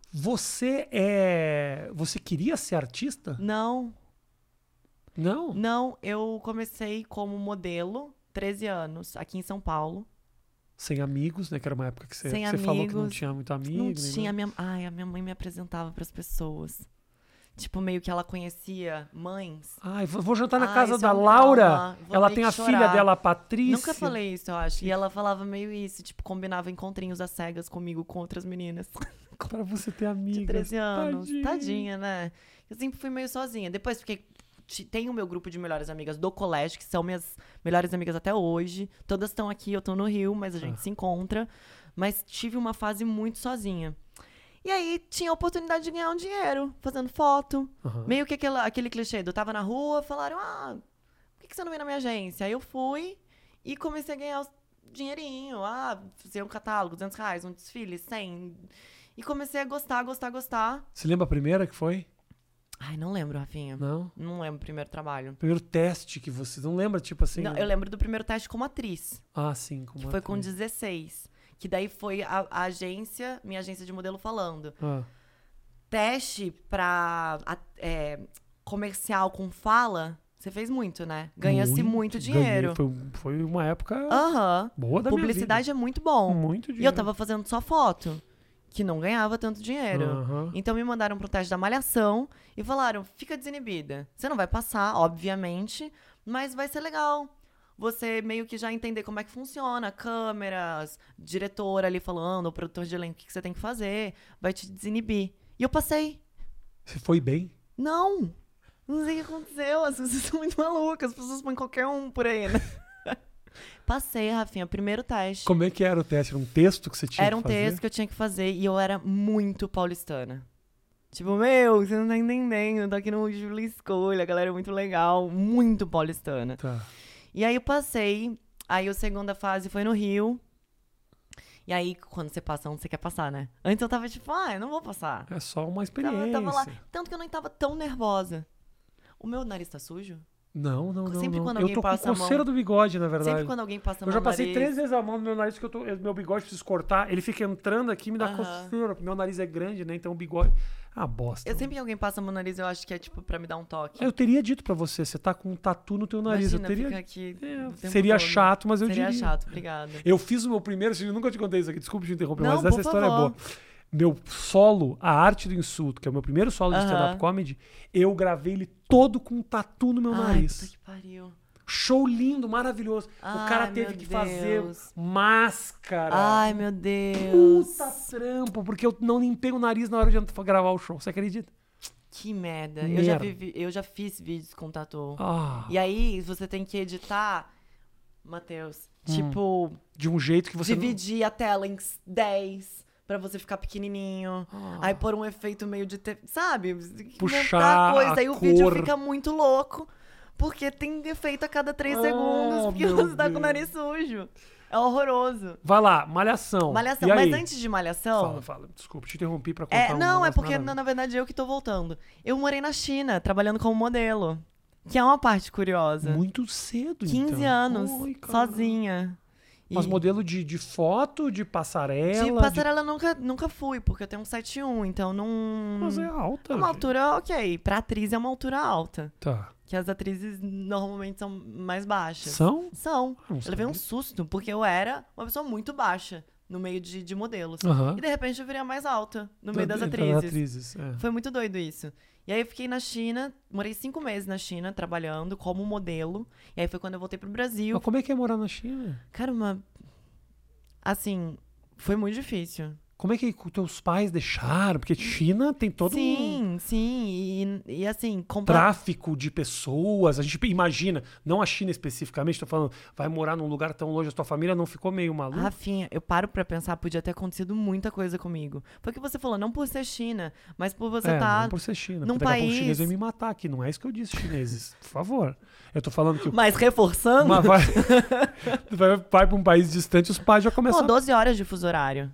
[SPEAKER 1] Você é. Você queria ser artista?
[SPEAKER 2] Não,
[SPEAKER 1] Não?
[SPEAKER 2] não, eu comecei como modelo, 13 anos, aqui em São Paulo.
[SPEAKER 1] Sem amigos, né? Que era uma época que você,
[SPEAKER 2] Sem
[SPEAKER 1] você falou que não
[SPEAKER 2] amigos.
[SPEAKER 1] tinha muito amigo. né?
[SPEAKER 2] Não
[SPEAKER 1] nem
[SPEAKER 2] tinha,
[SPEAKER 1] nada.
[SPEAKER 2] minha, ai, a minha mãe me apresentava pras pessoas. Tipo, meio que ela conhecia mães.
[SPEAKER 1] Ai, vou vou jantar na
[SPEAKER 2] Ai,
[SPEAKER 1] casa
[SPEAKER 2] isso
[SPEAKER 1] da
[SPEAKER 2] é um
[SPEAKER 1] Laura.
[SPEAKER 2] trauma, vou
[SPEAKER 1] Ela
[SPEAKER 2] ter
[SPEAKER 1] tem
[SPEAKER 2] que
[SPEAKER 1] a filha
[SPEAKER 2] chorar.
[SPEAKER 1] dela, a Patrícia.
[SPEAKER 2] Nunca falei isso, eu acho. E ela falava meio isso, tipo, combinava encontrinhos às cegas comigo com outras meninas.
[SPEAKER 1] Pra você ter
[SPEAKER 2] de
[SPEAKER 1] amigas.
[SPEAKER 2] 13 anos.
[SPEAKER 1] Tadinho.
[SPEAKER 2] Tadinha, né? Eu sempre fui meio sozinha. Depois fiquei. ti- Tenho o meu grupo de melhores amigas do colégio, que são minhas melhores amigas até hoje. Todas estão aqui, eu tô no Rio, mas a gente se encontra. Mas tive uma fase muito sozinha. E aí tinha a oportunidade de ganhar um dinheiro, fazendo foto.
[SPEAKER 1] Aham.
[SPEAKER 2] Meio que aquela, aquele clichê do eu tava na rua, falaram, ah, por que, que você não vem na minha agência? Aí eu fui e comecei a ganhar os dinheirinho, ah, fazer um catálogo, 200 reais, um desfile, 100. E comecei a gostar, gostar, gostar.
[SPEAKER 1] Você lembra a primeira que foi?
[SPEAKER 2] Ai, não lembro, Rafinha. Não,
[SPEAKER 1] Não?
[SPEAKER 2] lembro o primeiro trabalho.
[SPEAKER 1] Primeiro teste que você. Não lembra, tipo assim.
[SPEAKER 2] Não, eu lembro do primeiro teste como atriz,
[SPEAKER 1] Ah, sim. Como
[SPEAKER 2] que foi com
[SPEAKER 1] atriz.
[SPEAKER 2] 16. Que daí foi a, a agência, minha agência de modelo falando.
[SPEAKER 1] Ah,
[SPEAKER 2] Teste pra a- é, comercial com fala Você fez muito, né? Ganha-se muito,
[SPEAKER 1] Ganhei,
[SPEAKER 2] dinheiro.
[SPEAKER 1] Foi, um, foi uma época
[SPEAKER 2] Aham.
[SPEAKER 1] boa da
[SPEAKER 2] Publicidade é muito
[SPEAKER 1] minha
[SPEAKER 2] bom.
[SPEAKER 1] vida. Muito dinheiro.
[SPEAKER 2] E eu tava fazendo só foto, que não ganhava tanto dinheiro.
[SPEAKER 1] Aham.
[SPEAKER 2] Então me mandaram pro teste da malhação e falaram: fica desinibida. Você não vai passar, obviamente, mas vai ser legal. Você meio que já entender como é que funciona, câmeras, diretor ali falando, o produtor de elenco, o que que você tem que fazer, vai te desinibir. E eu passei.
[SPEAKER 1] Você foi bem?
[SPEAKER 2] Não! Não sei o que aconteceu, as pessoas são muito malucas, as pessoas põem qualquer um por aí, né? Passei, Rafinha, primeiro teste.
[SPEAKER 1] Como é que era o teste? Era um texto que você tinha
[SPEAKER 2] Era um
[SPEAKER 1] que fazer?
[SPEAKER 2] texto que eu tinha que fazer e eu era muito paulistana. Tipo, meu, você não tá entendendo, eu tô aqui no Júlio Escolha, a galera é muito legal, muito paulistana.
[SPEAKER 1] Tá.
[SPEAKER 2] E aí eu passei, aí a segunda fase foi no Rio. E aí, quando você passa onde você quer passar, né? Antes eu tava tipo, ah, eu não vou passar.
[SPEAKER 1] É só uma
[SPEAKER 2] Tava-
[SPEAKER 1] experiência.
[SPEAKER 2] tava lá. Tanto que eu nem tava tão nervosa. O meu nariz tá sujo?
[SPEAKER 1] Não, não, não.
[SPEAKER 2] Sempre
[SPEAKER 1] não.
[SPEAKER 2] quando
[SPEAKER 1] eu
[SPEAKER 2] alguém
[SPEAKER 1] tô
[SPEAKER 2] passa a
[SPEAKER 1] com
[SPEAKER 2] mão-
[SPEAKER 1] coceira do bigode, na verdade.
[SPEAKER 2] Sempre quando alguém passa
[SPEAKER 1] Eu
[SPEAKER 2] meu
[SPEAKER 1] já passei
[SPEAKER 2] nariz-
[SPEAKER 1] três vezes a mão no meu nariz, porque eu tô, meu bigode preciso cortar. Ele fica entrando aqui e me dá
[SPEAKER 2] Aham.
[SPEAKER 1] coceira, porque meu nariz é grande, né? Então o bigode. Ah, bosta.
[SPEAKER 2] Eu sempre que alguém passa meu nariz, eu acho que é tipo pra me dar um toque.
[SPEAKER 1] Eu teria dito pra você, você tá com um tatu no teu nariz.
[SPEAKER 2] Imagina,
[SPEAKER 1] eu teria.
[SPEAKER 2] fica aqui
[SPEAKER 1] É,
[SPEAKER 2] o tempo
[SPEAKER 1] seria
[SPEAKER 2] todo.
[SPEAKER 1] chato, mas eu
[SPEAKER 2] Seria
[SPEAKER 1] diria.
[SPEAKER 2] chato, obrigada.
[SPEAKER 1] Eu fiz o meu primeiro, eu nunca te contei isso aqui, desculpa te interromper,
[SPEAKER 2] Não,
[SPEAKER 1] mas essa
[SPEAKER 2] por
[SPEAKER 1] história é
[SPEAKER 2] favor.
[SPEAKER 1] boa. Meu solo, A Arte do Insulto, que é o meu primeiro solo de stand-up
[SPEAKER 2] Aham.
[SPEAKER 1] comedy, eu gravei ele todo com um tatu no meu
[SPEAKER 2] Ai,
[SPEAKER 1] nariz.
[SPEAKER 2] puta que pariu.
[SPEAKER 1] Show lindo, maravilhoso. o
[SPEAKER 2] Ai,
[SPEAKER 1] cara teve
[SPEAKER 2] meu
[SPEAKER 1] que fazer
[SPEAKER 2] Deus.
[SPEAKER 1] máscara.
[SPEAKER 2] Ai, meu Deus.
[SPEAKER 1] Puta trampo, porque eu não limpei o nariz na hora de ent- gravar o show. Você acredita?
[SPEAKER 2] Que merda. Eu já,
[SPEAKER 1] Merda.
[SPEAKER 2] vivi- eu já fiz vídeos com tatu.
[SPEAKER 1] Ah,
[SPEAKER 2] E aí, você tem que editar, Matheus, tipo,
[SPEAKER 1] de um jeito que Hum. você. não-
[SPEAKER 2] dividir a tela em 10 pra você ficar pequenininho.
[SPEAKER 1] Ah.
[SPEAKER 2] Aí pôr um efeito meio de... Te... Sabe?
[SPEAKER 1] Puxar
[SPEAKER 2] Inventar
[SPEAKER 1] a
[SPEAKER 2] Aí o vídeo
[SPEAKER 1] cor.
[SPEAKER 2] fica muito louco. Porque tem efeito a cada 3
[SPEAKER 1] Ah,
[SPEAKER 2] segundos. Porque
[SPEAKER 1] meu
[SPEAKER 2] você tá com o
[SPEAKER 1] Deus.
[SPEAKER 2] nariz sujo. É horroroso.
[SPEAKER 1] Vai lá, malhação.
[SPEAKER 2] Malhação.
[SPEAKER 1] E aí?
[SPEAKER 2] Mas antes de Malhação.
[SPEAKER 1] Fala, fala. Desculpa, te interrompi pra contar
[SPEAKER 2] É,
[SPEAKER 1] um
[SPEAKER 2] não, é
[SPEAKER 1] negócio
[SPEAKER 2] porque
[SPEAKER 1] nada a
[SPEAKER 2] na, na verdade eu que tô voltando. Eu morei na China, trabalhando como modelo. Que é uma parte
[SPEAKER 1] ver.
[SPEAKER 2] curiosa.
[SPEAKER 1] Muito cedo,
[SPEAKER 2] 15
[SPEAKER 1] então.
[SPEAKER 2] anos,
[SPEAKER 1] Oi, cara.
[SPEAKER 2] sozinha. E
[SPEAKER 1] Mas modelo de, de foto, de passarela.
[SPEAKER 2] de passarela eu nunca, nunca fui, porque eu tenho um 71, então não.
[SPEAKER 1] Mas é alta.
[SPEAKER 2] É uma
[SPEAKER 1] gente.
[SPEAKER 2] altura, ok. Pra atriz é uma altura alta.
[SPEAKER 1] Tá.
[SPEAKER 2] Que as atrizes normalmente são mais baixas.
[SPEAKER 1] São?
[SPEAKER 2] São.
[SPEAKER 1] Ah, não
[SPEAKER 2] Eu levei um
[SPEAKER 1] sabia.
[SPEAKER 2] susto, porque eu era uma pessoa muito baixa no meio de, de modelos.
[SPEAKER 1] Aham.
[SPEAKER 2] E de repente eu virei a mais alta no meio das
[SPEAKER 1] Das
[SPEAKER 2] atrizes.
[SPEAKER 1] atrizes, é.
[SPEAKER 2] Foi muito doido isso. E aí eu fiquei na China, morei cinco meses na China, trabalhando como modelo. E aí foi quando eu voltei pro Brasil.
[SPEAKER 1] Mas como é que é morar na China?
[SPEAKER 2] Cara, uma. Assim, foi muito difícil.
[SPEAKER 1] Como é que co- teus pais deixaram? Porque China tem todo um
[SPEAKER 2] sim, sim. E, e assim, comprar.
[SPEAKER 1] tráfico de pessoas. A gente imagina, não a China especificamente, tô falando, vai morar num lugar tão longe, a tua família não ficou meio maluca?
[SPEAKER 2] Rafinha, eu paro pra pensar, podia ter acontecido muita coisa comigo. Foi o que você falou, não por ser China, mas por você
[SPEAKER 1] é,
[SPEAKER 2] tá.
[SPEAKER 1] não por ser China.
[SPEAKER 2] num
[SPEAKER 1] porque daqui a pouco os
[SPEAKER 2] país-
[SPEAKER 1] chineses vão me matar aqui. Não é isso que eu disse, chineses. Por favor. Eu tô falando que o
[SPEAKER 2] Mas reforçando.
[SPEAKER 1] Mas vai, vai, vai pra um país distante, os pais já
[SPEAKER 2] Pô,
[SPEAKER 1] começam
[SPEAKER 2] 12 horas de fuso horário.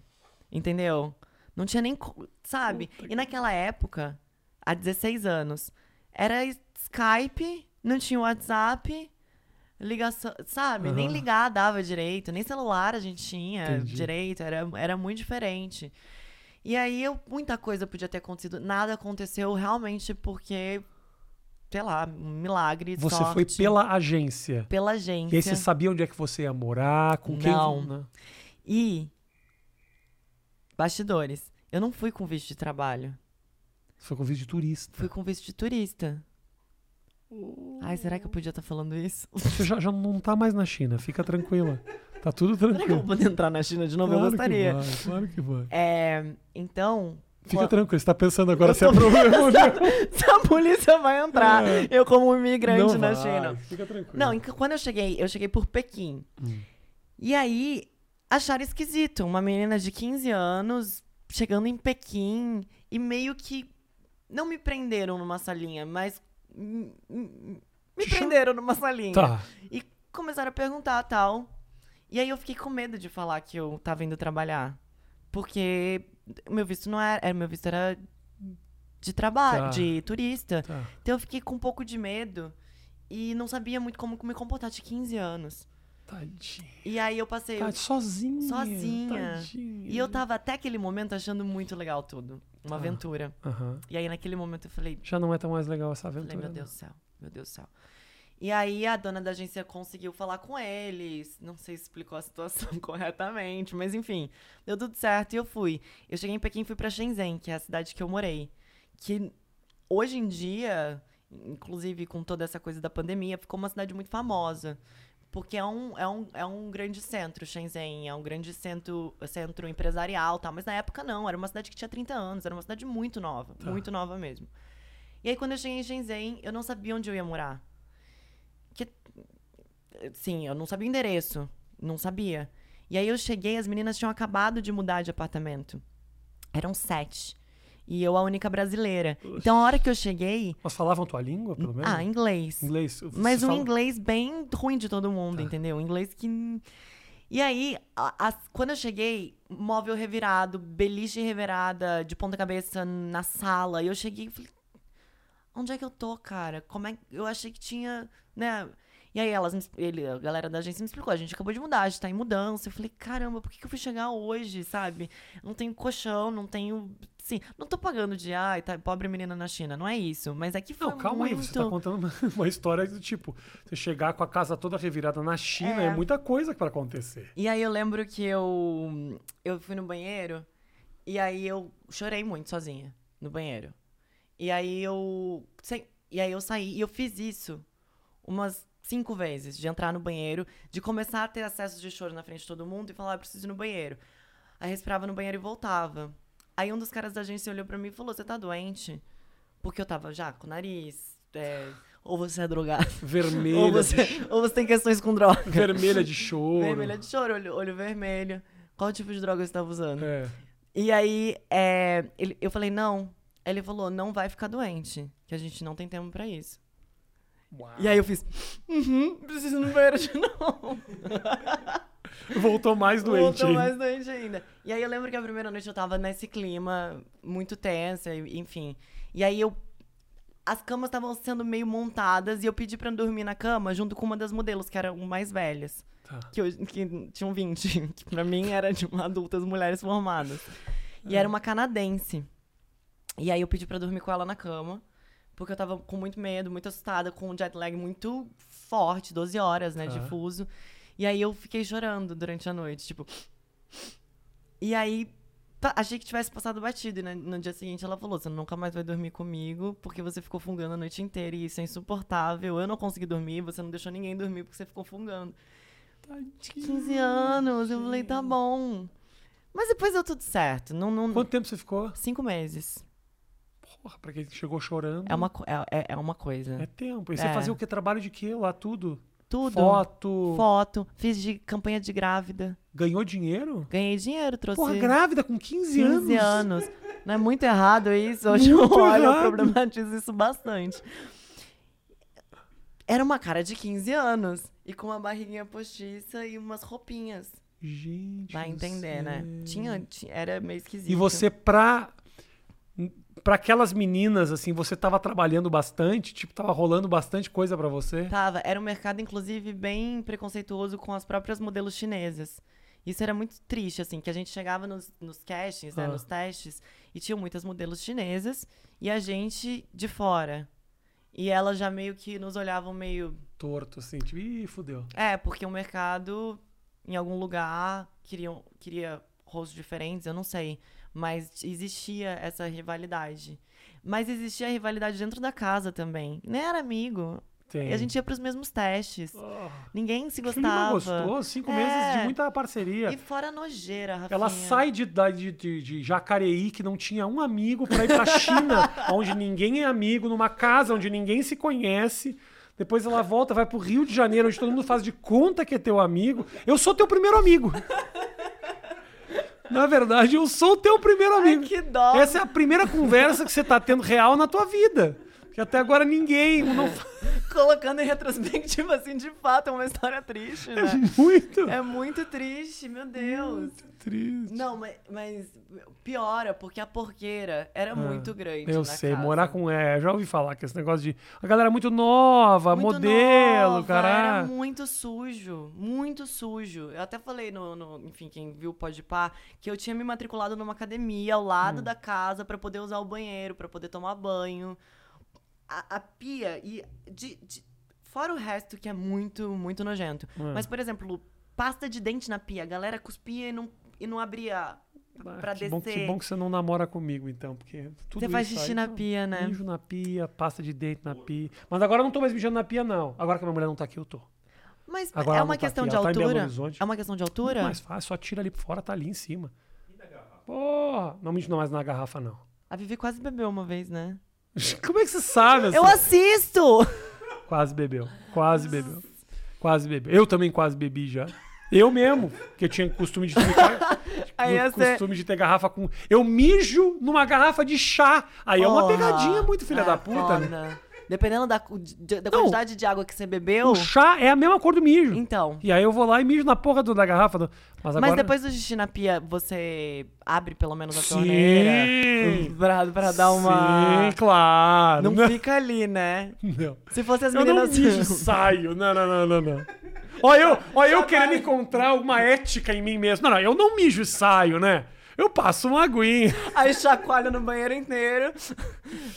[SPEAKER 2] Entendeu? Não tinha nem. co- Sabe? E naquela época, há 16 anos, era Skype, não tinha WhatsApp, ligação. Sabe? Nem
[SPEAKER 1] Aham.
[SPEAKER 2] ligar dava direito, nem celular a gente tinha
[SPEAKER 1] Entendi.
[SPEAKER 2] direito, era, era muito diferente. E aí, eu, muita coisa podia ter acontecido. Nada aconteceu realmente porque, sei lá, um milagre.
[SPEAKER 1] a... Você
[SPEAKER 2] sorte,
[SPEAKER 1] foi pela agência.
[SPEAKER 2] pela
[SPEAKER 1] E
[SPEAKER 2] agência.
[SPEAKER 1] aí você sabia onde é que você ia morar, com quem...
[SPEAKER 2] Não.
[SPEAKER 1] né?
[SPEAKER 2] E. Bastidores. Eu não fui com visto de trabalho.
[SPEAKER 1] Você foi convite de turista.
[SPEAKER 2] Fui com visto de turista. Ai, será que eu podia estar falando isso?
[SPEAKER 1] Você já, já não tá mais na China, fica tranquila. Tá tudo
[SPEAKER 2] Será que eu
[SPEAKER 1] tranquilo.
[SPEAKER 2] vou poder entrar na China de novo?
[SPEAKER 1] Claro
[SPEAKER 2] eu gostaria.
[SPEAKER 1] Que vai, claro que vai.
[SPEAKER 2] É, então.
[SPEAKER 1] Fica
[SPEAKER 2] qua-
[SPEAKER 1] tranquilo, você tá pensando agora
[SPEAKER 2] Eu
[SPEAKER 1] se é
[SPEAKER 2] tô
[SPEAKER 1] problema ou não.
[SPEAKER 2] se a polícia vai entrar,
[SPEAKER 1] É.
[SPEAKER 2] eu como um imigrante
[SPEAKER 1] Não
[SPEAKER 2] na
[SPEAKER 1] vai,
[SPEAKER 2] China.
[SPEAKER 1] Fica tranquilo.
[SPEAKER 2] Não, e que- quando eu cheguei, eu cheguei por Pequim.
[SPEAKER 1] Hum.
[SPEAKER 2] E aí, acharam esquisito. Uma menina de 15 anos chegando em Pequim e meio que. Não me prenderam numa salinha, mas. m- m- Me
[SPEAKER 1] Te cham-
[SPEAKER 2] prenderam numa salinha.
[SPEAKER 1] Tá.
[SPEAKER 2] E começaram a perguntar tal. E aí eu fiquei com medo de falar que eu tava indo trabalhar. Porque o meu visto não era. era- Meu visto era de trabalho,
[SPEAKER 1] Tá.
[SPEAKER 2] de turista.
[SPEAKER 1] tá.
[SPEAKER 2] Então eu fiquei com um pouco de medo e não sabia muito como me comportar de 15 anos.
[SPEAKER 1] Tadinha.
[SPEAKER 2] E aí eu passei.
[SPEAKER 1] Tá sozinha.
[SPEAKER 2] Sozinha.
[SPEAKER 1] Tadinha.
[SPEAKER 2] E eu tava até aquele momento achando muito legal tudo. Uma
[SPEAKER 1] Tá.
[SPEAKER 2] aventura.
[SPEAKER 1] Aham.
[SPEAKER 2] E aí naquele momento eu falei,
[SPEAKER 1] Já não é tão mais legal essa
[SPEAKER 2] falei,
[SPEAKER 1] aventura.
[SPEAKER 2] meu
[SPEAKER 1] né?
[SPEAKER 2] Deus do céu, meu Deus do céu. E aí a dona da agência conseguiu falar com eles, não sei se explicou a situação corretamente, mas enfim, deu tudo certo e eu fui. Eu cheguei em Pequim e fui para Shenzhen, que é a cidade que eu morei, que hoje em dia, inclusive com toda essa coisa da pandemia, ficou uma cidade muito famosa. Porque é um, é um, é um grande centro, Shenzhen, é um grande centro, centro empresarial, tal, mas na época não, era uma cidade que tinha 30 anos, era uma cidade muito nova,
[SPEAKER 1] Tá.
[SPEAKER 2] muito nova mesmo. E aí quando eu cheguei em Shenzhen, eu não sabia onde eu ia morar. Que sim, eu não sabia o endereço, não sabia. E aí eu cheguei, as meninas tinham acabado de mudar de apartamento. Eram sete. E eu a única brasileira. Então a hora que eu cheguei,
[SPEAKER 1] Mas falavam tua língua, pelo menos?
[SPEAKER 2] ah, inglês.
[SPEAKER 1] Inglês. Você
[SPEAKER 2] Mas um
[SPEAKER 1] fala- Tá.
[SPEAKER 2] inglês bem ruim de todo mundo, entendeu? Um inglês que. E aí, a- as- quando eu cheguei, móvel revirado, beliche revirada, de ponta cabeça na sala. E eu cheguei e falei, onde é que eu tô, cara? Como é que... Eu achei que tinha, né? E aí elas me expl- ele, a galera da agência me explicou, a gente acabou de mudar, a gente tá em mudança. Eu falei, caramba, por que, que eu fui chegar hoje, sabe? Não tenho colchão, não tenho. Sim, não tô pagando de ai, tá, pobre menina na China, não é isso. Mas é que foi
[SPEAKER 1] Não, calma aí,
[SPEAKER 2] muito...
[SPEAKER 1] você tá contando uma, uma história do tipo, você chegar com a casa toda revirada na China é,
[SPEAKER 2] É.
[SPEAKER 1] muita coisa pra acontecer.
[SPEAKER 2] E aí eu lembro que eu eu fui no banheiro e aí eu chorei muito sozinha no banheiro. E aí eu sei- e aí eu saí e eu fiz isso umas cinco vezes de entrar no banheiro, de começar a ter acessos de choro na frente de todo mundo e falar "Ah, eu preciso ir no banheiro. Aí respirava no banheiro e voltava. Aí um dos caras da agência olhou pra mim e falou: "Você tá doente?" Porque eu tava já com o nariz, é, ou você é drogado, ou
[SPEAKER 1] Vermelha,
[SPEAKER 2] você, ou você tem questões com droga.
[SPEAKER 1] vermelha de choro.
[SPEAKER 2] Vermelha é de choro, olho, olho vermelho. Qual tipo de droga você tava usando?
[SPEAKER 1] É.
[SPEAKER 2] E aí, é, ele- eu falei, não. Ele falou, não vai ficar doente, que a gente não tem tempo pra isso.
[SPEAKER 1] Uau.
[SPEAKER 2] E aí eu fiz, uhum, preciso ir no banheiro de novo.
[SPEAKER 1] Voltou mais doente.
[SPEAKER 2] Voltou
[SPEAKER 1] hein?
[SPEAKER 2] mais doente ainda. E aí eu lembro que a primeira noite eu tava nesse clima muito tensa, e- enfim. E aí eu. As camas estavam sendo meio montadas e eu pedi pra dormir na cama junto com uma das modelos, que eram mais velhas.
[SPEAKER 1] Tá.
[SPEAKER 2] que, hoje, que tinham 20, que pra mim era de uma adultas mulheres formadas. E era uma canadense. E aí eu pedi pra dormir com ela na cama, porque eu tava com muito medo, muito assustada, com um jet lag muito forte, 12 horas, né,
[SPEAKER 1] Tá.
[SPEAKER 2] de fuso. E aí eu fiquei chorando durante a noite, tipo. E aí pa- achei que tivesse passado batido, e na- no dia seguinte ela falou: "Você nunca mais vai dormir comigo, porque você ficou fungando a noite inteira e isso é insuportável. Eu não consegui dormir, você não deixou ninguém dormir porque você ficou fungando." de 15 anos. Eu falei, tá bom. Mas depois deu tudo certo. Não, não...
[SPEAKER 1] Quanto tempo você ficou?
[SPEAKER 2] Cinco meses.
[SPEAKER 1] Porra, pra quem chegou chorando.
[SPEAKER 2] É uma, co- é, é- é uma
[SPEAKER 1] É
[SPEAKER 2] coisa.
[SPEAKER 1] tempo. E você
[SPEAKER 2] É.
[SPEAKER 1] fazia o que? Trabalho de quê lá? Tudo?
[SPEAKER 2] Tudo.
[SPEAKER 1] Foto.
[SPEAKER 2] Foto. Fiz de campanha de grávida.
[SPEAKER 1] Ganhou dinheiro?
[SPEAKER 2] Ganhei dinheiro, trouxe
[SPEAKER 1] Porra, grávida com 15,
[SPEAKER 2] 15 anos. Não é muito errado isso? Hoje eu
[SPEAKER 1] Muito
[SPEAKER 2] olho, eu
[SPEAKER 1] errado.
[SPEAKER 2] problematizo isso bastante. Era uma cara de 15 anos. E com uma barriguinha postiça e umas roupinhas.
[SPEAKER 1] Gente.
[SPEAKER 2] Vai
[SPEAKER 1] do
[SPEAKER 2] entender, né?
[SPEAKER 1] céu.
[SPEAKER 2] Tinha, ti- era meio esquisito.
[SPEAKER 1] E você, pra. Pra aquelas meninas, assim, você tava trabalhando bastante, tipo, tava rolando bastante coisa pra você.
[SPEAKER 2] Tava. Era um mercado, inclusive, bem preconceituoso com as próprias modelos chinesas. Isso era muito triste, assim, que a gente chegava nos, nos castings, né,
[SPEAKER 1] Ah.
[SPEAKER 2] nos testes, e tinham muitas modelos chinesas e a gente de fora. E elas já meio que nos olhavam meio.
[SPEAKER 1] Torto, assim, tipo, ih, fudeu.
[SPEAKER 2] É, porque o mercado, em algum lugar, queriam, queria rostos diferentes, eu não sei. Mas existia essa rivalidade. Mas existia a rivalidade dentro da casa também. Nem era amigo.
[SPEAKER 1] Tem.
[SPEAKER 2] E a gente ia pros mesmos testes.
[SPEAKER 1] Ah,
[SPEAKER 2] Ninguém se
[SPEAKER 1] que clima
[SPEAKER 2] gostava.
[SPEAKER 1] gostoso, cinco
[SPEAKER 2] É.
[SPEAKER 1] meses de muita parceria.
[SPEAKER 2] E fora a nojeira, Rafinha.
[SPEAKER 1] Ela sai de, da- de, de, de Jacareí, que não tinha um amigo, pra ir pra China, onde ninguém é amigo, numa casa onde ninguém se conhece. Depois ela volta, vai pro Rio de Janeiro, onde todo mundo faz de conta que é teu amigo. Eu sou teu primeiro amigo. Na verdade, eu sou teu primeiro
[SPEAKER 2] Ai,
[SPEAKER 1] amigo.
[SPEAKER 2] que dó.
[SPEAKER 1] Essa é a primeira conversa que você tá tendo real na tua vida. Que até agora ninguém. um Não...
[SPEAKER 2] Colocando em retrospectiva, assim, de fato, é uma história triste, né?
[SPEAKER 1] Muito
[SPEAKER 2] É muito triste, meu Deus.
[SPEAKER 1] triste.
[SPEAKER 2] Não, mas, mas piora, porque a porqueira era muito grande.
[SPEAKER 1] Ah, Eu
[SPEAKER 2] na
[SPEAKER 1] sei,
[SPEAKER 2] casa.
[SPEAKER 1] morar com. É, já ouvi falar que esse negócio de. A galera é muito nova,
[SPEAKER 2] Muito
[SPEAKER 1] modelo, Ah,
[SPEAKER 2] nova, Era
[SPEAKER 1] caralho.
[SPEAKER 2] muito sujo, muito sujo. Eu até falei no, no- enfim, quem viu o Pode Pá, que eu tinha me matriculado numa academia ao
[SPEAKER 1] Hum.
[SPEAKER 2] lado da casa pra poder usar o banheiro, pra poder tomar banho. A, a pia e de, de- Fora o resto, que é muito, muito nojento.
[SPEAKER 1] É.
[SPEAKER 2] Mas, por exemplo, pasta de dente na pia. A galera cuspia e não, e não abria
[SPEAKER 1] Ah,
[SPEAKER 2] pra
[SPEAKER 1] que
[SPEAKER 2] descer.
[SPEAKER 1] Bom, que bom que você não namora comigo, então, porque tudo
[SPEAKER 2] Você faz
[SPEAKER 1] isso
[SPEAKER 2] xixi
[SPEAKER 1] aí,
[SPEAKER 2] na
[SPEAKER 1] não,
[SPEAKER 2] pia, né?
[SPEAKER 1] Mijo na pia, pasta de dente na pia. Mas agora eu não tô mais mijando na pia, não. Agora que a minha mulher não tá aqui, eu tô.
[SPEAKER 2] Mas
[SPEAKER 1] Agora
[SPEAKER 2] é
[SPEAKER 1] ela
[SPEAKER 2] uma
[SPEAKER 1] não tá
[SPEAKER 2] questão
[SPEAKER 1] aqui,
[SPEAKER 2] de
[SPEAKER 1] ela tá em Belo
[SPEAKER 2] altura?
[SPEAKER 1] Horizonte.
[SPEAKER 2] é uma questão de
[SPEAKER 1] Muito
[SPEAKER 2] altura?
[SPEAKER 1] mais fácil, só tira ali por fora, tá ali em cima. Porra, não mijo mais na garrafa, não.
[SPEAKER 2] A Vivi quase bebeu uma vez, né?
[SPEAKER 1] Como é que você sabe? assim?
[SPEAKER 2] Eu assisto!
[SPEAKER 1] Quase bebeu, quase bebeu, quase bebeu. Eu também quase bebi já. Eu mesmo, que eu tinha costume de ficar,
[SPEAKER 2] Aí é
[SPEAKER 1] no
[SPEAKER 2] você-
[SPEAKER 1] costume de ter garrafa com. Eu mijo numa garrafa de chá. Aí é uma
[SPEAKER 2] Porra.
[SPEAKER 1] pegadinha muito filha
[SPEAKER 2] É,
[SPEAKER 1] da puta, né?
[SPEAKER 2] foda. Dependendo da, cu- de- da
[SPEAKER 1] Não.
[SPEAKER 2] quantidade de água que você bebeu.
[SPEAKER 1] O chá é a mesma cor do mijo.
[SPEAKER 2] Então.
[SPEAKER 1] E aí eu vou lá e mijo na porra do- da garrafa. do- Mas agora.
[SPEAKER 2] Mas depois do xixi na pia, você abre pelo menos a
[SPEAKER 1] Sim.
[SPEAKER 2] torneira. Pra, pra dar uma.
[SPEAKER 1] Sim, claro.
[SPEAKER 2] Não,
[SPEAKER 1] Não,
[SPEAKER 2] fica ali, né?
[SPEAKER 1] não.
[SPEAKER 2] Se fosse as
[SPEAKER 1] Eu não
[SPEAKER 2] meninas.
[SPEAKER 1] mijo e saio. Não, não, não, não, não. Olha eu, olha eu querendo encontrar uma ética em mim mesmo. Não, não, eu não mijo e saio, né? Eu passo uma aguinha.
[SPEAKER 2] Aí chacoalha no banheiro inteiro.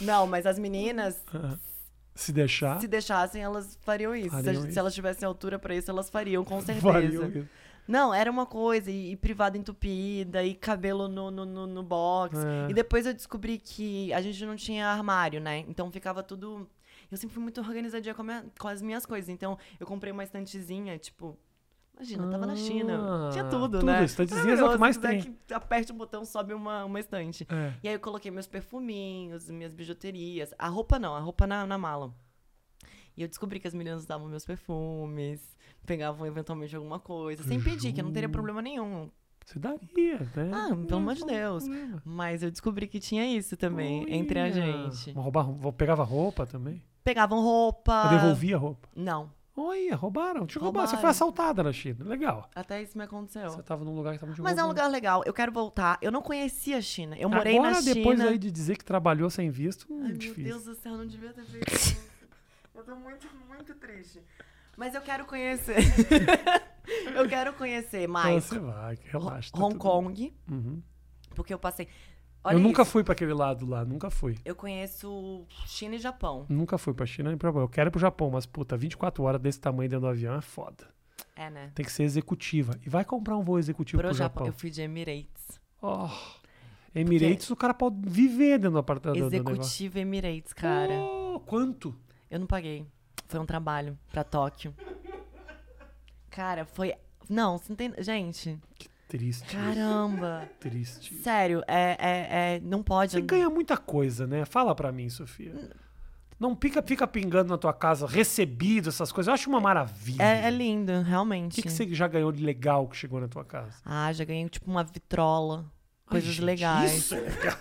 [SPEAKER 2] Não, mas as meninas,
[SPEAKER 1] Se deixar.
[SPEAKER 2] se deixassem, elas fariam isso. Se-
[SPEAKER 1] Fariam
[SPEAKER 2] se,
[SPEAKER 1] isso.
[SPEAKER 2] elas tivessem altura pra isso, elas fariam, com certeza.
[SPEAKER 1] Valeu. isso.
[SPEAKER 2] Não, era uma coisa, e, e privada entupida, e cabelo no, no, no, no box.
[SPEAKER 1] É.
[SPEAKER 2] E depois eu descobri que a gente não tinha armário, né? Então ficava tudo. Eu sempre fui muito organizadinha com, a minha- com as minhas coisas. Então eu comprei uma estantezinha, tipo. Imagina, eu tava na China.
[SPEAKER 1] Ah,
[SPEAKER 2] Tinha tudo,
[SPEAKER 1] tudo,
[SPEAKER 2] né?
[SPEAKER 1] estantezinhas é o que
[SPEAKER 2] Maravilhoso,
[SPEAKER 1] mais
[SPEAKER 2] se quiser
[SPEAKER 1] tem.
[SPEAKER 2] que aperte um botão, sobe uma, uma estante.
[SPEAKER 1] É.
[SPEAKER 2] E aí eu coloquei meus perfuminhos, minhas bijuterias. A roupa não, a roupa na, na mala. E eu descobri que as meninas usavam meus perfumes, pegavam eventualmente alguma coisa, sem pedir, que eu não
[SPEAKER 1] Uhum.
[SPEAKER 2] teria problema nenhum.
[SPEAKER 1] Você daria, né?
[SPEAKER 2] Ah, pelo amor de Deus.
[SPEAKER 1] Problema.
[SPEAKER 2] Mas eu descobri que tinha isso também entre a
[SPEAKER 1] Uhum. Olha.
[SPEAKER 2] gente. Ah.
[SPEAKER 1] Mas roubar, vou- pegava roupa também?
[SPEAKER 2] Pegavam roupa.
[SPEAKER 1] Eu devolvia roupa.
[SPEAKER 2] Não,
[SPEAKER 1] Olha, roubaram. Te roubaram. Você foi
[SPEAKER 2] Roubaram.
[SPEAKER 1] assaltada na China. Legal.
[SPEAKER 2] até isso me aconteceu.
[SPEAKER 1] Você tava num lugar que tava de
[SPEAKER 2] Mas é um
[SPEAKER 1] roubo.
[SPEAKER 2] lugar legal, eu quero voltar. Eu não conhecia a China. Eu morei
[SPEAKER 1] Agora,
[SPEAKER 2] na China.
[SPEAKER 1] depois aí de dizer que trabalhou sem visto, hum,
[SPEAKER 2] Ai,
[SPEAKER 1] difícil.
[SPEAKER 2] meu Deus do céu, eu não devia ter feito isso. Eu tô muito, muito triste. Mas eu quero conhecer. eu quero conhecer
[SPEAKER 1] Então
[SPEAKER 2] mais
[SPEAKER 1] você vai, que relaxa. tá
[SPEAKER 2] Hong
[SPEAKER 1] tudo
[SPEAKER 2] Kong,
[SPEAKER 1] bem. Uhum.
[SPEAKER 2] porque eu passei. Olha
[SPEAKER 1] Eu nunca
[SPEAKER 2] isso,
[SPEAKER 1] fui pra aquele lado lá, nunca fui.
[SPEAKER 2] eu conheço China e Japão.
[SPEAKER 1] Nunca fui pra China nem pra Eu quero ir pro Japão, mas puta, 24 horas desse tamanho dentro do avião é foda.
[SPEAKER 2] É, né?
[SPEAKER 1] Tem que ser executiva. E vai comprar um voo executivo
[SPEAKER 2] Pro
[SPEAKER 1] pro Japão.
[SPEAKER 2] Japão. Eu fui de Emirates.
[SPEAKER 1] Oh, Emirates, o cara pode viver dentro do apartamento do um negócio.
[SPEAKER 2] Executivo Emirates, cara.
[SPEAKER 1] Oh, quanto?
[SPEAKER 2] Eu não paguei. Foi um trabalho pra Tóquio. Cara, foi. Não, você não tem. Gente,
[SPEAKER 1] Triste.
[SPEAKER 2] caramba.
[SPEAKER 1] Triste.
[SPEAKER 2] Sério, é. é, é não pode.
[SPEAKER 1] Você ganha muita coisa, né? Fala pra mim, Sofia.
[SPEAKER 2] Hum.
[SPEAKER 1] Não pica, fica pingando na tua casa, recebido, essas coisas. Eu acho uma maravilha.
[SPEAKER 2] É, é lindo, realmente.
[SPEAKER 1] O Uhum. que, que você já ganhou de legal que chegou na tua casa?
[SPEAKER 2] Ah, já ganhei tipo uma vitrola. Coisas
[SPEAKER 1] Ai, gente,
[SPEAKER 2] legais.
[SPEAKER 1] Isso é legal.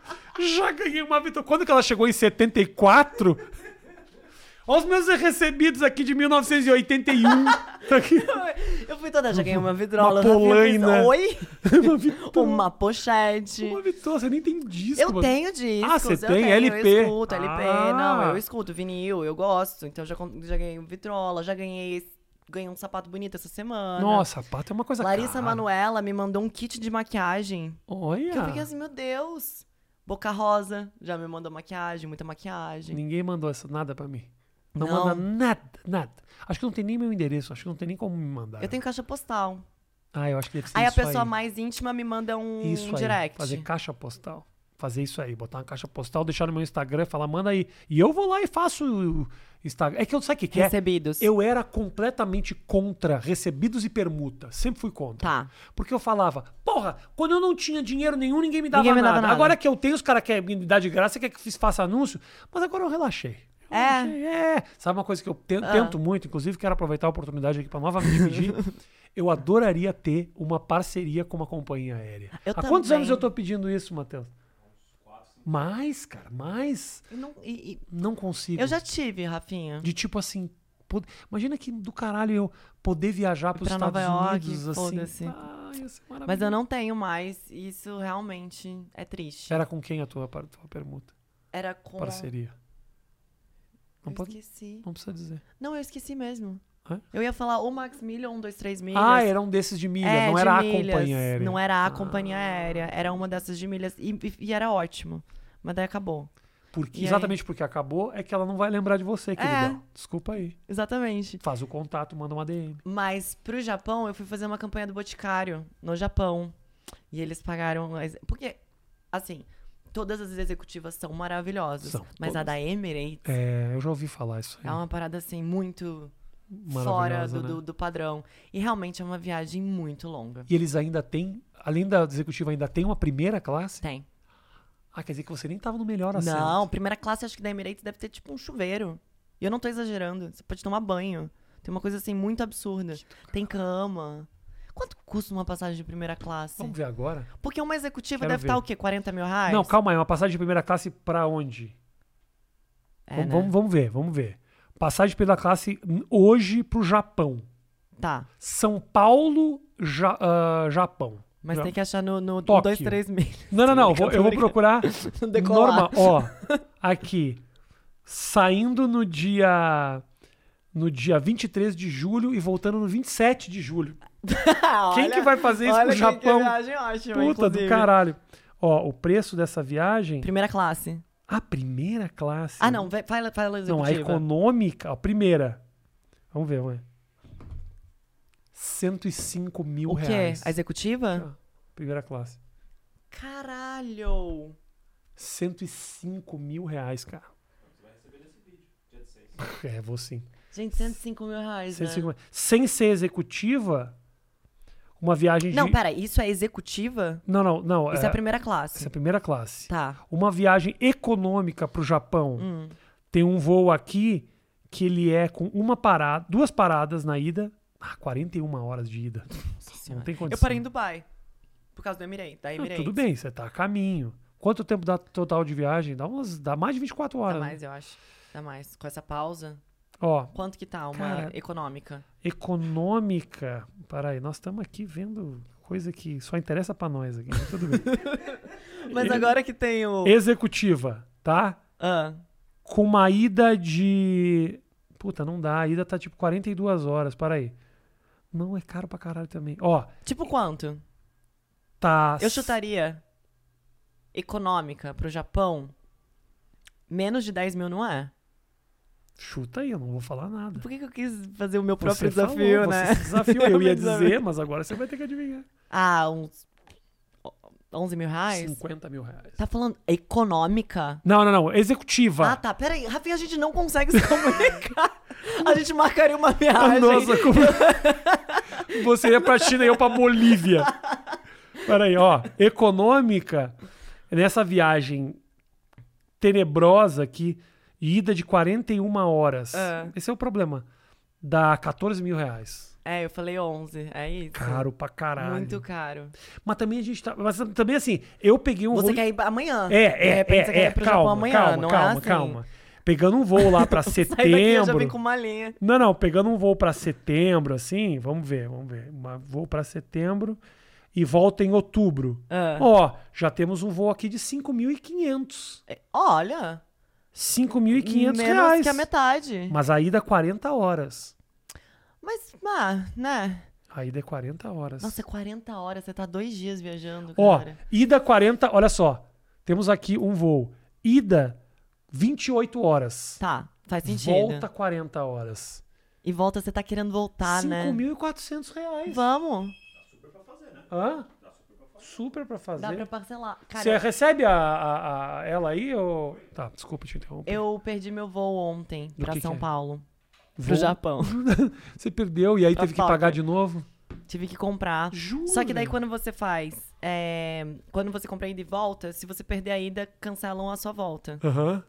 [SPEAKER 1] já ganhei uma vitória. Quando que ela chegou em 74? Olha os meus recebidos aqui de 1981. Tá aqui.
[SPEAKER 2] Eu fui toda, já ganhei uma vitrola.
[SPEAKER 1] Uma polaina.
[SPEAKER 2] Eu fiz,
[SPEAKER 1] uma vitória.
[SPEAKER 2] Oi? Uma pochete.
[SPEAKER 1] Uma vitória. Você nem tem disco.
[SPEAKER 2] Eu
[SPEAKER 1] mano.
[SPEAKER 2] tenho discos.
[SPEAKER 1] Ah, você
[SPEAKER 2] eu
[SPEAKER 1] tem
[SPEAKER 2] tenho,
[SPEAKER 1] LP?
[SPEAKER 2] Eu escuto LP.
[SPEAKER 1] Ah.
[SPEAKER 2] Não, eu escuto vinil, eu gosto. Então já, con- já ganhei vitrola, já ganhei, ganhei um sapato bonito essa semana.
[SPEAKER 1] Nossa, pato é uma coisa
[SPEAKER 2] Larissa
[SPEAKER 1] cara.
[SPEAKER 2] Manuela me mandou um kit de maquiagem.
[SPEAKER 1] Olha.
[SPEAKER 2] Que eu fiquei assim, meu Deus. Boca Rosa já me mandou maquiagem, muita maquiagem.
[SPEAKER 1] Ninguém mandou essa, nada pra mim. Não,
[SPEAKER 2] Não.
[SPEAKER 1] manda nada, nada. Acho que não tem nem meu endereço. Acho que não tem nem como me mandar.
[SPEAKER 2] Eu tenho caixa postal.
[SPEAKER 1] Ah, eu acho que deve ser
[SPEAKER 2] Aí a
[SPEAKER 1] isso
[SPEAKER 2] pessoa
[SPEAKER 1] aí.
[SPEAKER 2] mais íntima me manda um,
[SPEAKER 1] Isso
[SPEAKER 2] um
[SPEAKER 1] aí,
[SPEAKER 2] direct.
[SPEAKER 1] Fazer caixa postal. Fazer isso aí, botar uma caixa postal, deixar no meu Instagram, falar, manda aí. E eu vou lá e faço o Instagram. É que eu sabe o que, que é?
[SPEAKER 2] Recebidos.
[SPEAKER 1] Eu era completamente contra recebidos e permuta. Sempre fui contra.
[SPEAKER 2] Tá.
[SPEAKER 1] Porque eu falava, porra, quando eu não tinha dinheiro nenhum, ninguém me dava,
[SPEAKER 2] Ninguém me dava
[SPEAKER 1] nada.
[SPEAKER 2] nada.
[SPEAKER 1] Agora que eu tenho, os caras querem me dar de graça, quer que eu fiz- faça anúncio. Mas agora eu relaxei. Eu
[SPEAKER 2] É. Ah.
[SPEAKER 1] relaxei, é. Sabe uma coisa que eu te- tento muito, inclusive quero aproveitar a oportunidade aqui pra novamente pedir. eu adoraria ter uma parceria com uma companhia aérea.
[SPEAKER 2] Eu
[SPEAKER 1] Há quantos
[SPEAKER 2] também.
[SPEAKER 1] anos eu tô pedindo isso, Matheus? Mais, cara, mais.
[SPEAKER 2] E não- e- e-
[SPEAKER 1] Não consigo.
[SPEAKER 2] eu já tive, Rafinha.
[SPEAKER 1] De tipo assim. pod- Imagina que do caralho eu poder viajar pros
[SPEAKER 2] Pra
[SPEAKER 1] Estados
[SPEAKER 2] Nova York,
[SPEAKER 1] Unidos assim.
[SPEAKER 2] foda-se.
[SPEAKER 1] Ah, ia ser
[SPEAKER 2] Mas eu
[SPEAKER 1] maravilhoso.
[SPEAKER 2] não tenho mais. e Isso realmente é triste.
[SPEAKER 1] Era com quem a tua, par- tua permuta?
[SPEAKER 2] Era com.
[SPEAKER 1] Parceria. Não,
[SPEAKER 2] Eu
[SPEAKER 1] pode,
[SPEAKER 2] esqueci.
[SPEAKER 1] não precisa dizer.
[SPEAKER 2] Não, eu esqueci mesmo.
[SPEAKER 1] Hã?
[SPEAKER 2] Eu ia falar o Max Milha, um, dois, três milhas.
[SPEAKER 1] Ah, era um desses de milha,
[SPEAKER 2] É,
[SPEAKER 1] não
[SPEAKER 2] de
[SPEAKER 1] era a
[SPEAKER 2] milhas. é-
[SPEAKER 1] companhia aérea.
[SPEAKER 2] Ah. Não era a companhia aérea. Era uma dessas de milhas. E, e- e era ótimo. Mas daí acabou.
[SPEAKER 1] Porque,
[SPEAKER 2] E aí?
[SPEAKER 1] exatamente porque acabou, é que ela não vai lembrar de você, queridão. Desculpa aí.
[SPEAKER 2] Exatamente.
[SPEAKER 1] Faz o contato, manda uma DM.
[SPEAKER 2] Mas pro Japão, eu fui fazer uma campanha do Boticário no Japão. E eles pagaram. as- Porque, assim, todas as executivas são maravilhosas.
[SPEAKER 1] São,
[SPEAKER 2] mas a
[SPEAKER 1] todas.
[SPEAKER 2] da Emirates
[SPEAKER 1] É, eu já ouvi falar isso aí.
[SPEAKER 2] é uma parada, assim, muito fora
[SPEAKER 1] Maravilhosa,
[SPEAKER 2] do,
[SPEAKER 1] né?
[SPEAKER 2] do, do padrão. E realmente é uma viagem muito longa.
[SPEAKER 1] E eles ainda têm, além da executiva, ainda tem uma primeira classe?
[SPEAKER 2] Tem.
[SPEAKER 1] Ah, quer dizer que você nem tava no melhor assim. assento.
[SPEAKER 2] Não, primeira classe acho que da Emirates deve ter tipo um chuveiro. E eu não tô exagerando. Você pode tomar banho. Tem uma coisa assim muito absurda. Tem cama. Quanto custa uma passagem de primeira classe?
[SPEAKER 1] Vamos ver agora?
[SPEAKER 2] Porque uma executiva
[SPEAKER 1] Quero
[SPEAKER 2] deve
[SPEAKER 1] ver.
[SPEAKER 2] estar o quê? 40 mil reais?
[SPEAKER 1] Não, calma aí, uma passagem de primeira classe pra onde?
[SPEAKER 2] É,
[SPEAKER 1] vamos,
[SPEAKER 2] né?
[SPEAKER 1] vamos- vamos ver, vamos ver. Passagem de primeira classe hum, hoje pro Japão.
[SPEAKER 2] Tá.
[SPEAKER 1] São Paulo, Ja- ah, Japão.
[SPEAKER 2] Mas
[SPEAKER 1] Já-
[SPEAKER 2] tem que achar no, no
[SPEAKER 1] Tóquio.
[SPEAKER 2] 2, 3 mil.
[SPEAKER 1] Não, não, não. vou- eu vou
[SPEAKER 2] Tô brincando.
[SPEAKER 1] procurar
[SPEAKER 2] No decolar.
[SPEAKER 1] normal. Ó, aqui. Saindo no dia. No dia 23 de julho e voltando no 27 de julho. Quem que vai fazer isso
[SPEAKER 2] olha
[SPEAKER 1] pro
[SPEAKER 2] que-
[SPEAKER 1] Japão?
[SPEAKER 2] Que viagem ótima,
[SPEAKER 1] Puta do
[SPEAKER 2] inclusive.
[SPEAKER 1] caralho. Ó, o preço dessa viagem.
[SPEAKER 2] Primeira classe.
[SPEAKER 1] A primeira classe.
[SPEAKER 2] Ah, não. vai- Fala, fala
[SPEAKER 1] Não,
[SPEAKER 2] executiva.
[SPEAKER 1] a econômica, a primeira. Vamos ver, vamos ver. 105 mil
[SPEAKER 2] O quê?
[SPEAKER 1] reais.
[SPEAKER 2] A executiva?
[SPEAKER 1] Primeira classe.
[SPEAKER 2] Caralho.
[SPEAKER 1] 105 mil reais, cara. Você vai receber nesse vídeo, dia 16. É, vou sim.
[SPEAKER 2] Gente, 105 mil reais, né?
[SPEAKER 1] 105 mil. Sem ser executiva, uma viagem de.
[SPEAKER 2] Não, pera, isso é executiva?
[SPEAKER 1] não, não, não.
[SPEAKER 2] Isso é, a
[SPEAKER 1] primeira...
[SPEAKER 2] primeira classe.
[SPEAKER 1] essa é a primeira classe.
[SPEAKER 2] Tá.
[SPEAKER 1] Uma viagem econômica pro Japão.
[SPEAKER 2] Hum.
[SPEAKER 1] Tem um voo aqui que ele é com uma parada, duas paradas na ida. Ah, 41 horas de ida.
[SPEAKER 2] Nossa senhora.
[SPEAKER 1] tem condição.
[SPEAKER 2] Eu parei em Dubai. Por causa do Emirates. Da
[SPEAKER 1] Ah,
[SPEAKER 2] Emirates.
[SPEAKER 1] tudo bem, você tá a caminho. Quanto tempo dá total de viagem? Dá umas, dá mais de 24
[SPEAKER 2] Dá
[SPEAKER 1] horas. né?
[SPEAKER 2] mais, eu acho. Dá mais. Com essa pausa.
[SPEAKER 1] Ó,
[SPEAKER 2] Quanto que tá uma
[SPEAKER 1] Cara.
[SPEAKER 2] econômica?
[SPEAKER 1] econômica. Para aí, nós estamos aqui vendo coisa que só interessa pra nós aqui. mas Tudo bem.
[SPEAKER 2] Mas agora que tem o.
[SPEAKER 1] Executiva, tá?
[SPEAKER 2] Ah,
[SPEAKER 1] Com uma ida de Puta, não dá. A ida tá tipo 42 horas, para aí. Não é caro pra caralho também. Ó,
[SPEAKER 2] tipo quanto?
[SPEAKER 1] tá
[SPEAKER 2] Eu chutaria econômica pro Japão. Menos de 10 mil não é?
[SPEAKER 1] Chuta aí, eu não vou falar nada.
[SPEAKER 2] Por que, que eu quis fazer o meu
[SPEAKER 1] Você
[SPEAKER 2] próprio
[SPEAKER 1] falou,
[SPEAKER 2] desafio,
[SPEAKER 1] você
[SPEAKER 2] né?
[SPEAKER 1] se desafiou, eu ia
[SPEAKER 2] Meu desafio.
[SPEAKER 1] dizer, mas agora você vai ter que adivinhar.
[SPEAKER 2] Ah, uns 11 mil reais?
[SPEAKER 1] 50 mil reais.
[SPEAKER 2] Tá falando econômica?
[SPEAKER 1] Não, não, não. Executiva.
[SPEAKER 2] Ah, tá. Peraí, Rafinha, a gente não consegue se comunicar. A gente marcaria uma viagem.
[SPEAKER 1] Nossa, como... Você ia pra China e eu pra Bolívia. Peraí, ó. Econômica, nessa viagem tenebrosa aqui, ida de 41 horas.
[SPEAKER 2] É.
[SPEAKER 1] Esse é o problema. Dá 14 mil reais.
[SPEAKER 2] É, eu falei 11. É isso.
[SPEAKER 1] Caro pra caralho.
[SPEAKER 2] Muito caro.
[SPEAKER 1] Mas também a gente tá. Mas também assim, eu peguei um
[SPEAKER 2] Você
[SPEAKER 1] voo-
[SPEAKER 2] quer ir amanhã.
[SPEAKER 1] É,
[SPEAKER 2] De
[SPEAKER 1] é,
[SPEAKER 2] repente
[SPEAKER 1] é,
[SPEAKER 2] você quer
[SPEAKER 1] é,
[SPEAKER 2] ir pro
[SPEAKER 1] calma,
[SPEAKER 2] Japão amanhã,
[SPEAKER 1] calma,
[SPEAKER 2] não
[SPEAKER 1] calma,
[SPEAKER 2] é assim?
[SPEAKER 1] calma. Pegando um voo lá pra
[SPEAKER 2] Sai daqui, eu já vim
[SPEAKER 1] setembro.
[SPEAKER 2] com uma linha.
[SPEAKER 1] Não, não, pegando um voo pra setembro, assim, vamos ver, vamos ver. Uma, voo pra setembro e volta em outubro.
[SPEAKER 2] Ah.
[SPEAKER 1] Ó, já temos um voo aqui de 5.500.
[SPEAKER 2] É, Olha,
[SPEAKER 1] 5.500
[SPEAKER 2] menos
[SPEAKER 1] reais.
[SPEAKER 2] que a metade.
[SPEAKER 1] Mas a ida é 40 horas.
[SPEAKER 2] Mas, ah, né?
[SPEAKER 1] A ida é 40 horas.
[SPEAKER 2] Nossa, é 40 horas, você tá dois dias viajando,
[SPEAKER 1] Ó,
[SPEAKER 2] cara.
[SPEAKER 1] ida 40, olha só. Temos aqui um voo. Ida 28 horas.
[SPEAKER 2] Tá, faz sentido.
[SPEAKER 1] Volta 40 horas.
[SPEAKER 2] E volta, você tá querendo voltar, né?
[SPEAKER 1] 5.400 reais.
[SPEAKER 2] Vamos,
[SPEAKER 1] Hã? Super pra fazer.
[SPEAKER 2] dá pra parcelar. Cara,
[SPEAKER 1] Você é- recebe a, a- a- ela aí ou. Tá, desculpa te interromper.
[SPEAKER 2] eu perdi meu voo ontem
[SPEAKER 1] Do
[SPEAKER 2] pra
[SPEAKER 1] que
[SPEAKER 2] São
[SPEAKER 1] que é?
[SPEAKER 2] Paulo. Pro
[SPEAKER 1] Voo?
[SPEAKER 2] Japão.
[SPEAKER 1] Você perdeu e aí
[SPEAKER 2] Pra
[SPEAKER 1] teve que
[SPEAKER 2] Tóquio.
[SPEAKER 1] pagar de novo?
[SPEAKER 2] Tive que comprar.
[SPEAKER 1] Jura?
[SPEAKER 2] Só que daí quando você faz, é, quando você compra ida e volta, se você perder a ida, cancelam a sua volta.
[SPEAKER 1] Aham.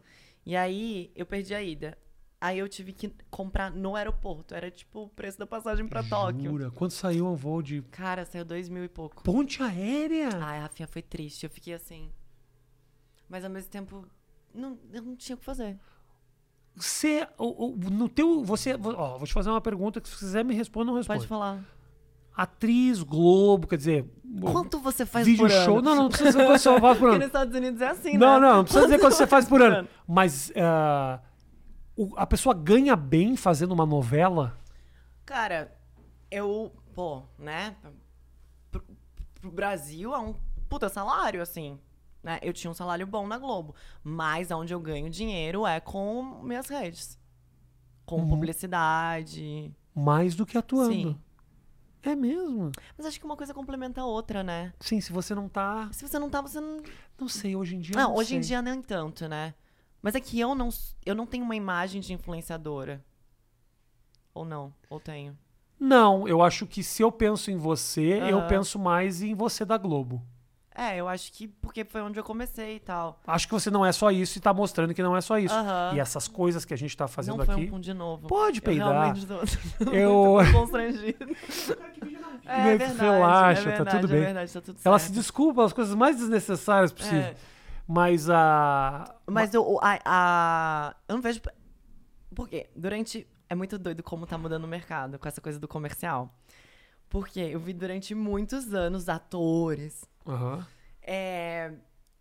[SPEAKER 2] E aí eu perdi a ida. Aí eu tive que comprar no aeroporto. Era tipo o preço da passagem pra Tóquio.
[SPEAKER 1] Jura? Quando saiu um voo de
[SPEAKER 2] Cara, saiu dois mil e pouco.
[SPEAKER 1] ponte aérea?
[SPEAKER 2] Ai, Rafinha, foi triste. Eu fiquei assim. Mas ao mesmo tempo, não, eu não tinha o que fazer.
[SPEAKER 1] Você. o- o- no teu. Você. Ó, vou te fazer uma pergunta que se quiser me responda, não
[SPEAKER 2] Pode
[SPEAKER 1] responde.
[SPEAKER 2] falar.
[SPEAKER 1] Atriz, Globo, quer dizer.
[SPEAKER 2] Quanto você faz
[SPEAKER 1] vídeo
[SPEAKER 2] por
[SPEAKER 1] show.
[SPEAKER 2] ano?
[SPEAKER 1] Não, não, não precisa dizer quanto você faz por
[SPEAKER 2] Porque
[SPEAKER 1] ano.
[SPEAKER 2] nos Estados Unidos é assim,
[SPEAKER 1] Não,
[SPEAKER 2] né?
[SPEAKER 1] não, não precisa dizer quanto você faz por
[SPEAKER 2] por
[SPEAKER 1] ano.
[SPEAKER 2] ano?
[SPEAKER 1] Mas ah, o- a pessoa ganha bem fazendo uma novela?
[SPEAKER 2] Cara, eu, pô, né? Pro, pro Brasil é um puta salário, assim. né? Eu tinha um salário bom na Globo, mas onde eu ganho dinheiro é com minhas redes. Com
[SPEAKER 1] Uhum.
[SPEAKER 2] publicidade.
[SPEAKER 1] Mais do que atuando.
[SPEAKER 2] Sim.
[SPEAKER 1] É mesmo?
[SPEAKER 2] Mas acho que uma coisa complementa a outra, né?
[SPEAKER 1] Sim, se você não tá.
[SPEAKER 2] Se você não tá, você não.
[SPEAKER 1] Não sei, hoje em dia.
[SPEAKER 2] Não, hoje em
[SPEAKER 1] sei.
[SPEAKER 2] dia nem tanto, né? Mas é que eu não, s- eu não tenho uma imagem de influenciadora. Ou não, ou tenho.
[SPEAKER 1] Não, eu acho que se eu penso em você, eu
[SPEAKER 2] Aham.
[SPEAKER 1] penso mais em você da Globo.
[SPEAKER 2] É, eu acho que porque foi onde eu comecei e tal.
[SPEAKER 1] Acho que você não é só isso e tá mostrando que não é só isso.
[SPEAKER 2] Aham.
[SPEAKER 1] E essas coisas que a gente tá fazendo
[SPEAKER 2] não foi
[SPEAKER 1] aqui.
[SPEAKER 2] um pum de novo.
[SPEAKER 1] Pode
[SPEAKER 2] eu
[SPEAKER 1] peidar.
[SPEAKER 2] realmente tô-
[SPEAKER 1] Eu.
[SPEAKER 2] tô constrangida. É
[SPEAKER 1] Meio que
[SPEAKER 2] verdade,
[SPEAKER 1] relaxa,
[SPEAKER 2] é
[SPEAKER 1] tá
[SPEAKER 2] verdade,
[SPEAKER 1] tudo bem.
[SPEAKER 2] É verdade, tá tudo certo.
[SPEAKER 1] Ela se desculpa as coisas mais desnecessárias possível.
[SPEAKER 2] É.
[SPEAKER 1] Mas a.
[SPEAKER 2] Mas eu, a, a- eu não vejo. Por quê? Durante. É muito doido como tá mudando o mercado com essa coisa do comercial. Porque eu vi durante muitos anos atores
[SPEAKER 1] Aham.
[SPEAKER 2] é,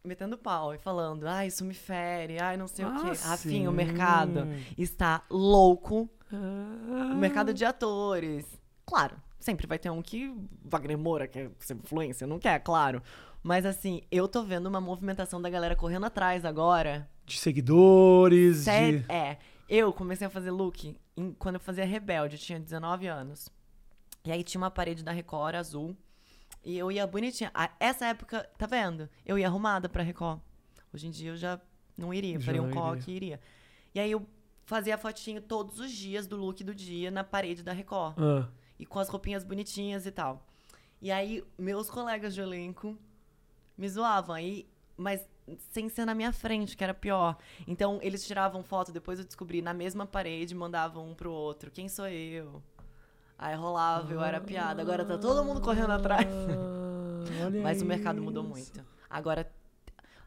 [SPEAKER 2] metendo pau e falando: ah, isso me fere, ai, não sei o
[SPEAKER 1] Ah,
[SPEAKER 2] quê.
[SPEAKER 1] sim.
[SPEAKER 2] Afim, o mercado está louco.
[SPEAKER 1] Ah.
[SPEAKER 2] O mercado de atores. Claro, sempre vai ter um que. Wagner Moura quer ser influencer, não quer, é claro. Mas assim, eu tô vendo uma movimentação da galera correndo atrás agora.
[SPEAKER 1] De seguidores.
[SPEAKER 2] Sério?
[SPEAKER 1] De...
[SPEAKER 2] É. Eu comecei a fazer look em- quando eu fazia Rebelde, eu tinha 19 anos. E aí tinha uma parede da Record azul. E eu ia bonitinha. Ah, Essa época, tá vendo? Eu ia arrumada pra Record. Hoje em dia eu já não iria.
[SPEAKER 1] Já
[SPEAKER 2] faria um
[SPEAKER 1] não
[SPEAKER 2] coque e iria. E aí eu fazia fotinho todos os dias do look do dia na parede da Record
[SPEAKER 1] Ah.
[SPEAKER 2] e com as roupinhas bonitinhas e tal. E aí, meus colegas de elenco me zoavam aí, mas sem ser na minha frente, que era pior. Então, eles tiravam foto, depois eu descobri, na mesma parede, mandavam um pro outro. Quem sou eu? Aí rolava, eu era piada. Agora tá todo mundo correndo atrás.
[SPEAKER 1] Ah, olha
[SPEAKER 2] Mas o mercado mudou
[SPEAKER 1] isso.
[SPEAKER 2] muito. Agora,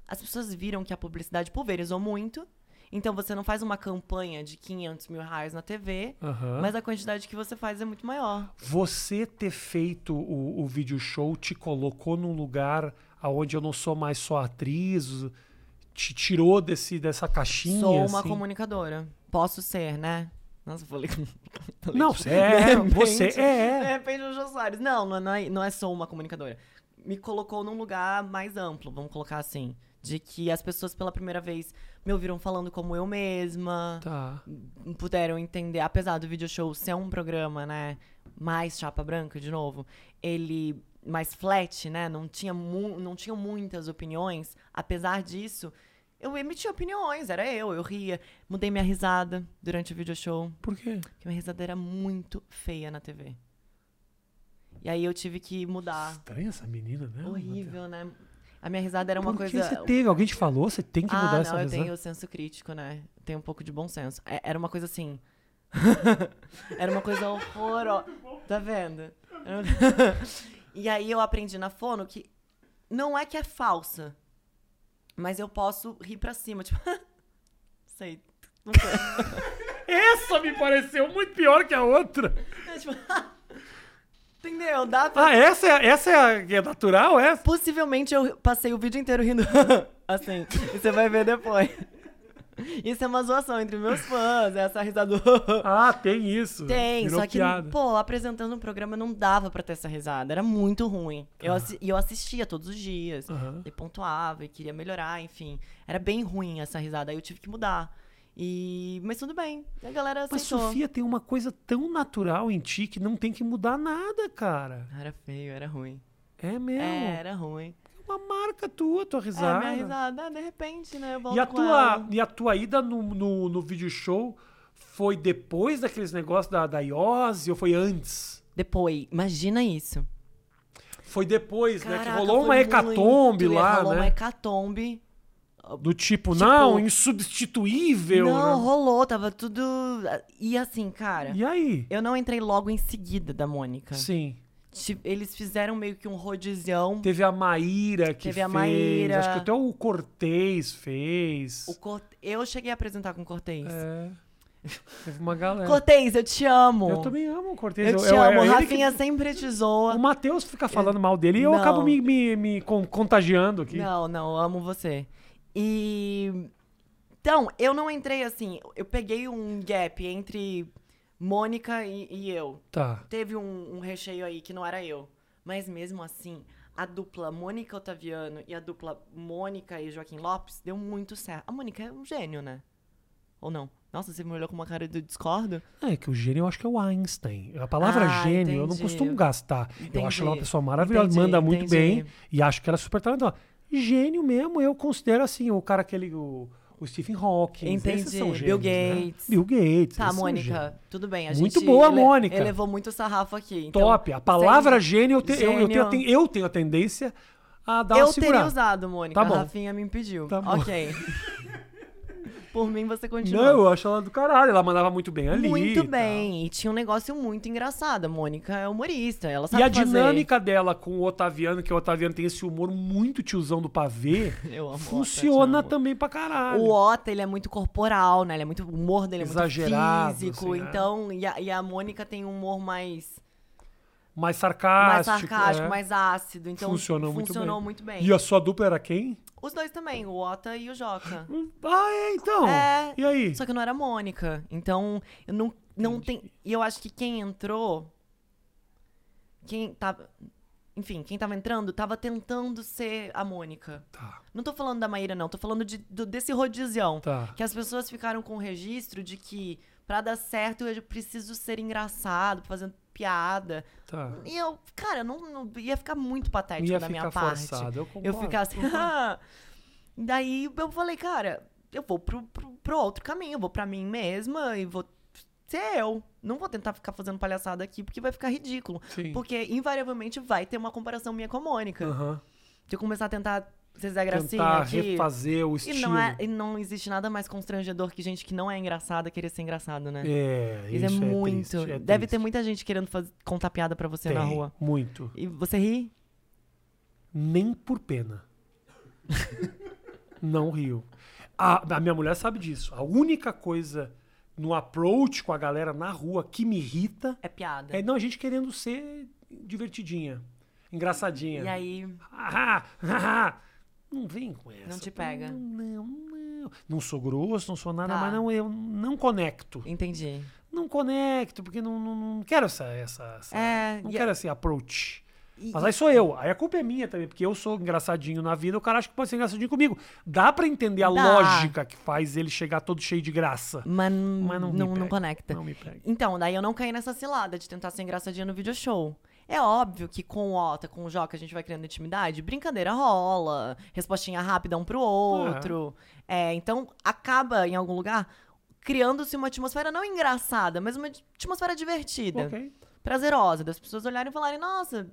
[SPEAKER 2] as pessoas viram que a publicidade pulverizou muito. Então, você não faz uma campanha de 500 mil reais na TV,
[SPEAKER 1] Aham.
[SPEAKER 2] mas a quantidade que você faz é muito maior.
[SPEAKER 1] Você ter feito o, o vídeo show te colocou num lugar aonde eu não sou mais só atriz, te tirou desse, dessa caixinha.
[SPEAKER 2] Sou uma
[SPEAKER 1] assim?
[SPEAKER 2] comunicadora. Posso ser, né? Nossa, eu falei. falei
[SPEAKER 1] Não,
[SPEAKER 2] que-
[SPEAKER 1] você é,
[SPEAKER 2] De repente-
[SPEAKER 1] você
[SPEAKER 2] De
[SPEAKER 1] é.
[SPEAKER 2] repente, o Jô Soares. Não, não é- não é, não é sou uma comunicadora. Me colocou num lugar mais amplo, vamos colocar assim. De que as pessoas pela primeira vez me ouviram falando como eu mesma.
[SPEAKER 1] Tá.
[SPEAKER 2] Puderam entender, apesar do video show ser um programa, né? Mais chapa branca, de novo. Ele mais flat, né? Não tinha, mu- não tinha muitas opiniões. Apesar disso, eu emitia opiniões, era eu, eu ria. Mudei minha risada durante o video show,
[SPEAKER 1] Por quê?
[SPEAKER 2] porque minha risada era muito feia na TV. E aí eu tive que mudar.
[SPEAKER 1] Estranha essa menina, né?
[SPEAKER 2] Ah. Horrível, né? A minha risada era uma
[SPEAKER 1] Por
[SPEAKER 2] coisa.
[SPEAKER 1] que é você teve? Alguém te falou? Você tem que
[SPEAKER 2] ah,
[SPEAKER 1] mudar
[SPEAKER 2] não,
[SPEAKER 1] essa
[SPEAKER 2] eu
[SPEAKER 1] risada?
[SPEAKER 2] tenho senso crítico, né? Tenho um pouco de bom senso. É- era uma coisa assim. era uma coisa horrorosa. Tá vendo? Era uma- e aí eu aprendi na fono que não é que é falsa, mas eu posso rir pra cima. Tipo, sei. Não sei.
[SPEAKER 1] Essa me pareceu muito pior que a outra.
[SPEAKER 2] É, tipo, entendeu? Dá pra.
[SPEAKER 1] Ah, essa é, essa é, a, que é natural, é?
[SPEAKER 2] Possivelmente eu passei o vídeo inteiro rindo assim. E você vai ver depois. Isso é uma zoação entre meus fãs, essa risada. do
[SPEAKER 1] Ah, tem isso.
[SPEAKER 2] Tem,
[SPEAKER 1] Virou
[SPEAKER 2] só que,
[SPEAKER 1] piada.
[SPEAKER 2] pô, apresentando um programa não dava pra ter essa risada, era muito ruim.
[SPEAKER 1] Ah.
[SPEAKER 2] Eu assi- E eu assistia todos os dias,
[SPEAKER 1] Aham.
[SPEAKER 2] e pontuava, e queria melhorar, enfim. Era bem ruim essa risada, aí eu tive que mudar. E... Mas tudo bem, a galera
[SPEAKER 1] Mas
[SPEAKER 2] aceitou.
[SPEAKER 1] Sofia tem uma coisa tão natural em ti que não tem que mudar nada, cara.
[SPEAKER 2] Era feio, era ruim.
[SPEAKER 1] É mesmo.
[SPEAKER 2] É,
[SPEAKER 1] É
[SPEAKER 2] era ruim.
[SPEAKER 1] uma marca tua, tua
[SPEAKER 2] É,
[SPEAKER 1] risada.
[SPEAKER 2] minha risada, ah, de repente, né, eu volto
[SPEAKER 1] E a
[SPEAKER 2] com
[SPEAKER 1] tua,
[SPEAKER 2] ela.
[SPEAKER 1] e a tua ida no, no, no video show foi depois daqueles negócios da, da Iose ou foi antes?
[SPEAKER 2] Depois, imagina isso.
[SPEAKER 1] Foi depois, né? Que
[SPEAKER 2] Caraca,
[SPEAKER 1] rolou
[SPEAKER 2] foi
[SPEAKER 1] uma hecatombe
[SPEAKER 2] muito-
[SPEAKER 1] lá,
[SPEAKER 2] Rolou
[SPEAKER 1] né?
[SPEAKER 2] uma hecatombe.
[SPEAKER 1] Do tipo,
[SPEAKER 2] Tipo-
[SPEAKER 1] não, insubstituível.
[SPEAKER 2] Não,
[SPEAKER 1] né?
[SPEAKER 2] rolou, tava tudo... E assim, cara...
[SPEAKER 1] E aí?
[SPEAKER 2] Eu não entrei logo em seguida da Mônica.
[SPEAKER 1] Sim.
[SPEAKER 2] Ti- Eles fizeram meio que um rodizão.
[SPEAKER 1] Teve a Maíra que
[SPEAKER 2] Teve
[SPEAKER 1] fez.
[SPEAKER 2] a Maíra.
[SPEAKER 1] Acho que até o Cortez fez.
[SPEAKER 2] O Cor- Eu cheguei a apresentar com o Cortez.
[SPEAKER 1] É. Teve uma galera.
[SPEAKER 2] Cortez, eu te amo.
[SPEAKER 1] Eu também amo o Cortez.
[SPEAKER 2] Eu te
[SPEAKER 1] eu- é,
[SPEAKER 2] amo.
[SPEAKER 1] ele
[SPEAKER 2] o
[SPEAKER 1] que-
[SPEAKER 2] Rafinha sempre te zoa.
[SPEAKER 1] O Matheus fica falando mal dele e eu
[SPEAKER 2] Não.
[SPEAKER 1] acabo me, me, me con- contagiando aqui.
[SPEAKER 2] É. Não, não, eu amo você. E. Então, eu não entrei assim. Eu peguei um gap entre Mônica e, e eu.
[SPEAKER 1] Tá.
[SPEAKER 2] Teve um, um recheio aí que não era eu. Mas mesmo assim, a dupla Mônica Otaviano e a dupla Mônica e Joaquim Lopes deu muito certo. A Mônica é um gênio, né? Ou não? Nossa, você me olhou com uma cara de discordo.
[SPEAKER 1] É que o gênio eu acho que é o Einstein. A palavra
[SPEAKER 2] Ah,
[SPEAKER 1] gênio eu não
[SPEAKER 2] entendi.
[SPEAKER 1] costumo gastar. Eu
[SPEAKER 2] Entendi.
[SPEAKER 1] acho ela uma pessoa maravilhosa,
[SPEAKER 2] Entendi,
[SPEAKER 1] manda muito
[SPEAKER 2] entendi.
[SPEAKER 1] bem e acho que ela é super talentosa. Gênio mesmo, eu considero assim, o cara aquele. O, o Stephen Hawking. Esses
[SPEAKER 2] Entendi.
[SPEAKER 1] são
[SPEAKER 2] Bill
[SPEAKER 1] gênios, né?
[SPEAKER 2] Gates.
[SPEAKER 1] Bill Gates.
[SPEAKER 2] Tá,
[SPEAKER 1] esses são
[SPEAKER 2] Mônica,
[SPEAKER 1] gênios.
[SPEAKER 2] tudo bem. A
[SPEAKER 1] Muito
[SPEAKER 2] gente
[SPEAKER 1] boa,
[SPEAKER 2] ele-
[SPEAKER 1] Mônica.
[SPEAKER 2] Elevou muito o sarrafo aqui. então-
[SPEAKER 1] Top. A palavra
[SPEAKER 2] Sim.
[SPEAKER 1] gênio, eu, te- eu- eu tenho, a ten-
[SPEAKER 2] Gênio.
[SPEAKER 1] eu tenho a tendência a dar
[SPEAKER 2] Eu
[SPEAKER 1] uma
[SPEAKER 2] teria um
[SPEAKER 1] segurada.
[SPEAKER 2] usado, Mônica.
[SPEAKER 1] Tá
[SPEAKER 2] a
[SPEAKER 1] bom.
[SPEAKER 2] Rafinha me impediu.
[SPEAKER 1] Tá bom.
[SPEAKER 2] Ok. Por mim, você continua.
[SPEAKER 1] Não, eu acho ela do caralho. Ela mandava muito bem ali. e
[SPEAKER 2] Muito
[SPEAKER 1] tal.
[SPEAKER 2] bem. E tinha um negócio muito engraçado. A Mônica é humorista. Ela sabe
[SPEAKER 1] E a
[SPEAKER 2] fazer.
[SPEAKER 1] dinâmica dela com o Otaviano, que o Otaviano tem esse humor muito tiozão do pavê,
[SPEAKER 2] Eu amo o
[SPEAKER 1] funciona
[SPEAKER 2] Otávio,
[SPEAKER 1] também pra caralho.
[SPEAKER 2] O Ota, ele é muito corporal, né? Ele é muito... O humor dele é
[SPEAKER 1] Exagerado,
[SPEAKER 2] muito físico.
[SPEAKER 1] assim, né?
[SPEAKER 2] então, e a, e a Mônica tem um humor mais...
[SPEAKER 1] mais
[SPEAKER 2] Mais
[SPEAKER 1] sarcástico.
[SPEAKER 2] sarcástico,
[SPEAKER 1] é.
[SPEAKER 2] mais ácido. Então,
[SPEAKER 1] Funcionou muito
[SPEAKER 2] funcionou
[SPEAKER 1] bem.
[SPEAKER 2] muito bem.
[SPEAKER 1] E a sua dupla era quem?
[SPEAKER 2] Os dois também, o Ota e o Joca.
[SPEAKER 1] Ah, é, então.
[SPEAKER 2] É.
[SPEAKER 1] E aí?
[SPEAKER 2] Só que eu não era a Mônica. Então, eu não, não tem. E eu acho que quem entrou. Quem tava. Enfim, quem tava entrando tava tentando ser a Mônica.
[SPEAKER 1] Tá,
[SPEAKER 2] Não tô falando da Maíra, não. Tô falando de- do- desse rodizião.
[SPEAKER 1] tá.
[SPEAKER 2] Que as pessoas ficaram com o registro de que pra dar certo eu preciso ser engraçado, fazendo piada.
[SPEAKER 1] Tá.
[SPEAKER 2] E eu, cara, não, não- ia ficar muito patético
[SPEAKER 1] Ia
[SPEAKER 2] é tipo da
[SPEAKER 1] ficar
[SPEAKER 2] minha parte.
[SPEAKER 1] forçado. Eu,
[SPEAKER 2] Eu
[SPEAKER 1] concordo.
[SPEAKER 2] ficar assim. "Ah". Daí eu falei, cara, eu vou pro, pro, pro outro caminho, eu vou pra mim mesma e vou ser eu. Não vou tentar ficar fazendo palhaçada aqui porque vai ficar ridículo.
[SPEAKER 1] Sim.
[SPEAKER 2] Porque invariavelmente vai ter uma comparação minha com a Mônica.
[SPEAKER 1] Aham.
[SPEAKER 2] De eu começar a tentar ser Zé Gracinha
[SPEAKER 1] Tentar
[SPEAKER 2] aqui.
[SPEAKER 1] refazer o
[SPEAKER 2] E
[SPEAKER 1] estilo.
[SPEAKER 2] não, é- e não existe nada mais constrangedor que gente que não é engraçada querer ser engraçado, né?
[SPEAKER 1] É, isso,
[SPEAKER 2] é muito.
[SPEAKER 1] triste, é
[SPEAKER 2] Deve ter
[SPEAKER 1] triste.
[SPEAKER 2] muita gente querendo faz- contar piada pra você na
[SPEAKER 1] Tem,
[SPEAKER 2] rua.
[SPEAKER 1] Muito.
[SPEAKER 2] E você ri?
[SPEAKER 1] Nem por pena. não riu. A, a minha mulher sabe disso. A única coisa no approach com a galera na rua que me irrita
[SPEAKER 2] É piada.
[SPEAKER 1] é não a gente querendo ser divertidinha, engraçadinha.
[SPEAKER 2] E aí,
[SPEAKER 1] Ah, ah, ah. Não vem com essa.
[SPEAKER 2] Não te pega.
[SPEAKER 1] Não, não, não. Não sou grosso, não sou nada,
[SPEAKER 2] Tá.
[SPEAKER 1] mas não, eu não conecto.
[SPEAKER 2] entendi.
[SPEAKER 1] Não conecto, porque não, não, não quero essa. essa, essa-
[SPEAKER 2] É,
[SPEAKER 1] não
[SPEAKER 2] e-
[SPEAKER 1] quero esse approach.
[SPEAKER 2] E-
[SPEAKER 1] Mas aí sou eu. Aí a culpa é minha também, porque eu sou engraçadinho na vida, o cara acha que pode ser engraçadinho comigo. Dá pra entender a
[SPEAKER 2] Dá.
[SPEAKER 1] lógica que faz ele chegar todo cheio de graça.
[SPEAKER 2] Mas,
[SPEAKER 1] Mas não
[SPEAKER 2] não,
[SPEAKER 1] me
[SPEAKER 2] não,
[SPEAKER 1] pega.
[SPEAKER 2] conecta.
[SPEAKER 1] Não me pega.
[SPEAKER 2] Então, daí eu não caí nessa cilada de tentar ser engraçadinha no video show. É óbvio que com o Ota, com o Joca, a gente vai criando intimidade, brincadeira rola, respostinha rápida um pro outro. É, então acaba em algum lugar criando-se uma atmosfera não engraçada, mas uma atmosfera divertida,
[SPEAKER 1] Ok,
[SPEAKER 2] prazerosa, das pessoas olharem e falarem: "Nossa,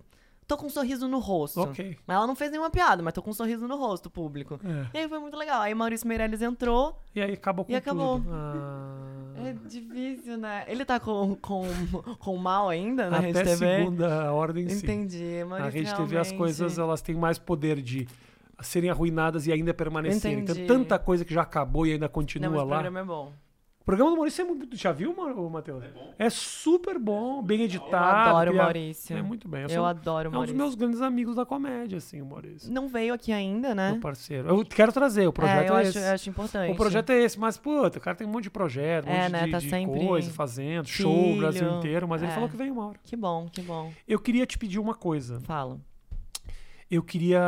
[SPEAKER 2] tô com um sorriso no rosto".
[SPEAKER 1] ok.
[SPEAKER 2] Mas ela não fez nenhuma piada, mas tô com um sorriso no rosto, público.
[SPEAKER 1] É.
[SPEAKER 2] E aí foi muito legal. Aí Maurício Meirelles entrou,
[SPEAKER 1] E aí acabou com
[SPEAKER 2] E acabou.
[SPEAKER 1] tudo. Ah.
[SPEAKER 2] É difícil, né? Ele tá com, com, com mal ainda na
[SPEAKER 1] Até
[SPEAKER 2] Rede TV?
[SPEAKER 1] segunda ordem, sim.
[SPEAKER 2] Entendi, mas
[SPEAKER 1] Na Rede TV as
[SPEAKER 2] realmente-
[SPEAKER 1] coisas elas têm mais poder de serem arruinadas e ainda permanecerem. Tem
[SPEAKER 2] Entendi.
[SPEAKER 1] tanta coisa que já acabou e ainda
[SPEAKER 2] Não,
[SPEAKER 1] continua
[SPEAKER 2] mas
[SPEAKER 1] lá.
[SPEAKER 2] o programa é bom.
[SPEAKER 1] O programa do Maurício é muito. Já viu, Mau- Matheus? É, super bom, bem editado.
[SPEAKER 2] Eu adoro o
[SPEAKER 1] pia-
[SPEAKER 2] Maurício.
[SPEAKER 1] Tá, É muito bem.
[SPEAKER 2] Eu,
[SPEAKER 1] sou- É
[SPEAKER 2] adoro o
[SPEAKER 1] um dos
[SPEAKER 2] Maurício.
[SPEAKER 1] meus grandes amigos da comédia, assim, o Maurício.
[SPEAKER 2] Não veio aqui ainda, né?
[SPEAKER 1] Meu parceiro. Eu quero trazer, o projeto é,
[SPEAKER 2] é, eu acho,
[SPEAKER 1] esse.
[SPEAKER 2] eu acho importante.
[SPEAKER 1] o projeto é esse, mas, puta, o cara tem um monte de projeto, um
[SPEAKER 2] É,
[SPEAKER 1] monte
[SPEAKER 2] né,
[SPEAKER 1] de,
[SPEAKER 2] tá
[SPEAKER 1] de
[SPEAKER 2] sempre-
[SPEAKER 1] coisa fazendo, show,
[SPEAKER 2] Filho,
[SPEAKER 1] Brasil inteiro, mas ele
[SPEAKER 2] é.
[SPEAKER 1] falou que vem uma hora.
[SPEAKER 2] Que bom, que bom.
[SPEAKER 1] Eu queria te pedir uma coisa.
[SPEAKER 2] Fala.
[SPEAKER 1] Eu queria.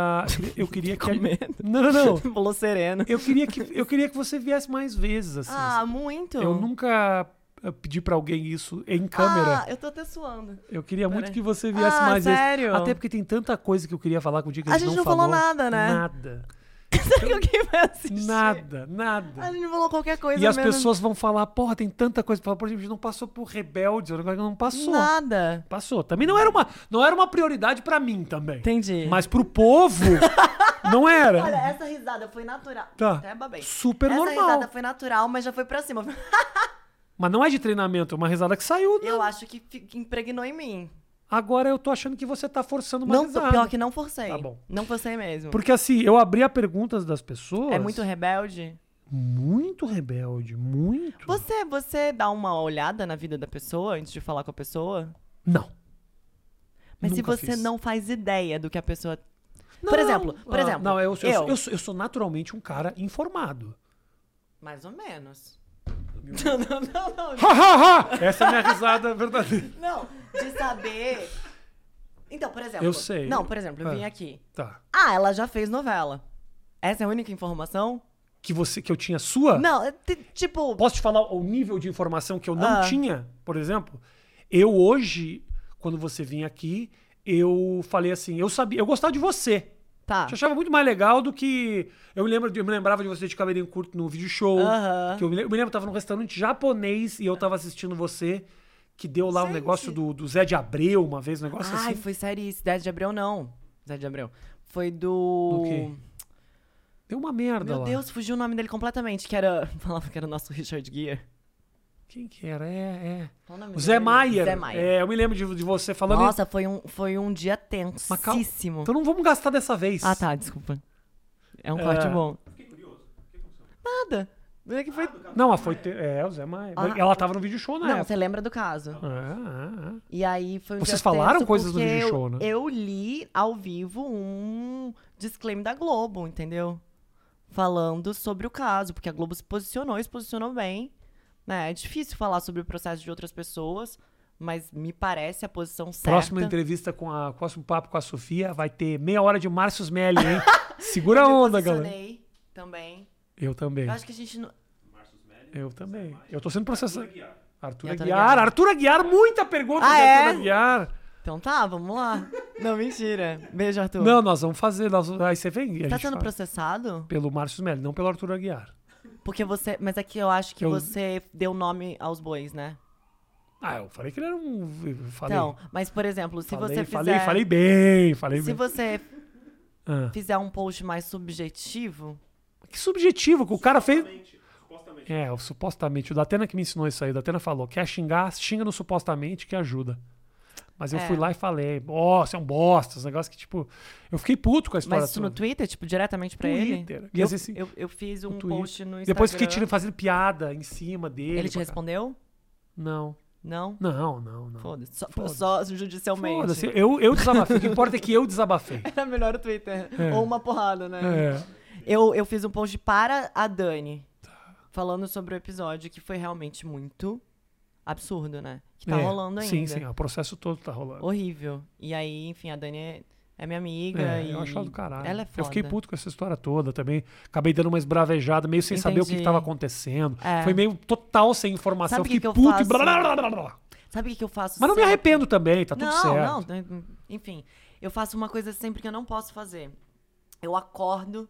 [SPEAKER 1] Eu queria que.
[SPEAKER 2] Com medo.
[SPEAKER 1] Não, não, não.
[SPEAKER 2] Falou sereno.
[SPEAKER 1] Eu queria que, eu queria que você viesse mais vezes, assim.
[SPEAKER 2] Ah, muito.
[SPEAKER 1] eu nunca eh, pedi pra alguém isso em câmera.
[SPEAKER 2] Ah, eu tô até suando.
[SPEAKER 1] eu queria muito
[SPEAKER 2] peraí.
[SPEAKER 1] que você viesse
[SPEAKER 2] Ah,
[SPEAKER 1] mais
[SPEAKER 2] sério?
[SPEAKER 1] vezes. Até porque tem tanta coisa que eu queria falar contigo que a
[SPEAKER 2] A
[SPEAKER 1] gente,
[SPEAKER 2] gente
[SPEAKER 1] não
[SPEAKER 2] não falou nada, né?
[SPEAKER 1] Nada.
[SPEAKER 2] Será que alguém vai assistir?
[SPEAKER 1] Nada,
[SPEAKER 2] A
[SPEAKER 1] nada.
[SPEAKER 2] gente falou qualquer coisa
[SPEAKER 1] E as
[SPEAKER 2] menos
[SPEAKER 1] pessoas vão falar, porra, tem tanta coisa pra falar. Por exemplo, a gente não passou por rebeldes, é um negócio que não passou.
[SPEAKER 2] Nada.
[SPEAKER 1] Passou. Também não era uma, não era uma prioridade pra mim também.
[SPEAKER 2] Entendi.
[SPEAKER 1] Mas pro povo, não era.
[SPEAKER 2] Olha, essa risada foi natural.
[SPEAKER 1] Tá.
[SPEAKER 2] Até babei.
[SPEAKER 1] Super
[SPEAKER 2] essa
[SPEAKER 1] normal.
[SPEAKER 2] risada foi natural, mas já foi pra cima.
[SPEAKER 1] Mas não é de treinamento, é uma risada que saiu. né?
[SPEAKER 2] Eu acho que fi- que impregnou em mim.
[SPEAKER 1] Agora eu tô achando que você tá forçando uma
[SPEAKER 2] Não,
[SPEAKER 1] risada.
[SPEAKER 2] pior que não forcei.
[SPEAKER 1] Tá bom.
[SPEAKER 2] Não forcei mesmo.
[SPEAKER 1] Porque assim, eu abri a perguntas das pessoas.
[SPEAKER 2] É muito rebelde.
[SPEAKER 1] Muito rebelde, muito.
[SPEAKER 2] Você, você dá uma olhada na vida da pessoa antes de falar com a pessoa?
[SPEAKER 1] Não.
[SPEAKER 2] Mas se
[SPEAKER 1] Nunca
[SPEAKER 2] você
[SPEAKER 1] fiz.
[SPEAKER 2] não faz ideia do que a pessoa.
[SPEAKER 1] Não,
[SPEAKER 2] por
[SPEAKER 1] não,
[SPEAKER 2] exemplo,
[SPEAKER 1] não.
[SPEAKER 2] por
[SPEAKER 1] Ah,
[SPEAKER 2] exemplo.
[SPEAKER 1] Não, eu, eu,
[SPEAKER 2] eu,
[SPEAKER 1] sou- eu sou, eu sou naturalmente um cara informado.
[SPEAKER 2] Mais ou menos. Não, não, não, não.
[SPEAKER 1] Ha, ha, ha! Essa é a minha risada verdadeira.
[SPEAKER 2] Não, de saber. Então, por exemplo.
[SPEAKER 1] Eu sei.
[SPEAKER 2] Não, por exemplo, eu
[SPEAKER 1] É.
[SPEAKER 2] vim aqui.
[SPEAKER 1] Tá.
[SPEAKER 2] Ah, ela já fez novela. Essa é a única informação?
[SPEAKER 1] Que você que eu tinha sua?
[SPEAKER 2] Não, é t- tipo.
[SPEAKER 1] Posso te falar o nível de informação que eu não
[SPEAKER 2] Ah.
[SPEAKER 1] tinha, por exemplo? Eu hoje, quando você vinha aqui, eu falei assim, eu sabia, eu gostava de você.
[SPEAKER 2] Tá.
[SPEAKER 1] Eu te achava muito mais legal do que. Eu me, lembro, de- eu me lembrava de você de cabelinho curto no vídeo show.
[SPEAKER 2] Aham.
[SPEAKER 1] que eu, me, lem- eu me lembro, eu tava num restaurante japonês e eu tava assistindo você, que deu lá um
[SPEAKER 2] Gente.
[SPEAKER 1] negócio do, do Zé de Abreu uma vez, um negócio
[SPEAKER 2] Ai,
[SPEAKER 1] assim.
[SPEAKER 2] foi série Cidade de Abreu, não. Cidade de Abreu. Foi do.
[SPEAKER 1] Do quê? Deu uma merda
[SPEAKER 2] Meu
[SPEAKER 1] lá.
[SPEAKER 2] Deus, fugiu o nome dele completamente, que era. Falava que era o nosso Richard Gere.
[SPEAKER 1] Quem que era? É, é.
[SPEAKER 2] Qual nome
[SPEAKER 1] O Zé
[SPEAKER 2] dele?
[SPEAKER 1] Maier.
[SPEAKER 2] Zé Maier.
[SPEAKER 1] É, eu me lembro de, de você falando.
[SPEAKER 2] Nossa, foi um, foi um dia
[SPEAKER 1] Mas calma-
[SPEAKER 2] tensíssimo.
[SPEAKER 1] Então não vamos gastar dessa vez.
[SPEAKER 2] Ah, tá, desculpa. É um corte
[SPEAKER 1] É. Ah,
[SPEAKER 2] bom. Fiquei curioso. Nada. Não é que foi-
[SPEAKER 1] Não, mas foi. te- É, o Zé Maier.
[SPEAKER 2] Ah.
[SPEAKER 1] Ela tava no vídeo show na
[SPEAKER 2] Não,
[SPEAKER 1] época.
[SPEAKER 2] você lembra do caso.
[SPEAKER 1] Ah, ah, ah.
[SPEAKER 2] E aí foi um
[SPEAKER 1] Vocês
[SPEAKER 2] dia
[SPEAKER 1] falaram
[SPEAKER 2] tenso
[SPEAKER 1] coisas no
[SPEAKER 2] porque
[SPEAKER 1] vídeo
[SPEAKER 2] eu-
[SPEAKER 1] show, né?
[SPEAKER 2] Eu li ao vivo um disclaimer da Globo, entendeu? Falando sobre o caso, porque a Globo se posicionou e se posicionou bem. Né? É difícil falar sobre o processo de outras pessoas, mas me parece a posição certa.
[SPEAKER 1] Próxima entrevista com a. Próximo papo com a Sofia vai ter meia hora de Márcio Smelly, hein? Segura a
[SPEAKER 2] Eu
[SPEAKER 1] é onda, galera.
[SPEAKER 2] posicionei também.
[SPEAKER 1] Eu também.
[SPEAKER 2] Eu acho que a gente não...
[SPEAKER 1] Eu também. Eu tô sendo processado. Arthur
[SPEAKER 2] E Arthur
[SPEAKER 1] Aguiar.
[SPEAKER 2] Aguiar.
[SPEAKER 1] Arthur Aguiar, muita pergunta
[SPEAKER 2] Ah,
[SPEAKER 1] de
[SPEAKER 2] é?
[SPEAKER 1] Arthur Aguiar.
[SPEAKER 2] Então tá, vamos lá. Não, mentira. Beijo, Arthur.
[SPEAKER 1] Não, nós vamos fazer. Nós... Aí você vem. e a
[SPEAKER 2] tá
[SPEAKER 1] gente
[SPEAKER 2] sendo
[SPEAKER 1] fala.
[SPEAKER 2] processado?
[SPEAKER 1] Pelo Márcio Melli, não pelo Arthur Aguiar.
[SPEAKER 2] Porque você. Mas é que eu acho que
[SPEAKER 1] Eu-
[SPEAKER 2] você deu nome aos bois, né?
[SPEAKER 1] Ah, eu falei que ele era um. eu Falei.
[SPEAKER 2] Então, mas por exemplo, se
[SPEAKER 1] falei,
[SPEAKER 2] você fizer.
[SPEAKER 1] falei, falei bem, falei
[SPEAKER 2] Se
[SPEAKER 1] bem.
[SPEAKER 2] você
[SPEAKER 1] Ah.
[SPEAKER 2] fizer um post mais subjetivo.
[SPEAKER 1] Que subjetivo que o cara fez. É, o supostamente. O Datena que me ensinou isso aí. O Datena falou: quer xingar, xinga no supostamente que ajuda. Mas eu
[SPEAKER 2] É.
[SPEAKER 1] fui lá e falei: ó, você é um bosta. Os negócios que, tipo. Eu fiquei puto com a história
[SPEAKER 2] Mas isso no
[SPEAKER 1] toda.
[SPEAKER 2] Twitter, tipo, diretamente pra
[SPEAKER 1] Twitter.
[SPEAKER 2] ele?
[SPEAKER 1] E
[SPEAKER 2] eu,
[SPEAKER 1] às vezes, assim,
[SPEAKER 2] eu, eu fiz um
[SPEAKER 1] Twitter.
[SPEAKER 2] post no Instagram.
[SPEAKER 1] Depois fiquei tirando, fazendo piada em cima dele.
[SPEAKER 2] Ele te
[SPEAKER 1] pra
[SPEAKER 2] respondeu?
[SPEAKER 1] caralho. Não.
[SPEAKER 2] Não?
[SPEAKER 1] Não, não, não.
[SPEAKER 2] Foda-se. Só,
[SPEAKER 1] Foda-se.
[SPEAKER 2] só judicialmente.
[SPEAKER 1] Foda-se. Eu, eu desabafei. O que importa é que eu desabafei.
[SPEAKER 2] Era melhor o Twitter.
[SPEAKER 1] É.
[SPEAKER 2] Ou uma porrada, né?
[SPEAKER 1] É.
[SPEAKER 2] Eu, eu fiz um post para a Dani.
[SPEAKER 1] Tá.
[SPEAKER 2] Falando sobre o episódio que foi realmente muito absurdo, né? Que tá
[SPEAKER 1] É.
[SPEAKER 2] rolando ainda.
[SPEAKER 1] Sim, sim. ó, O processo todo tá rolando.
[SPEAKER 2] Horrível. E aí, enfim, a Dani é, é minha amiga.
[SPEAKER 1] É,
[SPEAKER 2] e...
[SPEAKER 1] eu acho ela do caralho.
[SPEAKER 2] Ela é
[SPEAKER 1] Eu fiquei
[SPEAKER 2] foda.
[SPEAKER 1] puto com essa história toda também. Acabei dando uma esbravejada, meio sem saber o que,
[SPEAKER 2] Entendi.
[SPEAKER 1] estava acontecendo.
[SPEAKER 2] É.
[SPEAKER 1] Foi meio total sem informação.
[SPEAKER 2] Sabe o
[SPEAKER 1] fiquei
[SPEAKER 2] que que eu
[SPEAKER 1] puto e
[SPEAKER 2] faço?
[SPEAKER 1] blá, blá, blá, blá, blá.
[SPEAKER 2] Sabe o que, que eu faço?
[SPEAKER 1] Mas não me
[SPEAKER 2] sempre?
[SPEAKER 1] arrependo também, tá tudo
[SPEAKER 2] não,
[SPEAKER 1] certo.
[SPEAKER 2] Não, não. Enfim, eu faço uma coisa sempre que eu não posso fazer. Eu acordo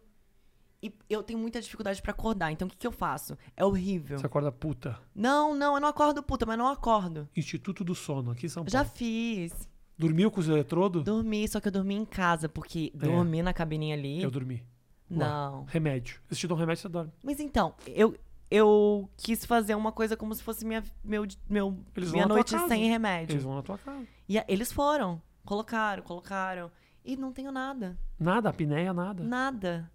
[SPEAKER 2] e eu tenho muita dificuldade pra acordar. Então o que, que eu faço? É horrível.
[SPEAKER 1] Você acorda puta.
[SPEAKER 2] Não, não, eu não acordo puta, mas não acordo.
[SPEAKER 1] Instituto do Sono, aqui em São Paulo.
[SPEAKER 2] Já fiz.
[SPEAKER 1] Dormiu com os eletrodos?
[SPEAKER 2] Dormi, só que eu dormi em casa, porque dormi na cabininha ali.
[SPEAKER 1] É. Eu dormi. lá.
[SPEAKER 2] Não.
[SPEAKER 1] Remédio. Eles te dão remédio, você dorme.
[SPEAKER 2] Mas então, eu, eu quis fazer uma coisa como se fosse minha, meu, meu,
[SPEAKER 1] Eles vão
[SPEAKER 2] minha
[SPEAKER 1] na tua
[SPEAKER 2] noite
[SPEAKER 1] casa.
[SPEAKER 2] sem remédio.
[SPEAKER 1] Eles vão na tua casa.
[SPEAKER 2] E a- eles foram. Colocaram, colocaram. E não tenho nada.
[SPEAKER 1] Nada, apneia, nada.
[SPEAKER 2] Nada.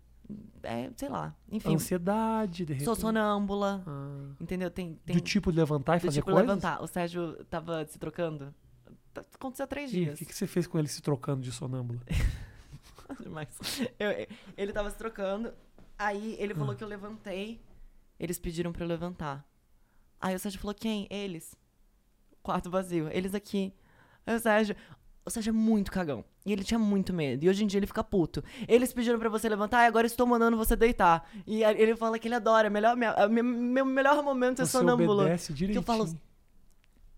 [SPEAKER 2] É, sei lá. Enfim,
[SPEAKER 1] Ansiedade, de repente.
[SPEAKER 2] sou sonâmbula.
[SPEAKER 1] Ah.
[SPEAKER 2] Entendeu? Tem. tem
[SPEAKER 1] Do tipo de levantar e
[SPEAKER 2] do
[SPEAKER 1] fazer
[SPEAKER 2] tipo
[SPEAKER 1] coisas?
[SPEAKER 2] levantar. O Sérgio tava se trocando. Tá- Aconteceu há três
[SPEAKER 1] E O
[SPEAKER 2] dias.
[SPEAKER 1] que, que você fez com ele se trocando de sonâmbula?
[SPEAKER 2] Mas eu- eu- ele tava se trocando. Aí ele
[SPEAKER 1] Hum.
[SPEAKER 2] falou que eu levantei. Eles pediram pra eu levantar. Aí o Sérgio falou: quem? Eles. Quarto vazio. Eles aqui. Aí o Sérgio. O Sérgio é muito cagão. E ele tinha muito medo. E hoje em dia ele fica puto. Eles pediram pra você levantar e agora estou mandando você deitar. E aí ele fala que ele adora. é Melhor, minha- a minha- meu melhor momento é
[SPEAKER 1] Você
[SPEAKER 2] sonâmbulo.
[SPEAKER 1] obedece direitinho.
[SPEAKER 2] eu falo- assim,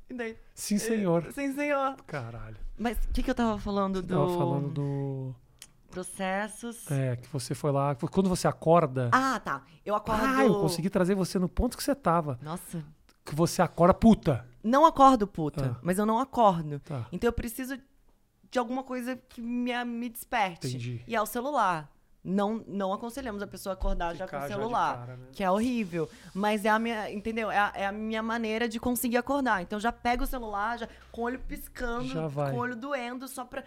[SPEAKER 2] E daí,
[SPEAKER 1] Sim, senhor.
[SPEAKER 2] Sim, senhor.
[SPEAKER 1] Caralho.
[SPEAKER 2] Mas o que, que eu tava falando do.
[SPEAKER 1] Tava falando do.
[SPEAKER 2] Processos.
[SPEAKER 1] É, que você foi lá. foi Quando você acorda.
[SPEAKER 2] Ah, tá. Eu acordo.
[SPEAKER 1] Ah, eu consegui trazer você no ponto que você tava.
[SPEAKER 2] Nossa.
[SPEAKER 1] Que você acorda puta.
[SPEAKER 2] Não acordo, puta.
[SPEAKER 1] Ah.
[SPEAKER 2] Mas eu não acordo.
[SPEAKER 1] Tá.
[SPEAKER 2] Então eu preciso de alguma coisa que me, me desperte.
[SPEAKER 1] Entendi.
[SPEAKER 2] E é o celular. Não, não aconselhamos a pessoa a acordar já
[SPEAKER 1] Ficar
[SPEAKER 2] com o
[SPEAKER 1] já de
[SPEAKER 2] celular.
[SPEAKER 1] cara, né?
[SPEAKER 2] Que é horrível. Mas é a minha, entendeu? É a, é a minha maneira de conseguir acordar. Então eu já pego o celular, já com o olho piscando,
[SPEAKER 1] Já vai.
[SPEAKER 2] com o olho doendo, só pra.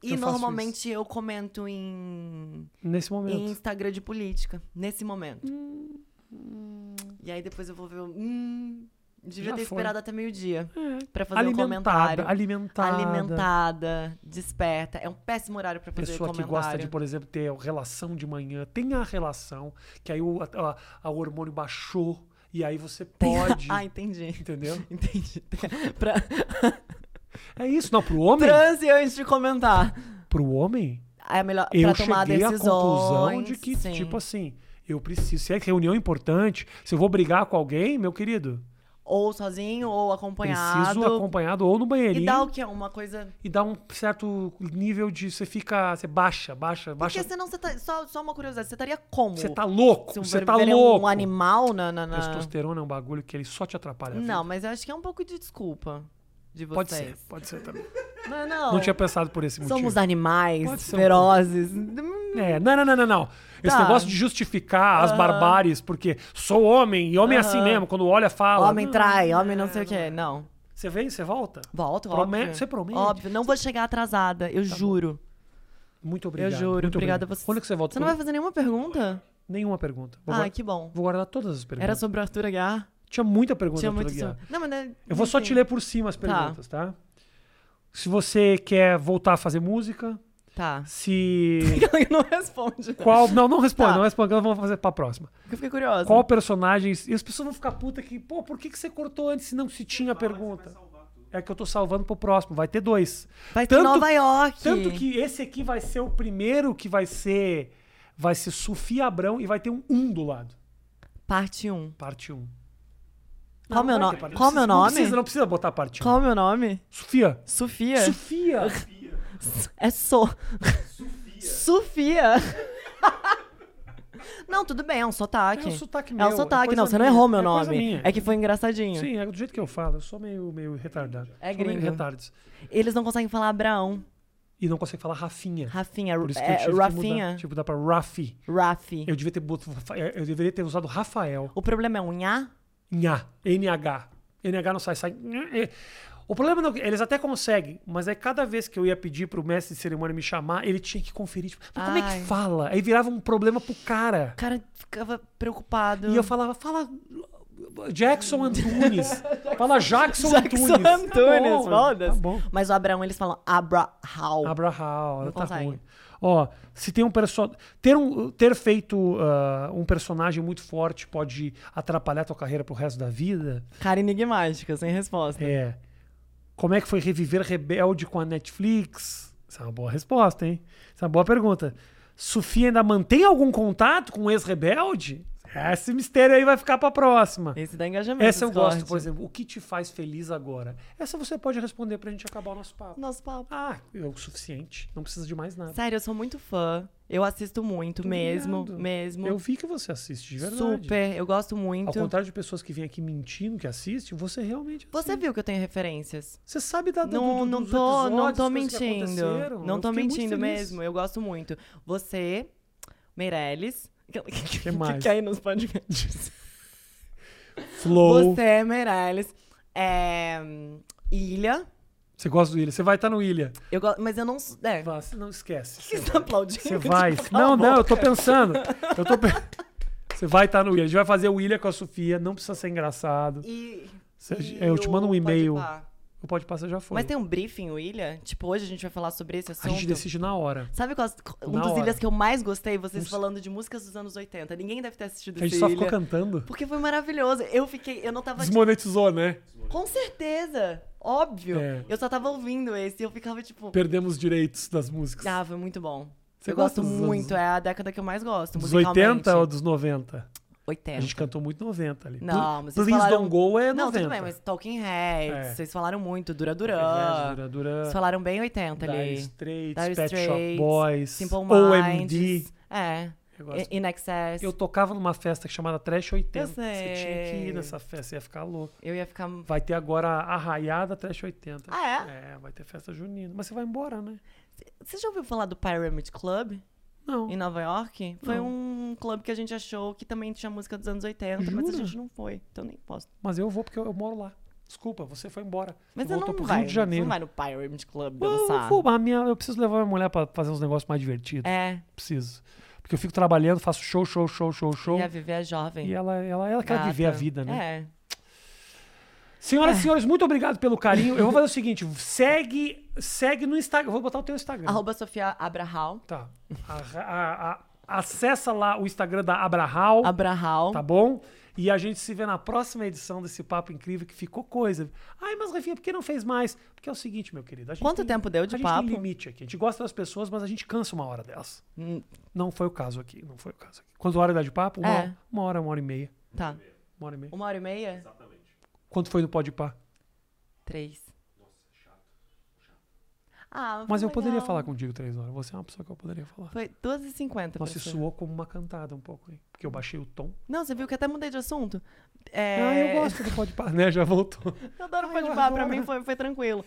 [SPEAKER 2] E
[SPEAKER 1] Eu faço
[SPEAKER 2] normalmente eu comento em
[SPEAKER 1] Nesse
[SPEAKER 2] em
[SPEAKER 1] momento.
[SPEAKER 2] Instagram de política, nesse momento.
[SPEAKER 1] Hum,
[SPEAKER 2] E aí depois eu vou ver. o- Hum, devia
[SPEAKER 1] Já
[SPEAKER 2] ter
[SPEAKER 1] foi. É.
[SPEAKER 2] esperado até meio-dia pra fazer um
[SPEAKER 1] alimentada,
[SPEAKER 2] comentário.
[SPEAKER 1] alimentada.
[SPEAKER 2] Alimentada, desperta. É um péssimo horário pra fazer
[SPEAKER 1] Pessoa que
[SPEAKER 2] comentário.
[SPEAKER 1] gosta de, por exemplo, ter relação de manhã, tem a relação, que aí o, a- a- o hormônio baixou, e aí você pode.
[SPEAKER 2] ah, entendi.
[SPEAKER 1] Entendeu?
[SPEAKER 2] Entendi. Pra...
[SPEAKER 1] É isso, não, pro homem.
[SPEAKER 2] Transe antes de comentar.
[SPEAKER 1] Pro homem,
[SPEAKER 2] É melhor
[SPEAKER 1] eu
[SPEAKER 2] pra tomar
[SPEAKER 1] cheguei à
[SPEAKER 2] decisões.
[SPEAKER 1] conclusão de que,
[SPEAKER 2] sim.
[SPEAKER 1] tipo assim, eu preciso. Se é reunião importante, se eu vou brigar com alguém, meu querido,
[SPEAKER 2] Ou sozinho, ou acompanhado.
[SPEAKER 1] preciso acompanhado ou no banheirinho
[SPEAKER 2] E
[SPEAKER 1] e
[SPEAKER 2] dá
[SPEAKER 1] dá,
[SPEAKER 2] o que? Uma coisa.
[SPEAKER 1] um certo nível de. Você fica. Você baixa, baixa,
[SPEAKER 2] Porque
[SPEAKER 1] baixa.
[SPEAKER 2] senão você tá. Só, só uma curiosidade, você estaria como?
[SPEAKER 1] Você tá louco,
[SPEAKER 2] Se um
[SPEAKER 1] você tá
[SPEAKER 2] berberê é
[SPEAKER 1] louco.
[SPEAKER 2] um animal na. na, na...
[SPEAKER 1] Testosterona é um bagulho que ele só te atrapalha. a vida.
[SPEAKER 2] Não, mas eu acho que é um pouco de desculpa de vocês.
[SPEAKER 1] Pode ser, pode ser também.
[SPEAKER 2] Não, não.
[SPEAKER 1] Não tinha pensado por esse motivo.
[SPEAKER 2] Somos animais
[SPEAKER 1] Pode ser um
[SPEAKER 2] ferozes.
[SPEAKER 1] É, não, não, não, não, não. Esse
[SPEAKER 2] Tá.
[SPEAKER 1] negócio de justificar as barbáries, porque sou homem, e homem é assim mesmo, quando olha, fala. Ah,
[SPEAKER 2] Homem
[SPEAKER 1] Não,
[SPEAKER 2] trai, homem não sei o quê. Não.
[SPEAKER 1] Você vem, você volta?
[SPEAKER 2] Volto,
[SPEAKER 1] Promete-
[SPEAKER 2] óbvio.
[SPEAKER 1] você promete? Tá
[SPEAKER 2] Óbvio. Não vou chegar atrasada, eu juro.
[SPEAKER 1] Muito obrigado.
[SPEAKER 2] Eu juro.
[SPEAKER 1] muito
[SPEAKER 2] Obrigada a
[SPEAKER 1] obrigado.
[SPEAKER 2] você.
[SPEAKER 1] Quando é que você volta?
[SPEAKER 2] Você não vai fazer nenhuma pergunta?
[SPEAKER 1] Nenhuma pergunta. Vou, Uhum.
[SPEAKER 2] Ah,
[SPEAKER 1] guardar,
[SPEAKER 2] que bom.
[SPEAKER 1] vou guardar todas as
[SPEAKER 2] Era
[SPEAKER 1] perguntas.
[SPEAKER 2] sobre o Arthur Aguiar?
[SPEAKER 1] Tinha muita pergunta
[SPEAKER 2] Tinha
[SPEAKER 1] pra
[SPEAKER 2] muito...
[SPEAKER 1] guiar.
[SPEAKER 2] sobre- Não, mas... né,
[SPEAKER 1] Eu vou só
[SPEAKER 2] enfim.
[SPEAKER 1] te ler por cima as
[SPEAKER 2] Tá.
[SPEAKER 1] perguntas, tá? Se você quer voltar a fazer música,
[SPEAKER 2] Tá.
[SPEAKER 1] se.
[SPEAKER 2] Ela não responde.
[SPEAKER 1] Qual. Não, não responda,
[SPEAKER 2] Tá.
[SPEAKER 1] não responda, vamos fazer pra próxima.
[SPEAKER 2] Eu fiquei curiosa.
[SPEAKER 1] Qual personagem. E as pessoas vão ficar puta que, pô, por que, que você cortou antes se não se tinha pergunta? É que eu tô salvando pro próximo, vai ter dois.
[SPEAKER 2] Vai ter Nova York.
[SPEAKER 1] Tanto que esse aqui vai ser o primeiro que vai ser. Vai ser Sofia Abrão e vai ter um, um do lado.
[SPEAKER 2] Parte 1.
[SPEAKER 1] Parte 1. Um.
[SPEAKER 2] Qual meu
[SPEAKER 1] vai
[SPEAKER 2] nome?
[SPEAKER 1] ter parte- um.
[SPEAKER 2] Qual
[SPEAKER 1] não precisa-
[SPEAKER 2] meu nome?
[SPEAKER 1] Não precisa, não precisa botar parte 1. Um.
[SPEAKER 2] Qual meu nome?
[SPEAKER 1] Sofia.
[SPEAKER 2] Sofia.
[SPEAKER 1] Sofia.
[SPEAKER 2] É so. Sofia. não, tudo bem, é um sotaque.
[SPEAKER 1] É um sotaque
[SPEAKER 2] É
[SPEAKER 1] meu,
[SPEAKER 2] um
[SPEAKER 1] é
[SPEAKER 2] sotaque,
[SPEAKER 1] coisa
[SPEAKER 2] não, você não
[SPEAKER 1] minha,
[SPEAKER 2] errou meu
[SPEAKER 1] é coisa
[SPEAKER 2] nome.
[SPEAKER 1] minha.
[SPEAKER 2] É que foi engraçadinho.
[SPEAKER 1] Sim, é do jeito que eu falo. Eu sou meio, meio retardado.
[SPEAKER 2] É
[SPEAKER 1] Sou meio
[SPEAKER 2] gringo.
[SPEAKER 1] retardes.
[SPEAKER 2] Eles não conseguem falar Abraão.
[SPEAKER 1] E não consegue falar Rafinha.
[SPEAKER 2] Rafinha.
[SPEAKER 1] Por isso que eu
[SPEAKER 2] é,
[SPEAKER 1] tive que
[SPEAKER 2] Rafinha.
[SPEAKER 1] mudar. Tipo, dá pra Rafi.
[SPEAKER 2] Rafi.
[SPEAKER 1] Eu devia ter bot- eu deveria ter usado Rafael.
[SPEAKER 2] O problema é um nhá?
[SPEAKER 1] Nha, NH. NH não sai, sai. Nha, é. O problema não, eles até conseguem, mas aí cada vez que eu ia pedir pro mestre de cerimônia me chamar, ele tinha que conferir, tipo, mas como é
[SPEAKER 2] Ai.
[SPEAKER 1] que fala? Aí virava um problema pro cara.
[SPEAKER 2] O cara ficava preocupado.
[SPEAKER 1] E eu falava, fala Jackson Antunes. fala Jackson,
[SPEAKER 2] Jackson
[SPEAKER 1] Antunes.
[SPEAKER 2] Antunes,
[SPEAKER 1] tá bom,
[SPEAKER 2] foda-se.
[SPEAKER 1] Tá bom.
[SPEAKER 2] Mas o Abraão, eles falam Abrahal.
[SPEAKER 1] Abraham, tá
[SPEAKER 2] consegue.
[SPEAKER 1] ruim. Ó, se tem um personagem. Ter, um, ter feito ah, um personagem muito forte pode atrapalhar tua carreira pro resto da vida?
[SPEAKER 2] Cara enigmática, sem resposta.
[SPEAKER 1] É. Como é que foi reviver Rebelde com a Netflix? Essa é uma boa resposta, hein? Essa é uma boa pergunta. Sofia ainda mantém algum contato com o ex-rebelde? Esse mistério aí vai ficar pra próxima.
[SPEAKER 2] Esse dá engajamento.
[SPEAKER 1] Essa eu
[SPEAKER 2] Discord.
[SPEAKER 1] gosto, por exemplo. O que te faz feliz agora? Essa você pode responder pra gente acabar o nosso papo.
[SPEAKER 2] Nosso papo.
[SPEAKER 1] Ah, é o suficiente. Não precisa de mais nada.
[SPEAKER 2] Sério, eu sou muito fã. Eu assisto muito, mesmo,
[SPEAKER 1] Obrigado.
[SPEAKER 2] mesmo.
[SPEAKER 1] Eu vi que você assiste, de verdade.
[SPEAKER 2] Super, então. eu gosto
[SPEAKER 1] Ao
[SPEAKER 2] muito.
[SPEAKER 1] contrário de pessoas que vêm aqui mentindo que assistem, você realmente
[SPEAKER 2] Você
[SPEAKER 1] assiste.
[SPEAKER 2] viu que eu tenho referências?
[SPEAKER 1] Você sabe da do,
[SPEAKER 2] Não,
[SPEAKER 1] do,
[SPEAKER 2] não
[SPEAKER 1] dos
[SPEAKER 2] tô, não
[SPEAKER 1] episódios,
[SPEAKER 2] tô
[SPEAKER 1] coisas que
[SPEAKER 2] mentindo.
[SPEAKER 1] aconteceram.
[SPEAKER 2] Não
[SPEAKER 1] Eu
[SPEAKER 2] tô
[SPEAKER 1] fiquei muito
[SPEAKER 2] mentindo
[SPEAKER 1] feliz.
[SPEAKER 2] mesmo. Eu gosto muito. Você, Meirelles. Que,
[SPEAKER 1] mais?
[SPEAKER 2] que aí nos podcasts.
[SPEAKER 1] Flow. Você...
[SPEAKER 2] Você, Meirelles. É, Ilha.
[SPEAKER 1] gosta do Ilha? Você vai estar no Ilha.
[SPEAKER 2] Eu go... Mas eu não. s- É.
[SPEAKER 1] Vá, você não esquece.
[SPEAKER 2] Você tá aplaudindo?
[SPEAKER 1] Você vai.
[SPEAKER 2] Tipo, cala
[SPEAKER 1] Não,
[SPEAKER 2] a
[SPEAKER 1] não, eu
[SPEAKER 2] boca.
[SPEAKER 1] tô pensando. Eu tô pe- Você vai estar no Ilha. A gente vai fazer o Ilha com a Sofia. Não precisa ser engraçado.
[SPEAKER 2] E,
[SPEAKER 1] Você-
[SPEAKER 2] e
[SPEAKER 1] eu te mando um
[SPEAKER 2] o
[SPEAKER 1] e-mail.
[SPEAKER 2] Podpah?
[SPEAKER 1] O Pode Passar já foi.
[SPEAKER 2] Mas tem um briefing, o Ilha? Tipo, hoje a gente vai falar sobre esse
[SPEAKER 1] A
[SPEAKER 2] assunto.
[SPEAKER 1] gente decide na hora.
[SPEAKER 2] Sabe qual, um
[SPEAKER 1] Na
[SPEAKER 2] dos
[SPEAKER 1] hora.
[SPEAKER 2] ilhas que eu mais gostei? Vocês
[SPEAKER 1] Uns-
[SPEAKER 2] falando de músicas dos anos 80. Ninguém deve ter assistido
[SPEAKER 1] A gente
[SPEAKER 2] esse
[SPEAKER 1] só
[SPEAKER 2] ilha.
[SPEAKER 1] ficou cantando.
[SPEAKER 2] Porque foi maravilhoso. Eu fiquei, eu não tava. tipo,
[SPEAKER 1] Desmonetizou, né?
[SPEAKER 2] com certeza, óbvio.
[SPEAKER 1] É.
[SPEAKER 2] Eu só tava ouvindo esse e eu ficava tipo.
[SPEAKER 1] Perdemos os direitos das músicas.
[SPEAKER 2] Ah, foi muito bom.
[SPEAKER 1] Você
[SPEAKER 2] eu gosto
[SPEAKER 1] gosta dos anos-
[SPEAKER 2] muito, é a década que eu mais gosto.
[SPEAKER 1] Dos
[SPEAKER 2] musicalmente.
[SPEAKER 1] 80 ou dos 90?
[SPEAKER 2] 80.
[SPEAKER 1] A gente cantou muito 90 ali.
[SPEAKER 2] Não, mas vocês
[SPEAKER 1] Please
[SPEAKER 2] falaram-
[SPEAKER 1] Don't Go é 90.
[SPEAKER 2] Não, tudo bem, mas Talking Heads,
[SPEAKER 1] É.
[SPEAKER 2] vocês falaram muito, Dura
[SPEAKER 1] É,
[SPEAKER 2] Duran.
[SPEAKER 1] Dura, Dura,
[SPEAKER 2] Vocês falaram bem 80
[SPEAKER 1] Dire
[SPEAKER 2] ali.
[SPEAKER 1] Straits,
[SPEAKER 2] Dire
[SPEAKER 1] Pet Shop
[SPEAKER 2] Straits,
[SPEAKER 1] Boys,
[SPEAKER 2] Simple
[SPEAKER 1] OMD.
[SPEAKER 2] Minds. É.
[SPEAKER 1] Eu, gosto.
[SPEAKER 2] In Excess.
[SPEAKER 1] Eu tocava numa festa chamada Trash 80.
[SPEAKER 2] Eu
[SPEAKER 1] Você tinha que
[SPEAKER 2] sei.
[SPEAKER 1] ir nessa festa, você ia ficar louco.
[SPEAKER 2] eu ia ficar
[SPEAKER 1] Vai ter agora a Arraiada Trash 80.
[SPEAKER 2] Ah,
[SPEAKER 1] é? vai ter festa junina. Mas você vai embora, né?
[SPEAKER 2] Você já ouviu falar do Pyramid Club
[SPEAKER 1] Não.
[SPEAKER 2] em Nova York? Foi
[SPEAKER 1] Não.
[SPEAKER 2] um clube que a gente achou que também tinha música dos anos 80, mas a
[SPEAKER 1] Jura?
[SPEAKER 2] gente não foi, então nem posso.
[SPEAKER 1] Mas eu vou porque eu, eu moro lá. Desculpa, você foi embora.
[SPEAKER 2] Mas
[SPEAKER 1] você
[SPEAKER 2] eu
[SPEAKER 1] voltou
[SPEAKER 2] não
[SPEAKER 1] pro
[SPEAKER 2] vai,
[SPEAKER 1] Rio de Janeiro.
[SPEAKER 2] não vai no Pyramid Club
[SPEAKER 1] eu,
[SPEAKER 2] dançar.
[SPEAKER 1] vou, a minha, eu preciso levar minha mulher pra fazer uns negócios mais divertidos.
[SPEAKER 2] É,
[SPEAKER 1] Preciso. Porque eu fico trabalhando, faço show, show, show, show, show.
[SPEAKER 2] e a Vivi é jovem.
[SPEAKER 1] E ela, ela, ela quer
[SPEAKER 2] gata.
[SPEAKER 1] viver a vida, né?
[SPEAKER 2] É.
[SPEAKER 1] Senhoras e senhores, muito obrigado pelo carinho. Eu vou fazer o seguinte: segue, segue no Instagram. Eu vou botar o teu Instagram.
[SPEAKER 2] Arroba Sofia Abrahal.
[SPEAKER 1] Tá. A- a- a- acessa lá o Instagram da Abrahal,
[SPEAKER 2] Abrahal.
[SPEAKER 1] tá bom? E a gente se vê na próxima edição desse papo incrível que ficou coisa. Ai, mas Rafinha, por que não fez mais? Porque é o seguinte, meu querido. a gente
[SPEAKER 2] Quanto
[SPEAKER 1] tem-
[SPEAKER 2] tempo deu de
[SPEAKER 1] a gente
[SPEAKER 2] papo?
[SPEAKER 1] tem limite aqui. A gente gosta das pessoas, mas a gente cansa uma hora delas.
[SPEAKER 2] Hum,
[SPEAKER 1] Não foi o caso aqui. Não foi o caso aqui. Quanto hora dá de papo? Uma,
[SPEAKER 2] É.
[SPEAKER 1] hora, uma hora, uma hora e meia.
[SPEAKER 2] Tá.
[SPEAKER 1] Uma hora e meia.
[SPEAKER 2] Uma hora e meia?
[SPEAKER 1] Quanto foi no Podpah?
[SPEAKER 2] Três. Ah, mas,
[SPEAKER 1] Mas
[SPEAKER 2] foi
[SPEAKER 1] eu poderia
[SPEAKER 2] legal.
[SPEAKER 1] falar contigo três horas. Você é uma pessoa que eu poderia falar.
[SPEAKER 2] Foi 2h50.
[SPEAKER 1] Nossa, isso
[SPEAKER 2] professor.
[SPEAKER 1] soou como uma cantada um pouco, hein? Porque eu baixei o tom.
[SPEAKER 2] Não, você viu que até mudei de assunto? É...
[SPEAKER 1] Ah, eu gosto do Podpah, né? Já voltou.
[SPEAKER 2] Eu adoro
[SPEAKER 1] Ai,
[SPEAKER 2] pode
[SPEAKER 1] eu
[SPEAKER 2] pá, pra
[SPEAKER 1] adoro.
[SPEAKER 2] mim foi, foi tranquilo.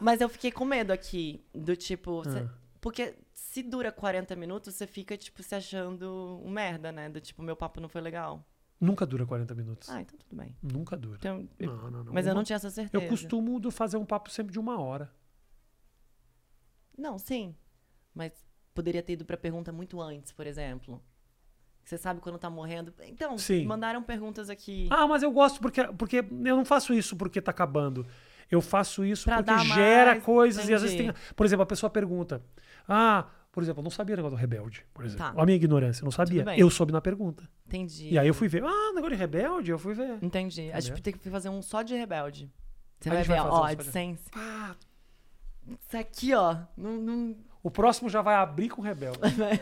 [SPEAKER 2] Mas eu fiquei com medo aqui, do tipo. cê-
[SPEAKER 1] Ah.
[SPEAKER 2] Porque se dura 40 minutos, você fica, tipo, se achando um merda, né? Do tipo, meu papo não foi legal.
[SPEAKER 1] Nunca dura 40 minutos.
[SPEAKER 2] Ah, então tudo bem.
[SPEAKER 1] Nunca dura.
[SPEAKER 2] Então, eu-
[SPEAKER 1] Não, não, não.
[SPEAKER 2] Mas eu
[SPEAKER 1] Uma-
[SPEAKER 2] não tinha essa certeza.
[SPEAKER 1] Eu costumo do- fazer um papo sempre de uma hora.
[SPEAKER 2] Não, sim. Mas poderia ter ido pra pergunta muito antes, por exemplo. Você sabe quando tá morrendo. Então,
[SPEAKER 1] Sim.
[SPEAKER 2] mandaram perguntas aqui.
[SPEAKER 1] Ah, mas eu gosto porque, porque eu não faço isso porque tá acabando. Eu faço isso
[SPEAKER 2] Pra dar
[SPEAKER 1] porque gera
[SPEAKER 2] mais,
[SPEAKER 1] coisas e às vezes tem.
[SPEAKER 2] entendi.
[SPEAKER 1] Por exemplo, a pessoa pergunta: Ah, por exemplo, eu não sabia o negócio do rebelde, por exemplo.
[SPEAKER 2] Tá.
[SPEAKER 1] Olha a minha ignorância, eu não sabia.
[SPEAKER 2] bem.
[SPEAKER 1] Eu soube na pergunta.
[SPEAKER 2] Entendi.
[SPEAKER 1] E aí eu fui ver: Ah, negócio de rebelde, eu fui ver.
[SPEAKER 2] Entendi. A gente
[SPEAKER 1] Entendeu?
[SPEAKER 2] tem que fazer um só de rebelde. Você
[SPEAKER 1] A
[SPEAKER 2] vai
[SPEAKER 1] gente
[SPEAKER 2] ver,
[SPEAKER 1] vai fazer um
[SPEAKER 2] ó,
[SPEAKER 1] só de-
[SPEAKER 2] AdSense.
[SPEAKER 1] Ah,
[SPEAKER 2] Isso aqui, ó. Não, não...
[SPEAKER 1] o próximo já vai abrir com o rebelde.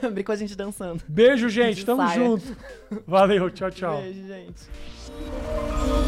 [SPEAKER 2] Abrir com a gente dançando.
[SPEAKER 1] Beijo, gente. Tamo
[SPEAKER 2] Saia.
[SPEAKER 1] junto. Valeu, tchau, tchau.
[SPEAKER 2] Beijo, gente.
[SPEAKER 3] Thank